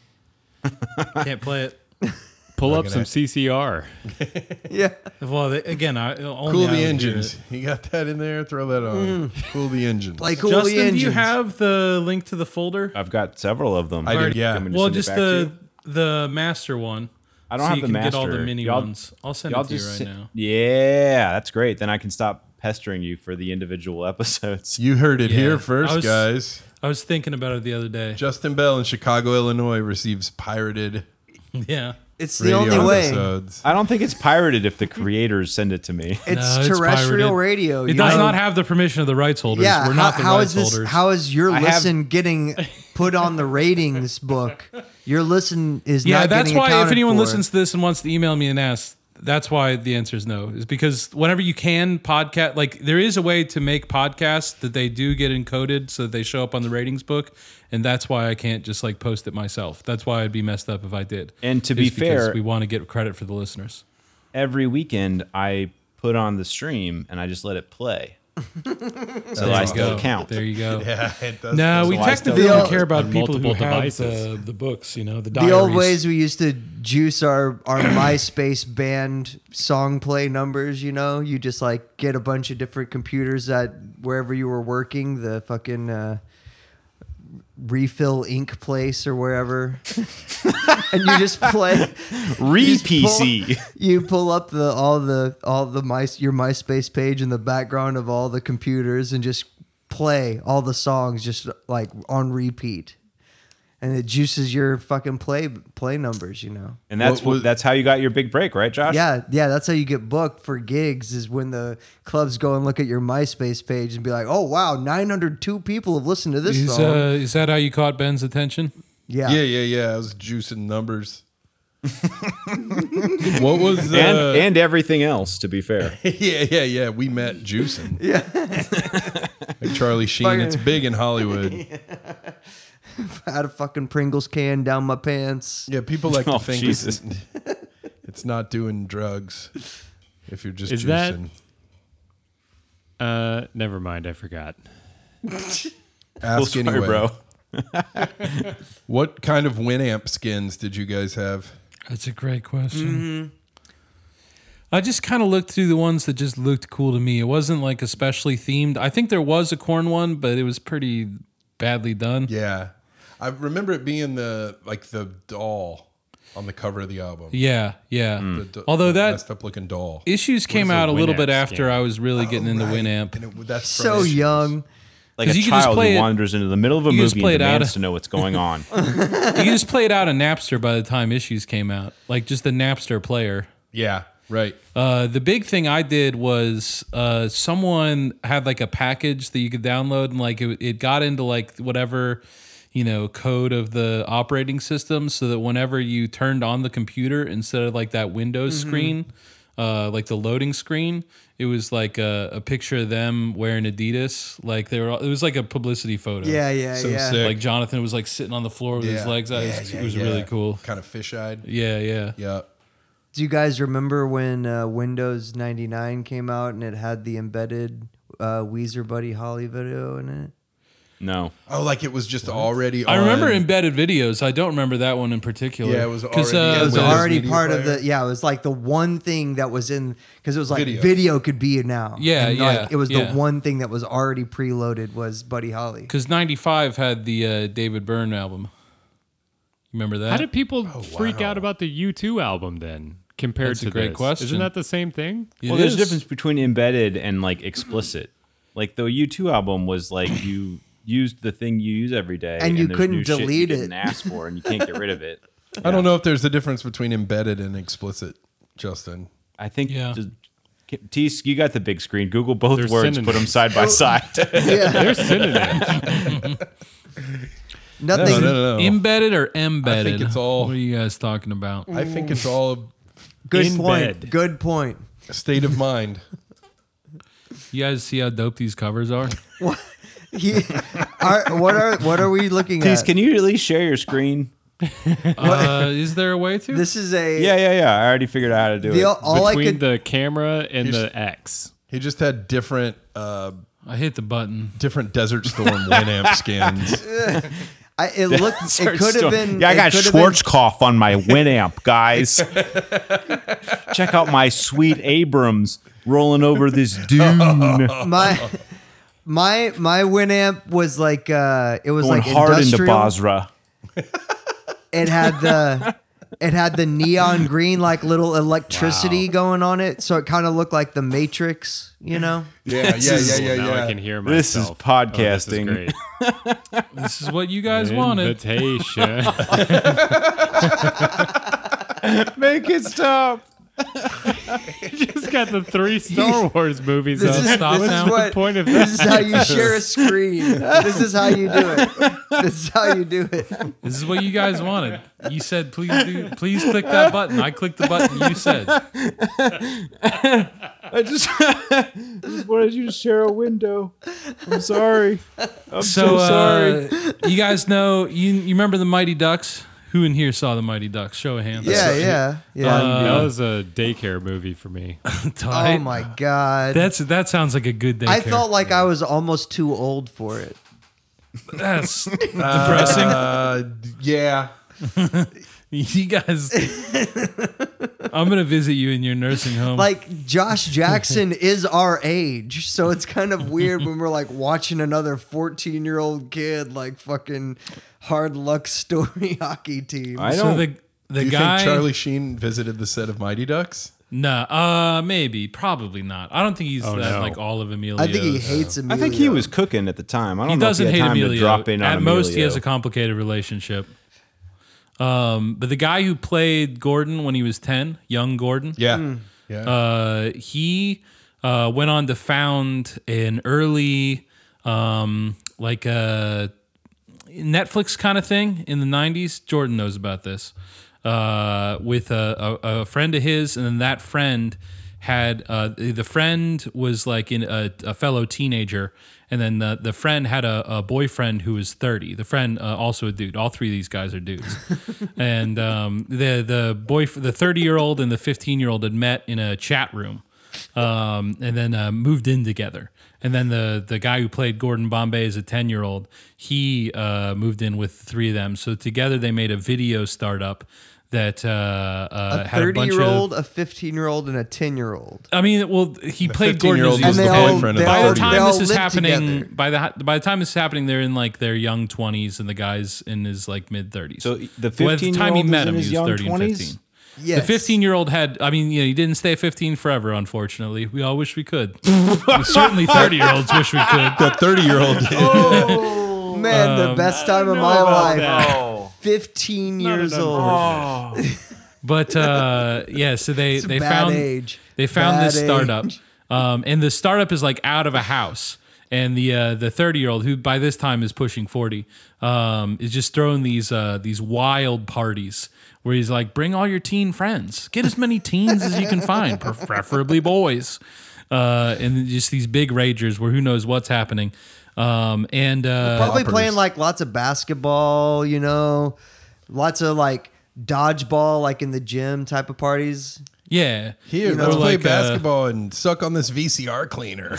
Speaker 3: Can't play it.
Speaker 4: Pull up
Speaker 1: Looking
Speaker 4: some
Speaker 1: at-
Speaker 4: CCR.
Speaker 2: yeah.
Speaker 3: Well, they, again, I uh, only
Speaker 1: Cool
Speaker 3: I would
Speaker 1: the
Speaker 3: Oh, hear
Speaker 1: engines.
Speaker 3: it.
Speaker 1: You got that in there? Throw that on. Cool the engines.
Speaker 2: Like cool
Speaker 3: Justin,
Speaker 2: the
Speaker 3: do you
Speaker 2: engines.
Speaker 3: have the link to the folder?
Speaker 6: I've got several of them.
Speaker 1: I did,
Speaker 3: already-
Speaker 1: yeah.
Speaker 6: I'm gonna
Speaker 3: well,
Speaker 6: send it
Speaker 3: just
Speaker 6: back to
Speaker 3: the
Speaker 6: you.
Speaker 3: the master one.
Speaker 6: I don't
Speaker 3: so
Speaker 6: have
Speaker 3: you
Speaker 6: the
Speaker 3: can get all the
Speaker 6: master.
Speaker 3: mini
Speaker 6: Y'all-
Speaker 3: ones. I'll send
Speaker 6: Y'all
Speaker 3: it to you
Speaker 6: just
Speaker 3: right
Speaker 6: sit-
Speaker 3: now.
Speaker 6: Yeah, that's great. Then I can stop pestering you for the individual episodes.
Speaker 1: you heard it
Speaker 3: Yeah.
Speaker 1: here first,
Speaker 3: I was-
Speaker 1: guys.
Speaker 3: I was thinking about it the other day.
Speaker 1: Justin Bell in Chicago, Illinois receives pirated
Speaker 3: Yeah.
Speaker 2: It's the
Speaker 1: radio
Speaker 2: only way.
Speaker 1: episodes.
Speaker 6: I don't think it's pirated if the creators send it to me.
Speaker 2: It's
Speaker 3: No, it's
Speaker 2: terrestrial
Speaker 3: pirated.
Speaker 2: radio.
Speaker 3: It
Speaker 2: you
Speaker 3: does
Speaker 2: know?
Speaker 3: not have the permission of the rights holders.
Speaker 2: Yeah.
Speaker 3: We're not
Speaker 2: how-
Speaker 3: the
Speaker 2: how
Speaker 3: rights
Speaker 2: is this?
Speaker 3: holders.
Speaker 2: How is your
Speaker 6: I have-
Speaker 2: listen getting put on the ratings book? Your listen is
Speaker 3: yeah,
Speaker 2: not
Speaker 3: that's
Speaker 2: getting
Speaker 3: why if
Speaker 2: accounted
Speaker 3: anyone
Speaker 2: for.
Speaker 3: listens to this and wants to email me and ask, that's why the answer is no. Is because whenever you can podcast, like there is a way to make podcasts that they do get encoded so that they show up on the ratings book, and that's why I can't just like post it myself. That's why I'd be messed up if I did.
Speaker 6: And to
Speaker 3: Is
Speaker 6: be
Speaker 3: because
Speaker 6: fair-
Speaker 3: we want to get credit for the listeners.
Speaker 6: Every weekend, I put on the stream and I just let it play. so
Speaker 3: There
Speaker 6: I
Speaker 3: you
Speaker 6: still
Speaker 3: go.
Speaker 6: count.
Speaker 3: There you go.
Speaker 1: yeah, it does.
Speaker 3: No,
Speaker 1: does
Speaker 3: we
Speaker 1: a lot.
Speaker 3: technically
Speaker 2: The
Speaker 3: don't
Speaker 2: old-
Speaker 3: care about
Speaker 4: On
Speaker 3: people who
Speaker 4: multiple
Speaker 3: have the,
Speaker 4: devices.
Speaker 3: the books, you know, the
Speaker 2: the
Speaker 3: diaries.
Speaker 2: old ways we used to juice our our MySpace band song play numbers. You know, you just like get a bunch of different computers at wherever you were working, the fucking uh, refill ink place or wherever, and you just play.
Speaker 6: Re
Speaker 2: Just pull-
Speaker 6: PC.
Speaker 2: You pull up the all the all the my your MySpace page in the background of all the computers and just play all the songs just like on repeat, and it juices your fucking play play numbers. You know.
Speaker 6: And that's
Speaker 1: What was-
Speaker 6: what, that's how you got your big break, right, Josh?
Speaker 2: Yeah, yeah, that's how you get booked for gigs is when the clubs go and look at your MySpace page and be like, "Oh wow, 902 people have listened to this
Speaker 3: Is,
Speaker 2: song."
Speaker 3: uh, is that how you caught Ben's attention?
Speaker 2: yeah.
Speaker 1: Yeah, yeah, yeah. I was juicing numbers. what was the?
Speaker 3: Uh,
Speaker 6: And and everything else, to be fair.
Speaker 1: yeah, yeah, yeah. We met juicing.
Speaker 2: Yeah.
Speaker 1: like Charlie Sheen. It's big in Hollywood.
Speaker 2: I had a fucking Pringles can down my pants.
Speaker 1: Yeah, people like
Speaker 6: Oh,
Speaker 1: to think
Speaker 6: Jesus.
Speaker 1: It's, it's not doing drugs if you're just
Speaker 4: Is that-
Speaker 1: juicing.
Speaker 4: Uh, never mind. I forgot.
Speaker 6: Well,
Speaker 1: Ask
Speaker 6: sorry,
Speaker 1: anyway.
Speaker 6: bro.
Speaker 1: What kind of Winamp skins did you guys have?
Speaker 3: That's a great question. Mm-hmm. I just kind of looked through the ones that just looked cool to me. It wasn't like especially themed. I think there was a corn one, but it was pretty badly done. Yeah,
Speaker 1: Yeah, I remember it being the like the doll on the cover of the album.
Speaker 3: yeah.
Speaker 1: The do-
Speaker 3: Although
Speaker 1: the
Speaker 3: that-
Speaker 1: messed up looking doll.
Speaker 3: Issues came out Mm. a little
Speaker 4: Winamp
Speaker 3: bit after
Speaker 4: scan?
Speaker 3: I was really getting into
Speaker 1: Oh, Right.
Speaker 3: Winamp.
Speaker 1: And it, that's from
Speaker 2: So
Speaker 1: Issues.
Speaker 2: young.
Speaker 6: Like a
Speaker 3: 'Cause you can just
Speaker 6: child
Speaker 3: play
Speaker 6: who
Speaker 3: it-
Speaker 6: wanders into the middle of a
Speaker 3: you just
Speaker 6: movie
Speaker 3: play
Speaker 6: and
Speaker 3: it out
Speaker 6: demands
Speaker 3: of-
Speaker 6: to know what's going on.
Speaker 3: you just played out a Napster by the time Issues came out, like just the Napster player.
Speaker 1: Yeah, right.
Speaker 3: Uh, the big thing I did was uh, someone had like a package that you could download, and like it, it got into like whatever you know code of the operating system, so that whenever you turned on the computer, instead of like that Windows
Speaker 2: Mm-hmm.
Speaker 3: screen, uh, like the loading screen, it was like a, a picture of them wearing Adidas. Like they were, all- it was like a publicity photo.
Speaker 2: Yeah, yeah,
Speaker 1: So
Speaker 2: yeah.
Speaker 1: sick.
Speaker 3: Like Jonathan was like sitting on the floor with his legs out. it was, it was really cool.
Speaker 1: Kind of fish eyed.
Speaker 3: Yeah, yeah.
Speaker 1: Yeah.
Speaker 2: Do you guys remember when uh, Windows 99 came out and it had the embedded uh, Weezer Buddy Holly video in it?
Speaker 5: No.
Speaker 1: Oh, like it was just already.
Speaker 3: I remember
Speaker 1: on-
Speaker 3: embedded videos. I don't remember that one in particular.
Speaker 1: Yeah, it was
Speaker 3: 'Cause,
Speaker 1: already-
Speaker 3: uh,
Speaker 1: it
Speaker 2: It was
Speaker 1: Windows
Speaker 2: already
Speaker 1: Media
Speaker 2: part of
Speaker 1: Player.
Speaker 2: the yeah. It was like the one thing that was in because it was like
Speaker 1: Video.
Speaker 2: video, could be it now.
Speaker 3: Yeah,
Speaker 2: And, like,
Speaker 3: yeah,
Speaker 2: it was
Speaker 3: yeah.
Speaker 2: the one thing that was already preloaded was Buddy Holly.
Speaker 3: Because '95 had the uh, David Byrne album. Remember that?
Speaker 4: How did people
Speaker 1: Oh,
Speaker 4: freak out about the U2 album then compared
Speaker 3: That's a
Speaker 4: to
Speaker 3: great
Speaker 4: this?
Speaker 3: question.
Speaker 4: Isn't that the same thing?
Speaker 3: It
Speaker 5: well, there's
Speaker 3: is.
Speaker 5: a difference between embedded and like explicit. Like the U2 album was like you used the thing you use every day,
Speaker 2: And you
Speaker 5: there's
Speaker 2: couldn't
Speaker 5: new shit
Speaker 2: delete
Speaker 5: you
Speaker 2: it.
Speaker 5: Didn't ask for, and you can't get rid of it.
Speaker 1: I don't know if there's a difference between embedded and explicit, Justin.
Speaker 5: I think.
Speaker 3: Yeah.
Speaker 5: Just, Tease, you got the big screen. Google both
Speaker 4: They're
Speaker 5: words, put them
Speaker 4: synonyms.
Speaker 5: side by side.
Speaker 2: Yeah,
Speaker 4: They're synonyms.
Speaker 2: nothing.
Speaker 1: No, no, no, no.
Speaker 3: Embedded or embedded?
Speaker 1: it's all-
Speaker 3: What are you guys talking about?
Speaker 1: I think it's all
Speaker 2: Good
Speaker 4: In
Speaker 2: point.
Speaker 4: bed.
Speaker 2: Good point.
Speaker 1: state of mind.
Speaker 3: You guys see how dope these covers are?
Speaker 2: He- are, what are what are we looking
Speaker 5: Tease,
Speaker 2: at?
Speaker 5: can you at least share your screen?
Speaker 3: uh, is there a way to?
Speaker 2: this is a
Speaker 5: Yeah, yeah, yeah. I already figured out how to do
Speaker 2: The,
Speaker 5: it.
Speaker 2: all I
Speaker 4: between
Speaker 2: could
Speaker 4: the camera and
Speaker 1: Here's-
Speaker 4: the X.
Speaker 1: He just had different uh,
Speaker 3: I hit the button.
Speaker 1: different Desert Storm Winamp skins.
Speaker 2: I, it looked it could have been
Speaker 5: Yeah, I
Speaker 2: it
Speaker 5: got
Speaker 2: could have been-
Speaker 5: Schwarzkopf on my Winamp, guys. Check out my sweet Abrams rolling over this
Speaker 2: Oh,
Speaker 5: dune,
Speaker 2: my my my Winamp was like uh it was
Speaker 5: going
Speaker 2: like
Speaker 5: hard into
Speaker 2: industrial.
Speaker 5: Basra.
Speaker 2: It had the it had the neon green like little electricity going on it, so it kind of looked like the Matrix, you know.
Speaker 1: Yeah, yeah, yeah,
Speaker 4: Cool,
Speaker 1: yeah,
Speaker 4: now I
Speaker 1: yeah.
Speaker 4: can hear myself.
Speaker 5: This
Speaker 4: Oh,
Speaker 5: is
Speaker 4: this is
Speaker 5: podcasting.
Speaker 4: great.
Speaker 3: This is what you guys wanted.
Speaker 4: Invitation.
Speaker 5: Make it stop.
Speaker 4: Just got the three Star Wars movies
Speaker 2: This
Speaker 4: up.
Speaker 2: is,
Speaker 3: stop
Speaker 2: this
Speaker 3: now.
Speaker 2: is
Speaker 4: What's
Speaker 2: what
Speaker 4: the point of
Speaker 2: this
Speaker 4: this?
Speaker 2: is how you share a screen. This is how you do it. This is how you do it.
Speaker 3: This is what you guys wanted. You said, please do, please click that button. I clicked the button you said.
Speaker 5: I just, just wanted you to share a window. I'm sorry. I'm
Speaker 3: So, uh, you guys know, you, you remember the Mighty Ducks? Who in here saw the Mighty Ducks? Show of hands.
Speaker 2: Yeah, yeah, yeah.
Speaker 3: Uh,
Speaker 4: that was a daycare movie for me.
Speaker 2: oh
Speaker 3: Tight.
Speaker 2: my god.
Speaker 3: That's that sounds like a good day.
Speaker 2: I felt like I was almost too old for it.
Speaker 3: that's depressing.
Speaker 1: Uh, yeah.
Speaker 3: you guys, I'm gonna visit you in your nursing home.
Speaker 2: Like Josh Jackson is our age, so it's kind of weird when we're like watching another 14-year-old kid like fucking hard luck story hockey team.
Speaker 5: I
Speaker 3: so
Speaker 5: don't.
Speaker 3: the the
Speaker 1: Do you
Speaker 3: guy
Speaker 1: think Charlie Sheen visited the set of Mighty Ducks?
Speaker 3: Nah, uh, maybe, probably not. I don't think he's that
Speaker 4: no.
Speaker 3: like all of Emilio.
Speaker 2: I think he hates him.
Speaker 5: Oh, I think he was cooking at the time. I don't
Speaker 3: He
Speaker 5: know if
Speaker 3: doesn't
Speaker 5: he had
Speaker 3: hate
Speaker 5: time
Speaker 3: Emilio.
Speaker 5: to drop in
Speaker 3: At
Speaker 5: on
Speaker 3: most, he has a
Speaker 5: Emilio.
Speaker 3: complicated relationship. Um, but the guy who played Gordon when he was ten, young Gordon,
Speaker 1: Yeah. Yeah.
Speaker 3: uh, he uh, went on to found an early um, like a Netflix kind of thing in the '90s. Jordan knows about this uh, with a, a, a friend of his, and then that friend had uh, the the friend was like in a, a fellow teenager, and then the, the friend had a, a boyfriend who was 30. The friend uh, also a dude. All three of these guys are dudes, and um, the the boy the 30 year old and the 15 year old had met in a chat room um, and then uh, moved in together. And then the the guy who played Gordon Bombay as a ten year old, he uh, moved in with three of them. So together they made a video startup that uh, uh,
Speaker 2: a
Speaker 3: had a bunch of.
Speaker 2: 30-year-old, a 15-year-old and a 10-year-old.
Speaker 3: I mean, well, he played Gordon.
Speaker 1: 15-year-old
Speaker 3: As
Speaker 1: was the
Speaker 2: And
Speaker 3: his
Speaker 2: they
Speaker 3: kid.
Speaker 2: all-
Speaker 1: boyfriend of
Speaker 2: they
Speaker 1: the
Speaker 3: By
Speaker 2: all-
Speaker 3: the
Speaker 1: 30
Speaker 3: time
Speaker 2: they all
Speaker 3: this is
Speaker 2: lived
Speaker 3: happening,
Speaker 2: together.
Speaker 3: by the by the time this is happening, they're in like their young twenties, and the guys in his like mid thirties.
Speaker 5: So the
Speaker 3: By the time
Speaker 5: 15-year-old
Speaker 3: he
Speaker 5: is
Speaker 3: met
Speaker 5: in
Speaker 3: him,
Speaker 5: his
Speaker 3: he was
Speaker 5: young
Speaker 3: thirty and
Speaker 5: 20s?
Speaker 3: fifteen.
Speaker 2: Yes.
Speaker 3: The 15 year old had, I mean, you know, he didn't stay 15 forever, unfortunately. We all wish we could. We certainly 30 year olds wish we could.
Speaker 1: The 30 year old did.
Speaker 2: Man, the best time of my life. 15 years old.
Speaker 3: But uh, yeah, so they,
Speaker 2: It's a
Speaker 3: they
Speaker 2: bad
Speaker 3: found
Speaker 2: age.
Speaker 3: they found
Speaker 2: Bad
Speaker 3: this startup,
Speaker 2: age.
Speaker 3: um, and the startup is like out of a house. And the uh, the thirty year old who by this time is pushing forty um, is just throwing these uh, these wild parties where he's like, bring all your teen friends, get as many teens as you can find, pref- preferably boys, uh, and just these big ragers where who knows what's happening. Um, and uh,
Speaker 2: Probably playing like lots of basketball, you know, lots of like dodgeball, like in the gym type of parties.
Speaker 3: Yeah.
Speaker 1: Here,
Speaker 3: Or
Speaker 1: let's play
Speaker 3: like, uh,
Speaker 1: basketball and suck on this VCR cleaner.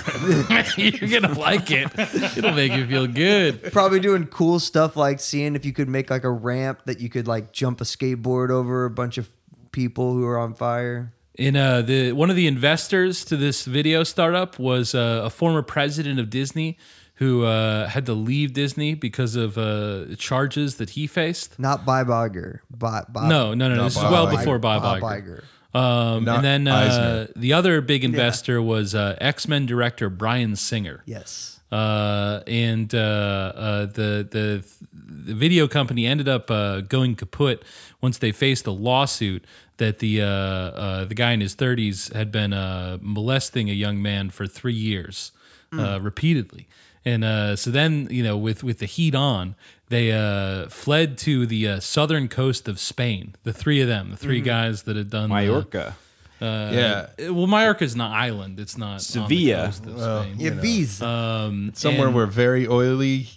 Speaker 3: You're gonna like it. It'll make you feel good.
Speaker 2: Probably doing cool stuff like seeing if you could make like a ramp that you could like jump a skateboard over a bunch of people who are on fire.
Speaker 3: In uh, the one of the investors to this video startup was uh, a former president of Disney who uh, had to leave Disney because of uh, charges that he faced.
Speaker 2: Not Bob Iger. Bob, Bob,
Speaker 3: No, no, no.
Speaker 1: Not
Speaker 3: this is
Speaker 1: Bob
Speaker 3: well
Speaker 1: Iger.
Speaker 3: before Bob, Iger. Um,
Speaker 1: Not
Speaker 3: and then uh,
Speaker 1: Eisner.
Speaker 3: the other big investor was uh, X Men director Brian Singer.
Speaker 2: Yes.
Speaker 3: Uh, and uh, uh, the, the the video company ended up uh, going kaput once they faced a lawsuit that the uh, uh, the guy in his 30s had been uh, molesting a young man for three years uh, repeatedly. And uh, so then, you know, with, with the heat on, they uh, fled to the uh, southern coast of Spain. The three of them, the 3 guys that had done the-
Speaker 6: Mallorca.
Speaker 1: yeah,
Speaker 3: Uh, well, Mallorca's an island. It's not on the
Speaker 6: Sevilla.
Speaker 3: coast of Spain.
Speaker 2: Yeah, bees.
Speaker 3: Uh,
Speaker 1: somewhere
Speaker 3: and-
Speaker 1: where very oily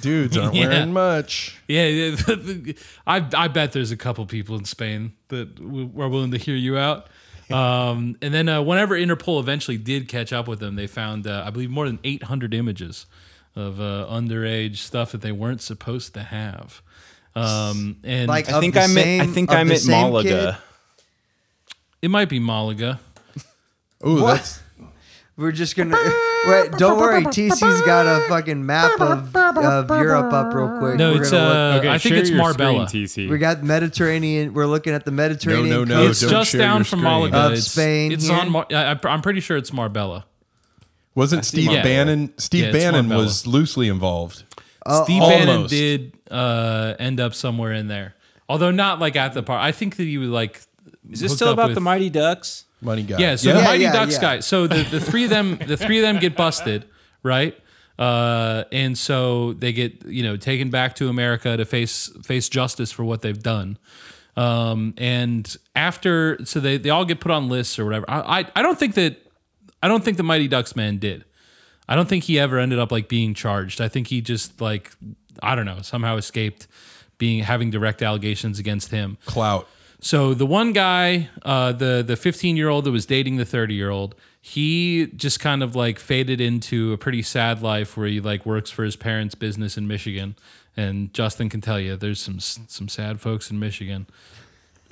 Speaker 1: dudes aren't
Speaker 3: Yeah.
Speaker 1: wearing much.
Speaker 3: Yeah, yeah, the- the- I I bet there's a couple people in Spain that w- were willing to hear you out. Um, and then uh, whenever Interpol eventually did catch up with them, they found uh, I believe more than 800 images of uh, underage stuff that they weren't supposed to have. Um, and
Speaker 2: Like uh,
Speaker 6: I
Speaker 2: of
Speaker 6: think
Speaker 2: the
Speaker 6: I'm at, I
Speaker 2: same-
Speaker 6: think
Speaker 2: of
Speaker 6: I'm
Speaker 2: the
Speaker 6: at
Speaker 2: same
Speaker 6: Malaga.
Speaker 2: kid.
Speaker 3: it might be Malaga.
Speaker 1: Ooh, that's
Speaker 2: We're just gonna. Wait, don't worry. TC's got a fucking map of, of Europe up real quick.
Speaker 3: No,
Speaker 2: We're
Speaker 3: it's
Speaker 2: gonna look-
Speaker 3: uh,
Speaker 4: Okay,
Speaker 3: I think
Speaker 4: share
Speaker 3: it's
Speaker 4: your
Speaker 3: Marbella.
Speaker 4: Screen, TC.
Speaker 2: we got Mediterranean. We're looking at the
Speaker 1: no,
Speaker 2: Mediterranean.
Speaker 1: no, no.
Speaker 3: it's
Speaker 1: Oh, don't
Speaker 3: just
Speaker 1: share your
Speaker 3: down from
Speaker 1: screen.
Speaker 3: Malaga.
Speaker 2: Of
Speaker 3: it's,
Speaker 2: Spain
Speaker 3: It's
Speaker 2: here?
Speaker 3: on. Mar- I, I'm pretty sure it's Marbella.
Speaker 1: Wasn't Steve
Speaker 3: Marbella.
Speaker 1: Bannon? Steve
Speaker 3: Yeah, it's
Speaker 1: Bannon
Speaker 3: Marbella.
Speaker 1: was loosely involved.
Speaker 2: Uh,
Speaker 3: Steve Bannon
Speaker 1: Almost.
Speaker 3: did uh, end up somewhere in there, although not like at the park. I think that he was like.
Speaker 6: Is this still about the Mighty Ducks?
Speaker 1: Money guy.
Speaker 3: Yeah, so the
Speaker 2: Yeah,
Speaker 3: Mighty
Speaker 2: yeah,
Speaker 3: Ducks
Speaker 2: yeah.
Speaker 3: guy. So the, the three of them, the three of them get busted, right? Uh, and so they get you know taken back to America to face face justice for what they've done. Um, and after, so they they all get put on lists or whatever. I I, I don't think that I don't think the Mighty Ducks man did. I don't think he ever ended up like being charged. I think he just like I don't know somehow escaped being having direct allegations against him.
Speaker 1: clout.
Speaker 3: So the one guy, uh, the the 15 year old that was dating the 30 year old, he just kind of like faded into a pretty sad life where he like works for his parents' business in Michigan. And Justin can tell you, there's some some sad folks in Michigan.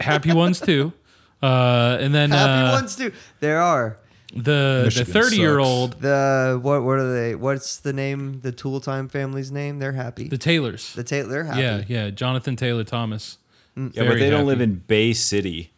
Speaker 3: Happy ones too. Uh, and then
Speaker 2: Happy
Speaker 3: uh,
Speaker 2: ones too. There are
Speaker 3: the the
Speaker 1: Michigan
Speaker 3: 30 year old,
Speaker 2: the what? What are they? What's the name? The Tool Time family's name? They're happy.
Speaker 3: the
Speaker 2: The,
Speaker 3: Taylors.
Speaker 2: Taylor. They're happy. Mm.
Speaker 3: yeah, yeah, Jonathan Taylor Thomas.
Speaker 6: Yeah, but
Speaker 3: Very
Speaker 6: they don't
Speaker 3: happy.
Speaker 6: live in Bay City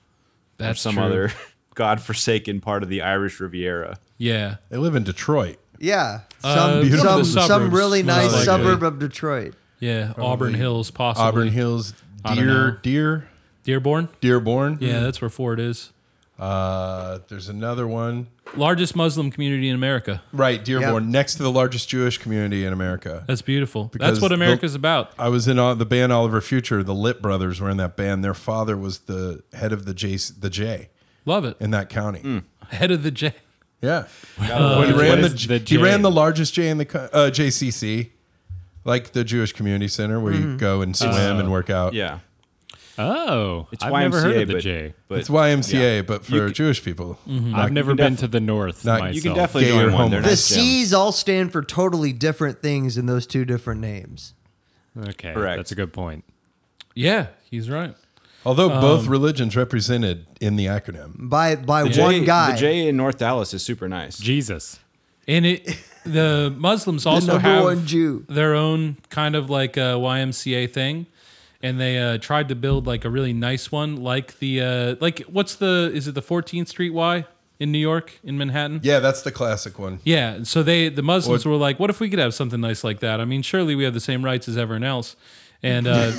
Speaker 6: or
Speaker 3: That's
Speaker 6: some
Speaker 3: true.
Speaker 6: other godforsaken part of the Irish Riviera.
Speaker 3: Yeah,
Speaker 1: They live in Detroit.
Speaker 2: Yeah.
Speaker 3: Uh,
Speaker 2: Some
Speaker 1: beautiful
Speaker 2: some, some
Speaker 3: suburbs,
Speaker 2: really
Speaker 3: most
Speaker 2: nice
Speaker 1: likely.
Speaker 2: suburb of Detroit.
Speaker 3: yeah. Auburn Hills, possibly
Speaker 1: Auburn Hills,
Speaker 3: I don't
Speaker 1: Deer,
Speaker 3: know.
Speaker 1: Deer,
Speaker 3: Dearborn.
Speaker 1: Dearborn.
Speaker 6: Mm.
Speaker 3: Yeah, that's where Ford is.
Speaker 1: Uh, there's another one.
Speaker 3: Largest Muslim community in America.
Speaker 1: Right, Dearborn, next to the largest Jewish community in America.
Speaker 3: That's beautiful. That's
Speaker 1: Because
Speaker 3: what
Speaker 1: the-
Speaker 3: America's about.
Speaker 1: I was in all, the band Oliver Future. The Lip Brothers were in that band. Their father was the head of the J, the J
Speaker 3: Love it.
Speaker 1: in that county.
Speaker 3: Head of the J.
Speaker 1: Yeah,
Speaker 4: Uh,
Speaker 1: he ran the,
Speaker 4: What is the
Speaker 1: he
Speaker 4: J?
Speaker 1: ran the largest J in the co- uh, JCC, like the Jewish Community Center, where you go and swim and work out.
Speaker 6: Yeah.
Speaker 4: oh,
Speaker 6: It's
Speaker 4: I've
Speaker 6: YMCA,
Speaker 4: never heard of the
Speaker 6: but,
Speaker 4: J.
Speaker 6: but
Speaker 1: it's YMCA,
Speaker 6: yeah.
Speaker 1: but for
Speaker 6: You c-
Speaker 1: Jewish people.
Speaker 4: I've never
Speaker 6: can
Speaker 4: been to the north
Speaker 1: Not-
Speaker 4: myself.
Speaker 1: you
Speaker 6: you can definitely
Speaker 1: Gay or
Speaker 6: join one. They're
Speaker 1: homo.
Speaker 6: not
Speaker 1: The
Speaker 2: The
Speaker 1: Nice
Speaker 6: Jim.
Speaker 2: C's all stand for totally different things in those two different names.
Speaker 4: Okay,
Speaker 6: Correct.
Speaker 4: that's a good point.
Speaker 3: Yeah, he's right.
Speaker 1: Although both religions represented in the acronym.
Speaker 2: By by
Speaker 6: J-
Speaker 2: one guy.
Speaker 6: The J in North Dallas is super nice.
Speaker 4: Jesus.
Speaker 3: And it, the Muslims also
Speaker 2: number
Speaker 3: have
Speaker 2: one Jew.
Speaker 3: their own kind of like uh, a YMCA thing, and they uh, tried to build like a really nice one, like the uh, like what's the is it the 14th Street Y in New York in Manhattan?
Speaker 1: Yeah, that's the classic one.
Speaker 3: Yeah, so they the Muslims
Speaker 1: Or-
Speaker 3: were like, "What if we could have something nice like that?" I mean, surely we have the same rights as everyone else, and uh,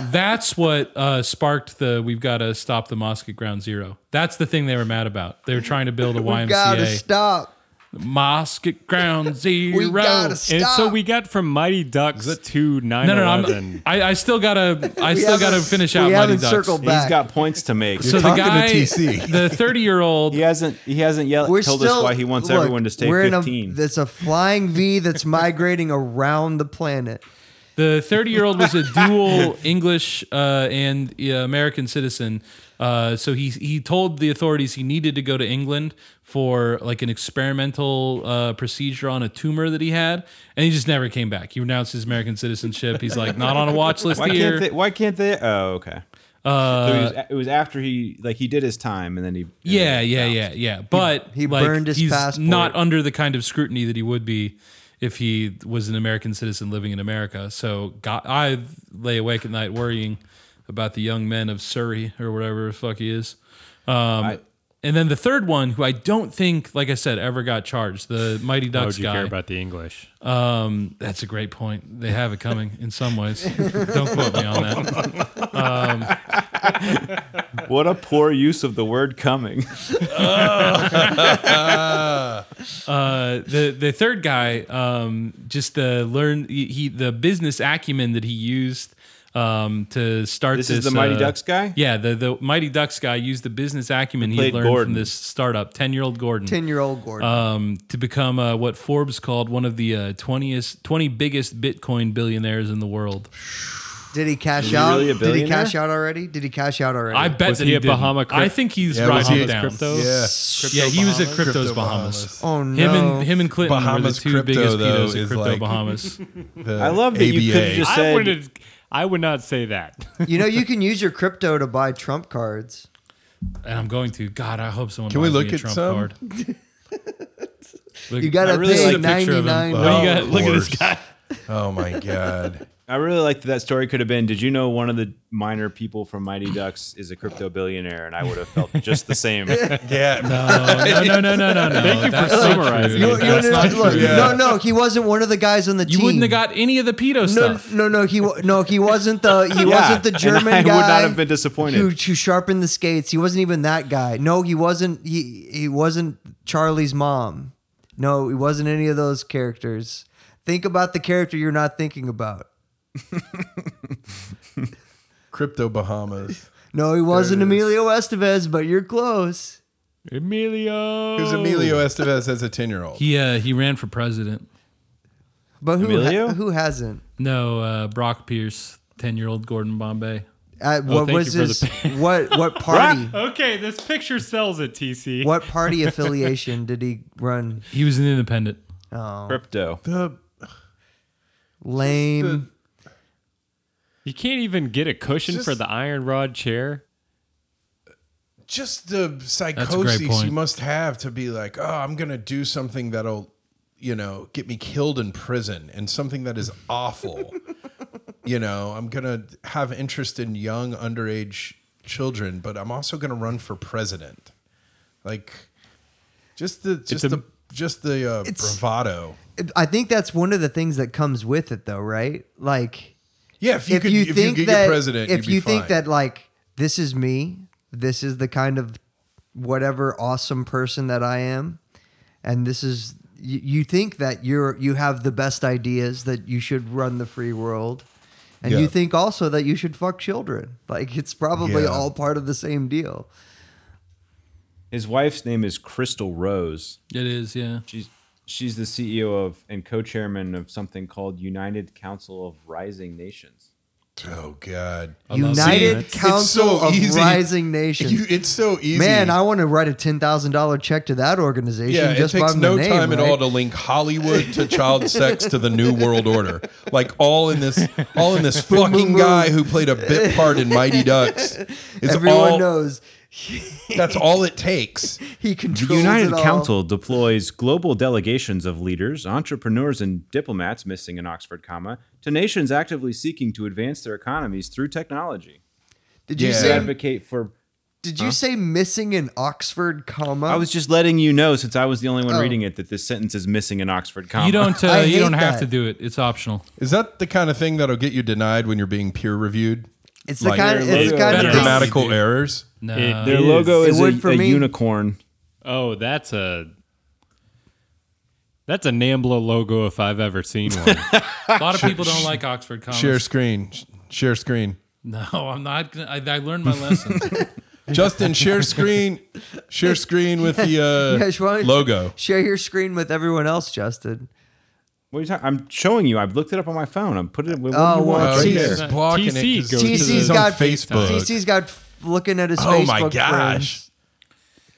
Speaker 3: that's what uh, sparked the "We've got to stop the mosque at Ground Zero. That's the thing they were mad about. They were trying to build a
Speaker 2: Gotta
Speaker 3: YMCA
Speaker 2: stop.
Speaker 3: mosque at Ground Zero.
Speaker 2: We gotta
Speaker 4: And
Speaker 2: stop.
Speaker 4: so we got from Mighty Ducks to 9
Speaker 3: no, no, no I'm, I, I still gotta, I still gotta
Speaker 2: haven't-
Speaker 3: finish
Speaker 2: we
Speaker 3: out Mighty
Speaker 2: haven't
Speaker 3: Ducks.
Speaker 2: circled
Speaker 6: He's
Speaker 2: back.
Speaker 6: got points to make.
Speaker 3: so the
Speaker 1: Talking to
Speaker 3: guy,
Speaker 1: TC.
Speaker 3: the thirty-year-old,
Speaker 6: he hasn't he hasn't yelled
Speaker 2: we're
Speaker 6: told
Speaker 2: still,
Speaker 6: us why he wants
Speaker 2: look,
Speaker 6: everyone to stay
Speaker 2: we're in a-
Speaker 6: 15.
Speaker 2: That's a flying V that's migrating around the planet.
Speaker 3: The 30 year old was a dual English uh, and uh, American citizen. Uh, so he, he told the authorities he needed to go to England for like an experimental uh, procedure on a tumor that he had. And he just never came back. He renounced his American citizenship. He's like, not on a watch list
Speaker 6: Why
Speaker 3: here.
Speaker 6: can't they? Why can't they? Oh, okay. Uh, so it, was, a- it was after he like he did his time, and then he
Speaker 3: yeah, yeah, yeah, yeah. But
Speaker 2: he
Speaker 3: like,
Speaker 2: burned his
Speaker 3: he's
Speaker 2: passport.
Speaker 3: Not under the kind of scrutiny that he would be if he was an American citizen living in America. So God, I lay awake at night worrying about the young men of Surrey or whatever the fuck he is. Um, and then the third one, who I don't think, like I said, ever got charged, the Mighty
Speaker 4: Why
Speaker 3: Ducks
Speaker 4: would you
Speaker 3: guy.
Speaker 4: care about the English?
Speaker 3: Um, that's a great point. They have it coming in some ways. Don't quote me on that.
Speaker 6: What a poor use of the word "coming."
Speaker 3: Uh, the the third guy, um, just the learn he, he the business acumen that he used um, to start this.
Speaker 6: This is the Mighty
Speaker 3: uh,
Speaker 6: Ducks guy?
Speaker 3: Yeah, the the Mighty Ducks guy used the business acumen he
Speaker 6: Played
Speaker 3: learned
Speaker 6: Gordon.
Speaker 3: from this startup. Ten year old Gordon.
Speaker 2: Ten year old Gordon.
Speaker 3: um, to become uh, what Forbes called one of the uh, 20th, 20 biggest Bitcoin billionaires in the world.
Speaker 2: Did he cash
Speaker 6: he
Speaker 2: out?
Speaker 6: really a
Speaker 2: Did he
Speaker 6: billionaire?
Speaker 2: cash out already? Did he cash out already?
Speaker 3: I bet
Speaker 4: Was
Speaker 3: that
Speaker 4: he
Speaker 3: he
Speaker 4: a
Speaker 3: didn't.
Speaker 4: Bahama crypt-
Speaker 3: I think he's
Speaker 1: Yeah, was
Speaker 3: riding
Speaker 1: he a
Speaker 3: down.
Speaker 4: crypto?
Speaker 1: Yeah.
Speaker 3: Yeah, he was at Crypto's
Speaker 1: Crypto
Speaker 3: Bahamas.
Speaker 2: oh no.
Speaker 3: Him and him and Clinton
Speaker 1: Bahamas
Speaker 3: were the two
Speaker 1: crypto,
Speaker 3: biggest
Speaker 1: though,
Speaker 3: pedos at
Speaker 1: is
Speaker 3: Crypto
Speaker 1: like-
Speaker 3: Bahamas.
Speaker 1: The
Speaker 6: I love that you could've just-
Speaker 4: I
Speaker 6: said-
Speaker 4: would I would not say that.
Speaker 2: you know you can use your crypto to buy Trump cards.
Speaker 3: and I'm going to. God, I hope someone
Speaker 1: Can we
Speaker 3: buys
Speaker 1: look
Speaker 3: me a
Speaker 1: at
Speaker 3: Trump
Speaker 1: some?
Speaker 3: card. Look-
Speaker 2: You gotta
Speaker 3: I
Speaker 2: pay
Speaker 3: like the picture of
Speaker 2: $99.
Speaker 3: him. What do you got?
Speaker 1: Of
Speaker 3: Look at this
Speaker 1: course.
Speaker 3: guy.
Speaker 1: Oh my god.
Speaker 6: I really liked that, that story. Could have been. Did you know one of the minor people from Mighty Ducks is a crypto billionaire? And I would have felt just the same.
Speaker 1: Yeah.
Speaker 3: No, no, no, no, no, no. Thank
Speaker 4: you for summarizing
Speaker 2: No,
Speaker 4: it.
Speaker 2: no, no, no, look,
Speaker 1: Yeah.
Speaker 2: no, no, he wasn't one of the guys on the
Speaker 3: You
Speaker 2: team.
Speaker 3: wouldn't have got any of the pedo
Speaker 2: no,
Speaker 3: stuff.
Speaker 2: no, no, he wa- no, he wasn't the he wasn't the
Speaker 6: and
Speaker 2: German
Speaker 6: I would
Speaker 2: guy.
Speaker 6: not have been disappointed.
Speaker 2: Who, who sharpened the skates? He wasn't even that guy. No, he wasn't. He he wasn't Charlie's mom. No, he wasn't any of those characters. Think about the character you're not thinking about.
Speaker 1: Crypto Bahamas.
Speaker 2: No, he wasn't
Speaker 1: it is.
Speaker 2: Emilio Estevez, but you're close.
Speaker 4: Emilio.
Speaker 1: Who's Emilio Estevez as a 10 year old?
Speaker 3: He uh, he ran for president.
Speaker 2: But who
Speaker 6: Emilio?
Speaker 2: ha- who hasn't?
Speaker 3: No, uh, Brock Pierce, ten year old Gordon Bombay.
Speaker 6: Oh,
Speaker 2: At Uh, what
Speaker 4: thank
Speaker 2: was
Speaker 4: you for the
Speaker 2: his what what party?
Speaker 4: Okay, this picture sells it, TC.
Speaker 2: what party affiliation did he run?
Speaker 3: He was an independent.
Speaker 6: crypto.
Speaker 1: The-
Speaker 2: Lame.
Speaker 4: You can't even get a cushion
Speaker 1: Just-
Speaker 4: for the iron rod chair.
Speaker 1: just the
Speaker 3: great
Speaker 1: psychosis you
Speaker 3: point.
Speaker 1: must have to be like, oh, I'm going to do something that'll, you know, get me killed in prison and something that is awful. you know, I'm going to have interest in young, underage children, but I'm also going to run for president. Like, just the, just
Speaker 4: a-
Speaker 1: the, just the uh, bravado.
Speaker 2: I think that's one of the things that comes with it, though, right? Like.
Speaker 1: Yeah, if you
Speaker 2: if
Speaker 1: could,
Speaker 2: you
Speaker 1: if
Speaker 2: think
Speaker 1: you get
Speaker 2: that
Speaker 1: your president,
Speaker 2: if
Speaker 1: you'd be
Speaker 2: you think
Speaker 1: fine.
Speaker 2: that like this is me, this is the kind of whatever awesome person that I am, and this is you, you think that you're you have the best ideas that you should run the free world, and
Speaker 1: Yeah.
Speaker 2: you think also that you should fuck children. Like it's probably
Speaker 1: Yeah.
Speaker 2: all part of the same deal.
Speaker 6: His wife's name is Crystal Rose.
Speaker 3: It is, yeah.
Speaker 6: She's she's the CEO of and co-chairman of something called United Council of Rising Nations.
Speaker 1: oh God,
Speaker 2: United
Speaker 1: It's
Speaker 2: Council
Speaker 1: so
Speaker 2: of
Speaker 1: easy.
Speaker 2: Rising Nations.
Speaker 1: You- it's so easy.
Speaker 2: Man, I want to write a ten thousand dollar check to that organization.
Speaker 1: Yeah, it
Speaker 2: just by
Speaker 1: takes
Speaker 2: the
Speaker 1: no
Speaker 2: name,
Speaker 1: time at
Speaker 2: right?
Speaker 1: all to link Hollywood to child sex to the New World Order. Like all in this, all in this fucking guy who played a bit part in Mighty Ducks. Is
Speaker 2: Everyone
Speaker 1: all,
Speaker 2: knows
Speaker 1: That's all it takes.
Speaker 2: he controls
Speaker 6: The United
Speaker 2: it all.
Speaker 6: Council deploys global delegations of leaders, entrepreneurs, and diplomats, missing an Oxford comma, to nations actively seeking to advance their economies through technology.
Speaker 2: Did you
Speaker 1: Yeah.
Speaker 6: They
Speaker 2: say
Speaker 6: advocate for.
Speaker 2: Did you say missing an Oxford comma?
Speaker 6: I was just letting you know, since I was the only one
Speaker 2: Oh.
Speaker 6: reading it, that this sentence is missing an Oxford comma.
Speaker 3: You don't uh,
Speaker 2: I
Speaker 3: you
Speaker 2: hate
Speaker 3: don't have
Speaker 2: that.
Speaker 3: to do it. It's optional.
Speaker 1: Is that the kind of thing that'll get you denied when you're being peer reviewed?
Speaker 2: It's the
Speaker 1: like,
Speaker 2: kind. It's the kind
Speaker 4: logo
Speaker 3: better
Speaker 2: of
Speaker 3: than
Speaker 2: thing.
Speaker 3: that.
Speaker 1: Grammatical errors.
Speaker 3: No.
Speaker 4: It-
Speaker 6: Uh, Their
Speaker 4: It
Speaker 6: logo
Speaker 2: It
Speaker 6: is
Speaker 2: would
Speaker 6: a,
Speaker 2: for
Speaker 6: a
Speaker 2: me.
Speaker 6: unicorn.
Speaker 4: Oh, that's a that's a Nambla logo if I've ever seen one.
Speaker 3: a lot of people don't like Oxford commas.
Speaker 1: Share screen. Sh- Share screen.
Speaker 3: No, I'm not gonna I, I learned my lesson.
Speaker 1: Justin, share screen. Share screen with the uh,
Speaker 2: Yeah, Shwan-
Speaker 1: logo.
Speaker 2: Share your screen with everyone else, Justin.
Speaker 6: What are you talking? I'm showing you. I've looked it up on my phone. I'm putting it. What
Speaker 2: Oh,
Speaker 6: do you want?
Speaker 1: Oh,
Speaker 2: well,
Speaker 6: It's
Speaker 2: see,
Speaker 6: right there.
Speaker 1: he's
Speaker 2: there.
Speaker 1: blocking
Speaker 4: TC
Speaker 1: it 'cause
Speaker 4: goes to
Speaker 1: he's
Speaker 4: the-
Speaker 1: on
Speaker 2: got
Speaker 1: Facebook.
Speaker 2: TC's got f- looking at his
Speaker 1: oh
Speaker 2: Facebook.
Speaker 1: my
Speaker 2: friends.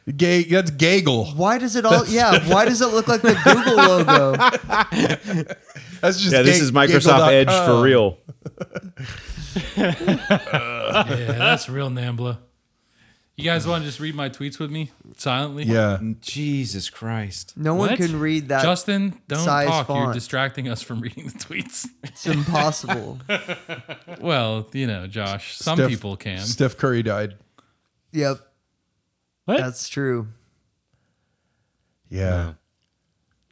Speaker 1: gosh, Gay, that's gaggle.
Speaker 2: Why does it all? Yeah. Why does it look like the Google logo?
Speaker 1: That's just
Speaker 6: Yeah, this is Microsoft Edge for real.
Speaker 3: Yeah, that's real Nambla. You guys want to just read my tweets with me silently?
Speaker 1: Yeah,
Speaker 6: Jesus Christ.
Speaker 3: Uh,
Speaker 2: No one
Speaker 3: What?
Speaker 2: can read that.
Speaker 3: Justin, don't
Speaker 2: size
Speaker 3: talk. You're
Speaker 2: font.
Speaker 3: distracting us from reading the tweets.
Speaker 2: It's impossible.
Speaker 3: well, you know, Josh, some
Speaker 1: Steph-
Speaker 3: people can.
Speaker 1: Steph Curry died.
Speaker 2: yep.
Speaker 4: What?
Speaker 2: That's true.
Speaker 1: Yeah,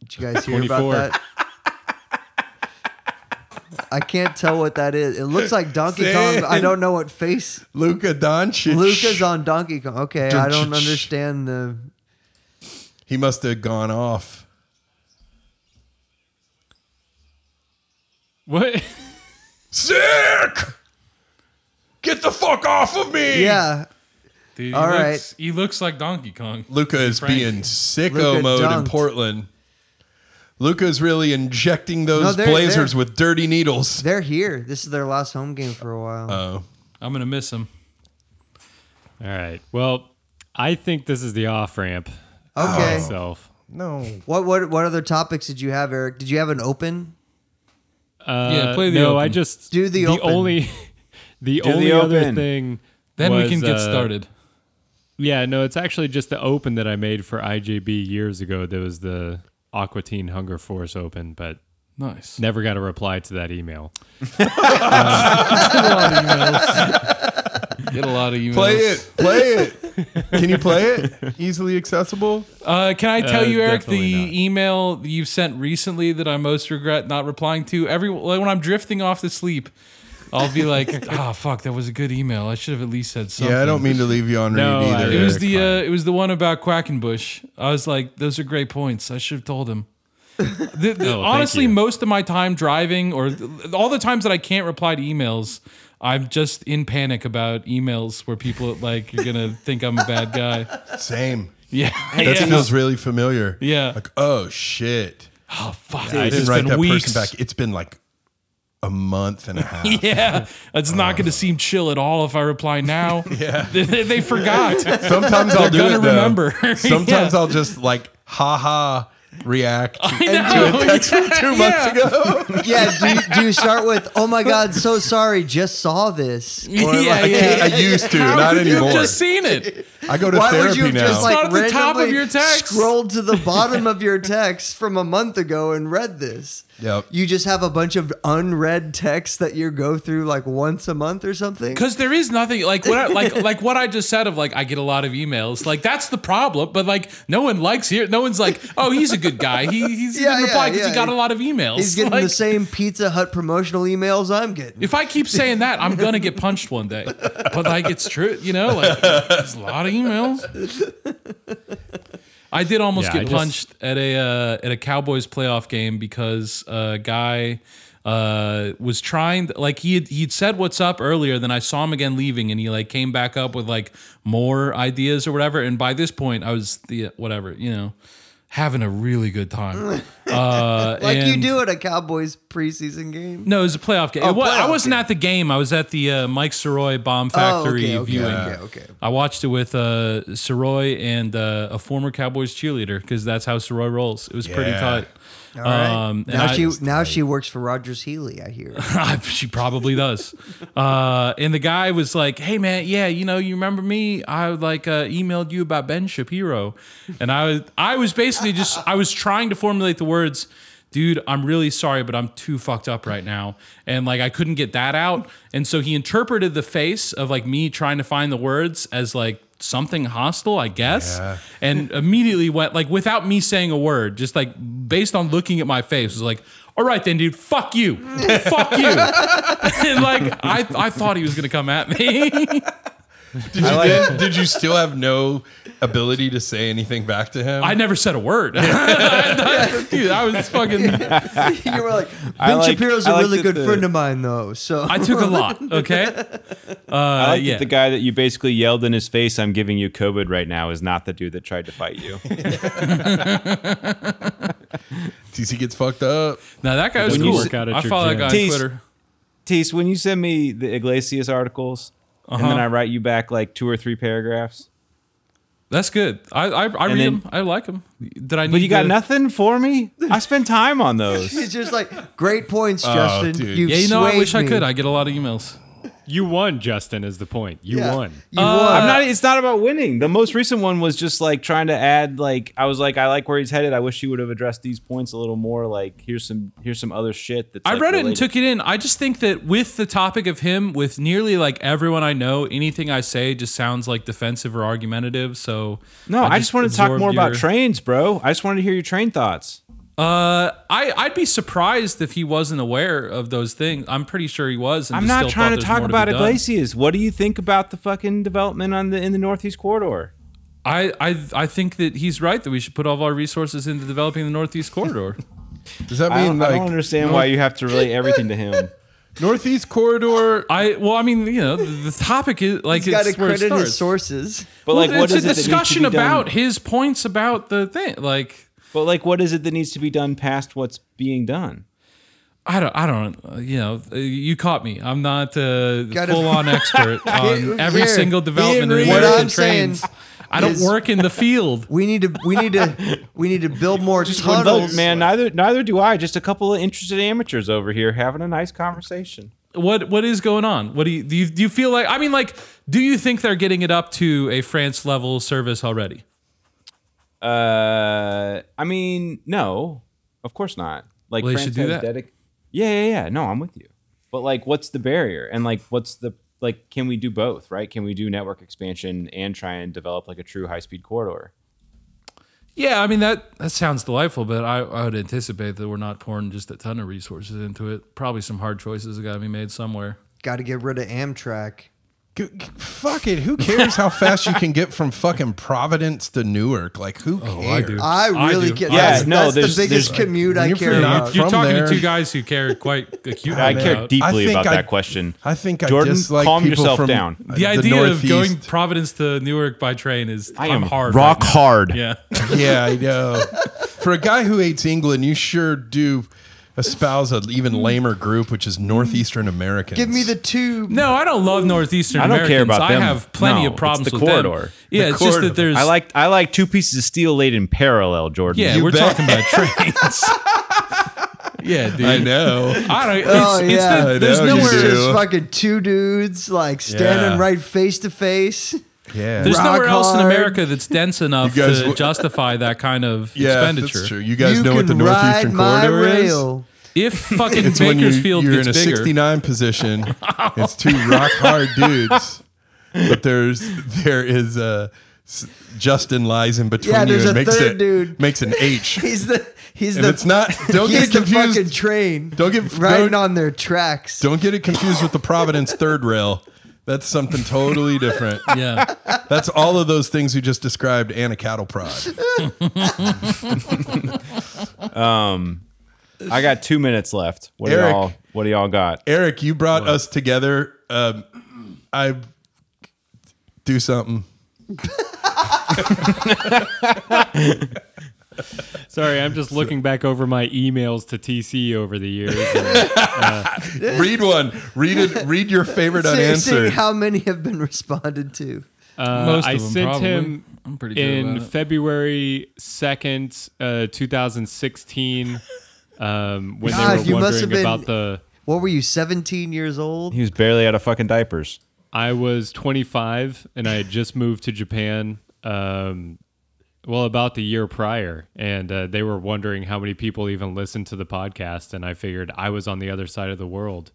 Speaker 2: Did you guys hear
Speaker 4: 24.
Speaker 2: about that? I can't tell what that is. It looks like Donkey Kong. I don't know what face
Speaker 1: Luca Doncic.
Speaker 2: Luca's on Donkey Kong. Okay, I don't understand the.
Speaker 1: He must have gone off.
Speaker 4: What?
Speaker 1: Sick. Get the fuck off of me.
Speaker 2: Yeah,
Speaker 3: Dude, he,
Speaker 2: All
Speaker 3: looks,
Speaker 2: right.
Speaker 3: he looks like Donkey Kong.
Speaker 1: Luca is
Speaker 3: Frank.
Speaker 1: being sicko
Speaker 2: Luka
Speaker 1: mode
Speaker 2: dunked.
Speaker 1: in Portland. Luca's really injecting
Speaker 2: No,
Speaker 1: those
Speaker 2: they're-
Speaker 1: Blazers
Speaker 2: they're-
Speaker 1: with dirty needles.
Speaker 2: they're here. This is their last home game for a while.
Speaker 3: I'm gonna miss him.
Speaker 4: All right. Well, I think this is the off ramp
Speaker 2: okay.
Speaker 4: itself.
Speaker 1: No.
Speaker 2: What what what other topics did you have, Eric? Did you have an open?
Speaker 4: Uh,
Speaker 3: Yeah, play the
Speaker 4: no,
Speaker 3: open.
Speaker 4: I just
Speaker 2: Do the open.
Speaker 4: only the
Speaker 6: the
Speaker 4: only other
Speaker 6: open.
Speaker 4: thing.
Speaker 3: Then we
Speaker 4: was,
Speaker 3: can get
Speaker 4: uh,
Speaker 3: started.
Speaker 4: Yeah, no, it's actually just the open that I made for IJB years ago. There was the Aquatine Hunger Force Open, but
Speaker 3: Nice.
Speaker 4: never got a reply to that email.
Speaker 3: Get a lot of emails.
Speaker 1: Play it. Play it. Can you play it? Easily accessible?
Speaker 3: Uh, can I tell
Speaker 4: Uh,
Speaker 3: you, Eric, the
Speaker 4: definitely not.
Speaker 3: email that you've sent recently that I most regret not replying to? Every like, when I'm drifting off to sleep, I'll be like, "Ah, fuck, that was a good email. I should have at least said something."
Speaker 1: Yeah, I don't mean to leave you on read
Speaker 4: No, I-
Speaker 1: either.
Speaker 3: It was
Speaker 4: Eric
Speaker 3: the uh, it was the one about Quackenbush. I was like, those are great points. I should have told him. The- the-
Speaker 4: thank
Speaker 3: honestly,
Speaker 4: you.
Speaker 3: most of my time driving, or th- all the times that I can't reply to emails, I'm just in panic about emails where people like you're gonna think I'm a bad guy.
Speaker 1: Same.
Speaker 3: Yeah,
Speaker 1: That
Speaker 3: yeah.
Speaker 1: feels really familiar.
Speaker 3: Yeah.
Speaker 1: Like, oh shit.
Speaker 3: oh fuck,
Speaker 1: I
Speaker 3: it's
Speaker 1: didn't write
Speaker 3: been
Speaker 1: that
Speaker 3: weeks.
Speaker 1: person back. It's been like a month and a half.
Speaker 3: Yeah, it's not going to seem chill at all if I reply now. yeah, they, they forgot.
Speaker 1: Sometimes I'll do
Speaker 3: gonna
Speaker 1: it. though.
Speaker 3: remember.
Speaker 1: Sometimes
Speaker 3: Yeah.
Speaker 1: I'll just like haha react to
Speaker 3: know.
Speaker 1: a text from two months ago.
Speaker 2: Yeah. Do you, do you start with "Oh my God, so sorry, just saw this"? Or
Speaker 3: Yeah,
Speaker 2: like,
Speaker 3: yeah.
Speaker 1: I used to,
Speaker 3: How
Speaker 1: not
Speaker 3: could you have
Speaker 1: anymore.
Speaker 3: just seen it.
Speaker 1: I go to
Speaker 2: Why would
Speaker 1: therapy
Speaker 2: you have
Speaker 1: now.
Speaker 2: just
Speaker 3: It's
Speaker 2: like
Speaker 3: not at the top of
Speaker 2: randomly
Speaker 3: your text.
Speaker 2: scrolled to the bottom of your text from a month ago and read this?
Speaker 1: Yep.
Speaker 2: You just have a bunch of unread texts that you go through like once a month or something.
Speaker 3: Because there is nothing like what I, like like what I just said of like I get a lot of emails like that's the problem but like no one likes here no one's like oh he's a good guy he he's, he
Speaker 2: Yeah,
Speaker 3: didn't
Speaker 2: yeah,
Speaker 3: reply because
Speaker 2: yeah.
Speaker 3: he got a lot of emails
Speaker 2: He's getting the
Speaker 3: Like,
Speaker 2: same Pizza Hut promotional emails I'm getting.
Speaker 3: if I keep saying that I'm gonna get punched one day but like it's true you know like there's a lot of emails I did almost
Speaker 4: Yeah, I
Speaker 3: get
Speaker 4: just-
Speaker 3: punched at a uh, at a Cowboys playoff game because a guy. Uh, was trying like he had, he'd said what's up earlier then i saw him again leaving and he like came back up with like more ideas or whatever and by this point i was the whatever you know having a really good time uh
Speaker 2: like you
Speaker 3: and-
Speaker 2: do at a Cowboys preseason game.
Speaker 3: no it was a playoff game It wa- i
Speaker 2: Oh, playoff
Speaker 3: wasn't
Speaker 2: game.
Speaker 3: at the game i was at the uh, mike soroy bomb factory
Speaker 2: oh, okay, okay,
Speaker 3: viewing
Speaker 2: okay, okay.
Speaker 3: I watched it with uh, Soroy and uh, a former Cowboys cheerleader because that's how Soroy rolls. It was pretty
Speaker 1: Yeah.
Speaker 3: tight.
Speaker 2: All right.
Speaker 3: Um, and
Speaker 2: now
Speaker 3: I-
Speaker 2: she now she works for Rogers Healy. I hear.
Speaker 3: she probably does. Uh, and the guy was like, "Hey man, yeah, you know, you remember me? I like uh, emailed you about Ben Shapiro, and I was I was basically just I was trying to formulate the words." Dude, I'm really sorry, but I'm too fucked up right now. And like, I couldn't get that out. And so he interpreted the face of like me trying to find the words as like something hostile, I guess. And immediately went like, without me saying a word, just like based on looking at my face, was like, all right then, dude. Fuck you. fuck you. and like I, I thought he was gonna come at me.
Speaker 1: Did you, did, did you still have no ability to say anything back to him?
Speaker 3: I never said a word. I- I- dude, I was fucking.
Speaker 2: you were like Ben
Speaker 6: like-
Speaker 2: Shapiro's
Speaker 6: I
Speaker 2: a
Speaker 6: like
Speaker 2: really
Speaker 6: that
Speaker 2: good
Speaker 6: the-
Speaker 2: friend of mine, though. So
Speaker 3: I took a lot.
Speaker 6: I
Speaker 3: Okay.
Speaker 6: like that
Speaker 3: yeah.
Speaker 6: the guy that you basically yelled in his face, "I'm giving you COVID right now," is not the dude that tried to fight you.
Speaker 1: TC gets fucked up.
Speaker 3: Now that guy was
Speaker 4: When
Speaker 3: cool.
Speaker 4: you work out at
Speaker 3: I
Speaker 4: your
Speaker 3: follow that
Speaker 4: gym.
Speaker 3: guy on
Speaker 5: Tease.
Speaker 3: Twitter.
Speaker 5: Tease, when you send me the Iglesias articles, and
Speaker 3: Uh-huh.
Speaker 5: then I write you back like two or three paragraphs,
Speaker 3: That's good. I I, I read
Speaker 5: then-
Speaker 3: him. I like him. Did I? Need
Speaker 5: but you got
Speaker 3: to-
Speaker 5: nothing for me. I spend time on those.
Speaker 2: It's just like great points, Justin.
Speaker 1: Oh, dude.
Speaker 2: you
Speaker 3: Yeah, you know, I
Speaker 2: swayed
Speaker 3: wish I
Speaker 2: me.
Speaker 3: could. I get a lot of emails.
Speaker 4: You won, Justin, is the point. You
Speaker 2: Yeah.
Speaker 4: won.
Speaker 2: You
Speaker 5: Uh, I'm
Speaker 3: Uh,
Speaker 2: won.
Speaker 5: not. It's not about winning. The most recent one was just like trying to add. Like I was like, I like where he's headed. I wish he would have addressed these points a little more. Like here's some here's some other shit that
Speaker 3: I read it and took it in. I just think that with the topic of him, with nearly like everyone I know, anything I say just sounds like defensive or argumentative. So
Speaker 5: No, I, just, wanted to talk
Speaker 3: absorbed
Speaker 5: more about
Speaker 3: your-
Speaker 5: trains, bro. I just wanted to hear your train thoughts.
Speaker 3: Uh, I I'd be surprised if he wasn't aware of those things. I'm pretty sure he was. And
Speaker 5: I'm
Speaker 3: just
Speaker 5: not
Speaker 3: still
Speaker 5: trying
Speaker 3: thought
Speaker 5: to
Speaker 3: there's
Speaker 5: talk
Speaker 3: more
Speaker 5: about
Speaker 3: be done.
Speaker 5: Iglesias. What do you think about the fucking development on the in the Northeast corridor?
Speaker 3: I I I think that he's right that we should put all of our resources into developing the Northeast Corridor.
Speaker 1: Does that
Speaker 5: I
Speaker 1: mean
Speaker 5: don't, I
Speaker 1: like
Speaker 5: don't understand why you have to relate everything to him.
Speaker 1: Northeast corridor?
Speaker 3: I well, I mean, you know, the the topic is like
Speaker 2: He's got to
Speaker 3: it's where it
Speaker 2: credit
Speaker 3: starts.
Speaker 2: his sources.
Speaker 5: But like,
Speaker 3: Well,
Speaker 5: what
Speaker 3: it's
Speaker 5: is
Speaker 3: a
Speaker 5: it that needs to
Speaker 3: discussion
Speaker 5: be done-
Speaker 3: about his points about the thing. Like
Speaker 5: But like, what is it that needs to be done past what's being done?
Speaker 3: I don't, I don't, uh, you know, uh, you caught me. I'm not a
Speaker 2: Gotta-
Speaker 3: full on expert on every
Speaker 2: Here,
Speaker 3: single development in
Speaker 1: Henry,
Speaker 2: what
Speaker 3: American
Speaker 2: I'm saying
Speaker 3: trains. I don't
Speaker 2: is-
Speaker 3: work in the field.
Speaker 2: We need to. We need to. we need to build more
Speaker 5: Look,
Speaker 2: tunnels.
Speaker 5: man, neither neither do I. Just a couple of interested amateurs over here having a nice conversation.
Speaker 3: What what is going on? What do you do? You, do you feel like? I mean, like, do you think they're getting it up to a France level service already?
Speaker 5: Uh, I mean, no, of course not. Like,
Speaker 3: Well, they
Speaker 5: France
Speaker 3: should do
Speaker 5: has
Speaker 3: that.
Speaker 5: dedic- yeah, yeah, yeah. No, I'm with you. But like, what's the barrier? And like, what's the like? Can we do both? Right? Can we do network expansion and try and develop like a true high speed corridor?
Speaker 3: Yeah, I mean that that sounds delightful, but I, I would anticipate that we're not pouring just a ton of resources into it. Probably some hard choices have got to be made somewhere.
Speaker 2: Got to get rid of Amtrak.
Speaker 1: G- g- fuck it. Who cares how fast you can get from fucking Providence to Newark? Like who cares?
Speaker 3: Oh, I do.
Speaker 2: I
Speaker 3: I
Speaker 2: really
Speaker 3: do.
Speaker 2: get.
Speaker 3: Yeah,
Speaker 2: that's,
Speaker 5: no,
Speaker 2: that's the
Speaker 5: there's-
Speaker 2: biggest
Speaker 5: there's-
Speaker 2: commute I
Speaker 1: You're
Speaker 2: care
Speaker 1: from-
Speaker 2: about.
Speaker 1: you're-
Speaker 3: You're
Speaker 1: From
Speaker 3: talking
Speaker 1: there-
Speaker 3: to two guys who care quite acutely.
Speaker 5: I care
Speaker 3: about-
Speaker 5: deeply
Speaker 1: think
Speaker 5: about
Speaker 1: I-
Speaker 5: that question.
Speaker 1: I think I
Speaker 5: Jordan,
Speaker 1: dislike
Speaker 5: calm
Speaker 1: people
Speaker 5: yourself
Speaker 1: from
Speaker 5: down.
Speaker 1: uh,
Speaker 3: the idea of
Speaker 1: Northeast.
Speaker 3: going Providence to Newark by train is I am hard.
Speaker 7: rock
Speaker 3: right
Speaker 7: hard.
Speaker 3: now. Yeah,
Speaker 1: yeah, I know. For a guy who hates England, you sure do espouse an even lamer group, which is Northeastern Americans.
Speaker 2: Give me the tube.
Speaker 3: no, I don't love Northeastern.
Speaker 5: I don't care
Speaker 3: Americans.
Speaker 5: about
Speaker 3: I
Speaker 5: them.
Speaker 3: have plenty
Speaker 5: No,
Speaker 3: of
Speaker 5: it's
Speaker 3: problems
Speaker 5: the
Speaker 3: with them.
Speaker 5: corridor.
Speaker 3: Yeah,
Speaker 1: The
Speaker 3: it's
Speaker 1: corridor.
Speaker 3: just that there's.
Speaker 5: I like I like two pieces of steel laid in parallel, Jordan.
Speaker 3: Yeah,
Speaker 1: You
Speaker 3: we're
Speaker 1: bet.
Speaker 3: talking about trains. yeah, dude.
Speaker 1: I know.
Speaker 3: I don't. It's,
Speaker 2: Oh,
Speaker 3: it's
Speaker 2: yeah.
Speaker 3: the-
Speaker 1: I
Speaker 3: there's
Speaker 1: know, you
Speaker 3: nowhere.
Speaker 2: It's
Speaker 1: do.
Speaker 2: just fucking two dudes like standing
Speaker 1: Yeah.
Speaker 2: right face to face.
Speaker 1: Yeah.
Speaker 3: There's
Speaker 2: Rock
Speaker 3: nowhere else in
Speaker 2: hard.
Speaker 3: America that's dense enough
Speaker 1: You guys
Speaker 3: to
Speaker 1: w-
Speaker 3: justify that kind of
Speaker 1: yeah,
Speaker 3: expenditure.
Speaker 1: That's true. You guys
Speaker 2: you
Speaker 1: know
Speaker 2: can
Speaker 1: what the
Speaker 2: ride
Speaker 1: Northeastern
Speaker 2: my
Speaker 1: corridor is.
Speaker 2: rail.
Speaker 3: If fucking
Speaker 1: It's when you,
Speaker 3: Bakersfield
Speaker 1: you're in
Speaker 3: gets
Speaker 1: a
Speaker 3: bigger,
Speaker 1: 69 position. It's two rock hard dudes, but there's there is a. Justin lies in between
Speaker 2: Yeah,
Speaker 1: you
Speaker 2: there's
Speaker 1: and
Speaker 2: a
Speaker 1: makes
Speaker 2: third
Speaker 1: it
Speaker 2: dude.
Speaker 1: makes an H. If
Speaker 2: He's the he's the
Speaker 1: it's not, don't
Speaker 2: he's
Speaker 1: get
Speaker 2: the
Speaker 1: confused.
Speaker 2: fucking train.
Speaker 1: Don't get-
Speaker 2: riding
Speaker 1: don't-
Speaker 2: on their tracks.
Speaker 1: Don't get it confused with the Providence third rail. That's something totally different.
Speaker 3: yeah,
Speaker 1: That's all of those things you just described and a cattle prod.
Speaker 5: I got two minutes left. What do
Speaker 1: Eric.
Speaker 5: y'all What do y'all got?
Speaker 1: Eric, you brought us together. Um, I do something.
Speaker 4: Sorry, I'm just looking back over my emails to TC over the years. Uh, and
Speaker 1: Read one. Read it. Read your favorite
Speaker 2: See-
Speaker 1: unanswered.
Speaker 2: Seeing how many have been responded to.
Speaker 3: most
Speaker 4: Uh, I
Speaker 3: of them
Speaker 4: sent
Speaker 3: probably.
Speaker 4: him
Speaker 3: I'm pretty good
Speaker 4: in
Speaker 3: about it.
Speaker 4: February 2nd, uh, 2016, um, when
Speaker 2: God,
Speaker 4: they
Speaker 2: you
Speaker 4: were
Speaker 2: must have
Speaker 4: wondering
Speaker 2: been-
Speaker 4: about the.
Speaker 2: What were you, 17 years old?
Speaker 5: He was barely out of fucking diapers.
Speaker 4: I was 25 and I had just moved to Japan. Um, well, about the year prior, and uh, they were wondering how many people even listened to the podcast, and I figured I was on the other side of the world,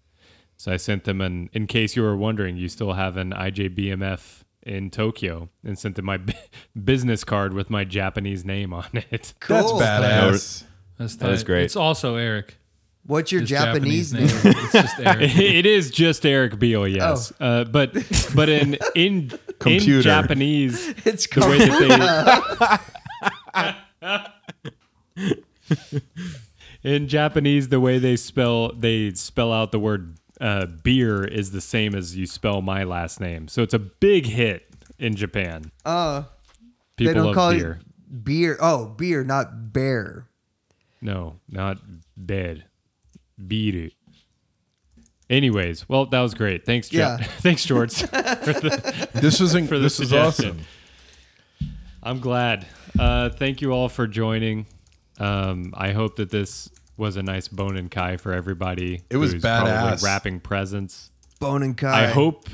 Speaker 4: so I sent them an. In case you were wondering, you still have an IJBMF in Tokyo, and sent them my b- business card with my Japanese name on it.
Speaker 1: That's
Speaker 2: Cool.
Speaker 1: badass.
Speaker 3: That's
Speaker 5: That is
Speaker 3: tight.
Speaker 5: great.
Speaker 3: It's also Eric.
Speaker 2: What's your
Speaker 3: His
Speaker 2: Japanese, name?
Speaker 3: It's just Eric.
Speaker 4: it is just Eric Beal, yes,
Speaker 2: Oh.
Speaker 4: uh, but but in in, in
Speaker 1: Computer.
Speaker 4: Japanese,
Speaker 2: It's
Speaker 4: the way
Speaker 2: called
Speaker 4: that they in Japanese the way they spell they spell out the word uh, beer is the same as you spell my last name so it's a big hit in Japan
Speaker 2: Oh, they
Speaker 4: people
Speaker 2: don't
Speaker 4: love
Speaker 2: call
Speaker 4: beer
Speaker 2: it beer. Oh, beer, not bear.
Speaker 4: No, not dead. Beat it. Anyways, well, that was great. Thanks, jo-
Speaker 2: Yeah.
Speaker 4: Thanks, George.
Speaker 1: This was in,
Speaker 4: For the
Speaker 1: this is
Speaker 4: suggestion.
Speaker 1: awesome.
Speaker 4: I'm glad. Uh, thank you all for joining. Um, I hope that this was a nice bone and kai for everybody.
Speaker 1: It was
Speaker 4: who's probably
Speaker 1: badass.
Speaker 4: Wrapping presents.
Speaker 2: Bone and Kai.
Speaker 4: I hope.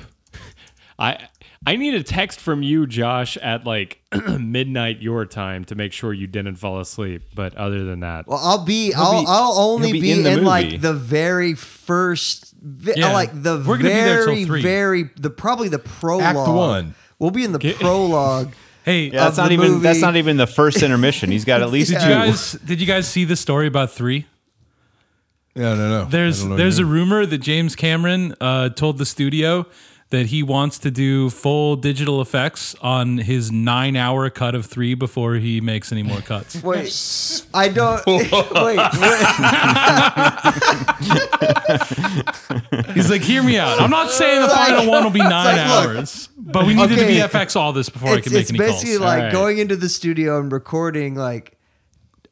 Speaker 4: I I need a text from you, Josh, at like midnight your time to make sure you didn't fall asleep. But other than that,
Speaker 2: Well, I'll be. I'll,
Speaker 6: be-
Speaker 2: I'll only
Speaker 6: he'll
Speaker 2: be,
Speaker 6: be in
Speaker 2: in,
Speaker 6: the movie.
Speaker 2: like the very first. Vi-
Speaker 3: Yeah.
Speaker 2: Like the
Speaker 3: We're gonna be there till
Speaker 2: very,
Speaker 3: three.
Speaker 2: very the probably the prologue.
Speaker 1: one.
Speaker 2: We'll be in the prologue.
Speaker 3: Hey,
Speaker 2: Yeah,
Speaker 3: uh,
Speaker 6: That's
Speaker 2: of the
Speaker 6: not even that's
Speaker 2: movie.
Speaker 6: not even the first intermission. He's got at least
Speaker 2: Yeah.
Speaker 3: did you
Speaker 6: two.
Speaker 3: guys did you guys see the story about three?
Speaker 1: Yeah, no, no.
Speaker 3: There's there's a rumor that James Cameron uh, told the studio that he wants to do full digital effects on his nine hour cut of three before he makes any more cuts.
Speaker 2: Wait, I don't. wait, wait.
Speaker 3: He's like, hear me out. I'm not saying the final one will be nine
Speaker 2: like, look,
Speaker 3: hours, but we needed
Speaker 2: okay.
Speaker 3: to VFX all this before I
Speaker 2: It's,
Speaker 3: can make
Speaker 2: it's
Speaker 3: any calls.
Speaker 2: basically like
Speaker 4: Alright.
Speaker 2: going into the studio and recording like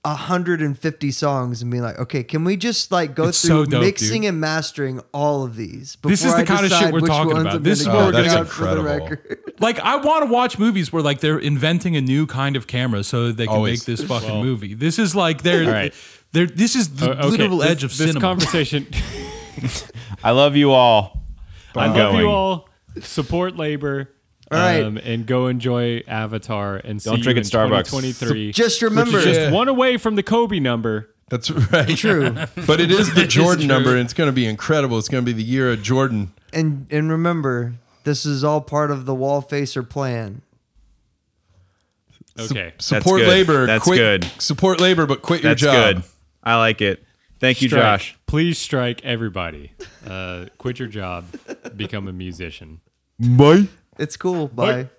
Speaker 2: 150 songs and being like, okay, can we just like go
Speaker 3: It's
Speaker 2: through
Speaker 3: so dope,
Speaker 2: mixing
Speaker 3: dude.
Speaker 2: and mastering all of these? Before
Speaker 3: This is
Speaker 2: I
Speaker 3: the kind of shit
Speaker 2: decide
Speaker 3: we're
Speaker 2: which
Speaker 3: talking
Speaker 2: ones
Speaker 3: about.
Speaker 2: I'm
Speaker 3: This is
Speaker 2: gonna
Speaker 3: what we're
Speaker 2: get
Speaker 1: gonna-
Speaker 2: out for the
Speaker 1: Incredible.
Speaker 2: record.
Speaker 3: Like I want to watch movies where like they're inventing a new kind of camera so that they can
Speaker 1: Always.
Speaker 3: make this fucking movie. This is like they're
Speaker 4: Alright.
Speaker 3: they're this is the
Speaker 4: Uh, okay,
Speaker 3: literal
Speaker 4: this-
Speaker 3: edge of
Speaker 4: this
Speaker 3: cinema.
Speaker 4: conversation.
Speaker 6: I love you all.
Speaker 4: I
Speaker 6: I'm
Speaker 4: love
Speaker 6: going.
Speaker 4: you all. Support labor. um,
Speaker 2: All right.
Speaker 4: and go enjoy Avatar and see
Speaker 6: Don't drink
Speaker 4: you
Speaker 6: at
Speaker 4: in
Speaker 6: Starbucks.
Speaker 4: 2023.
Speaker 2: Just
Speaker 4: which
Speaker 2: remember-
Speaker 4: is just
Speaker 1: Yeah.
Speaker 4: one away from the Kobe number.
Speaker 1: That's right.
Speaker 2: True.
Speaker 1: But it is the Jordan
Speaker 4: true.
Speaker 1: number, and it's going to be incredible. It's going to be the year of Jordan.
Speaker 2: And and remember, this is all part of the wall facer plan.
Speaker 4: Okay.
Speaker 1: Support
Speaker 5: good.
Speaker 1: labor.
Speaker 5: That's
Speaker 1: quit,
Speaker 5: good.
Speaker 1: Support labor, but quit
Speaker 5: That's
Speaker 1: your job.
Speaker 5: good. I like it. Thank you,
Speaker 4: Strike.
Speaker 5: Josh.
Speaker 4: Please strike everybody. Uh, quit your job. Become a musician.
Speaker 2: It's cool. Bye.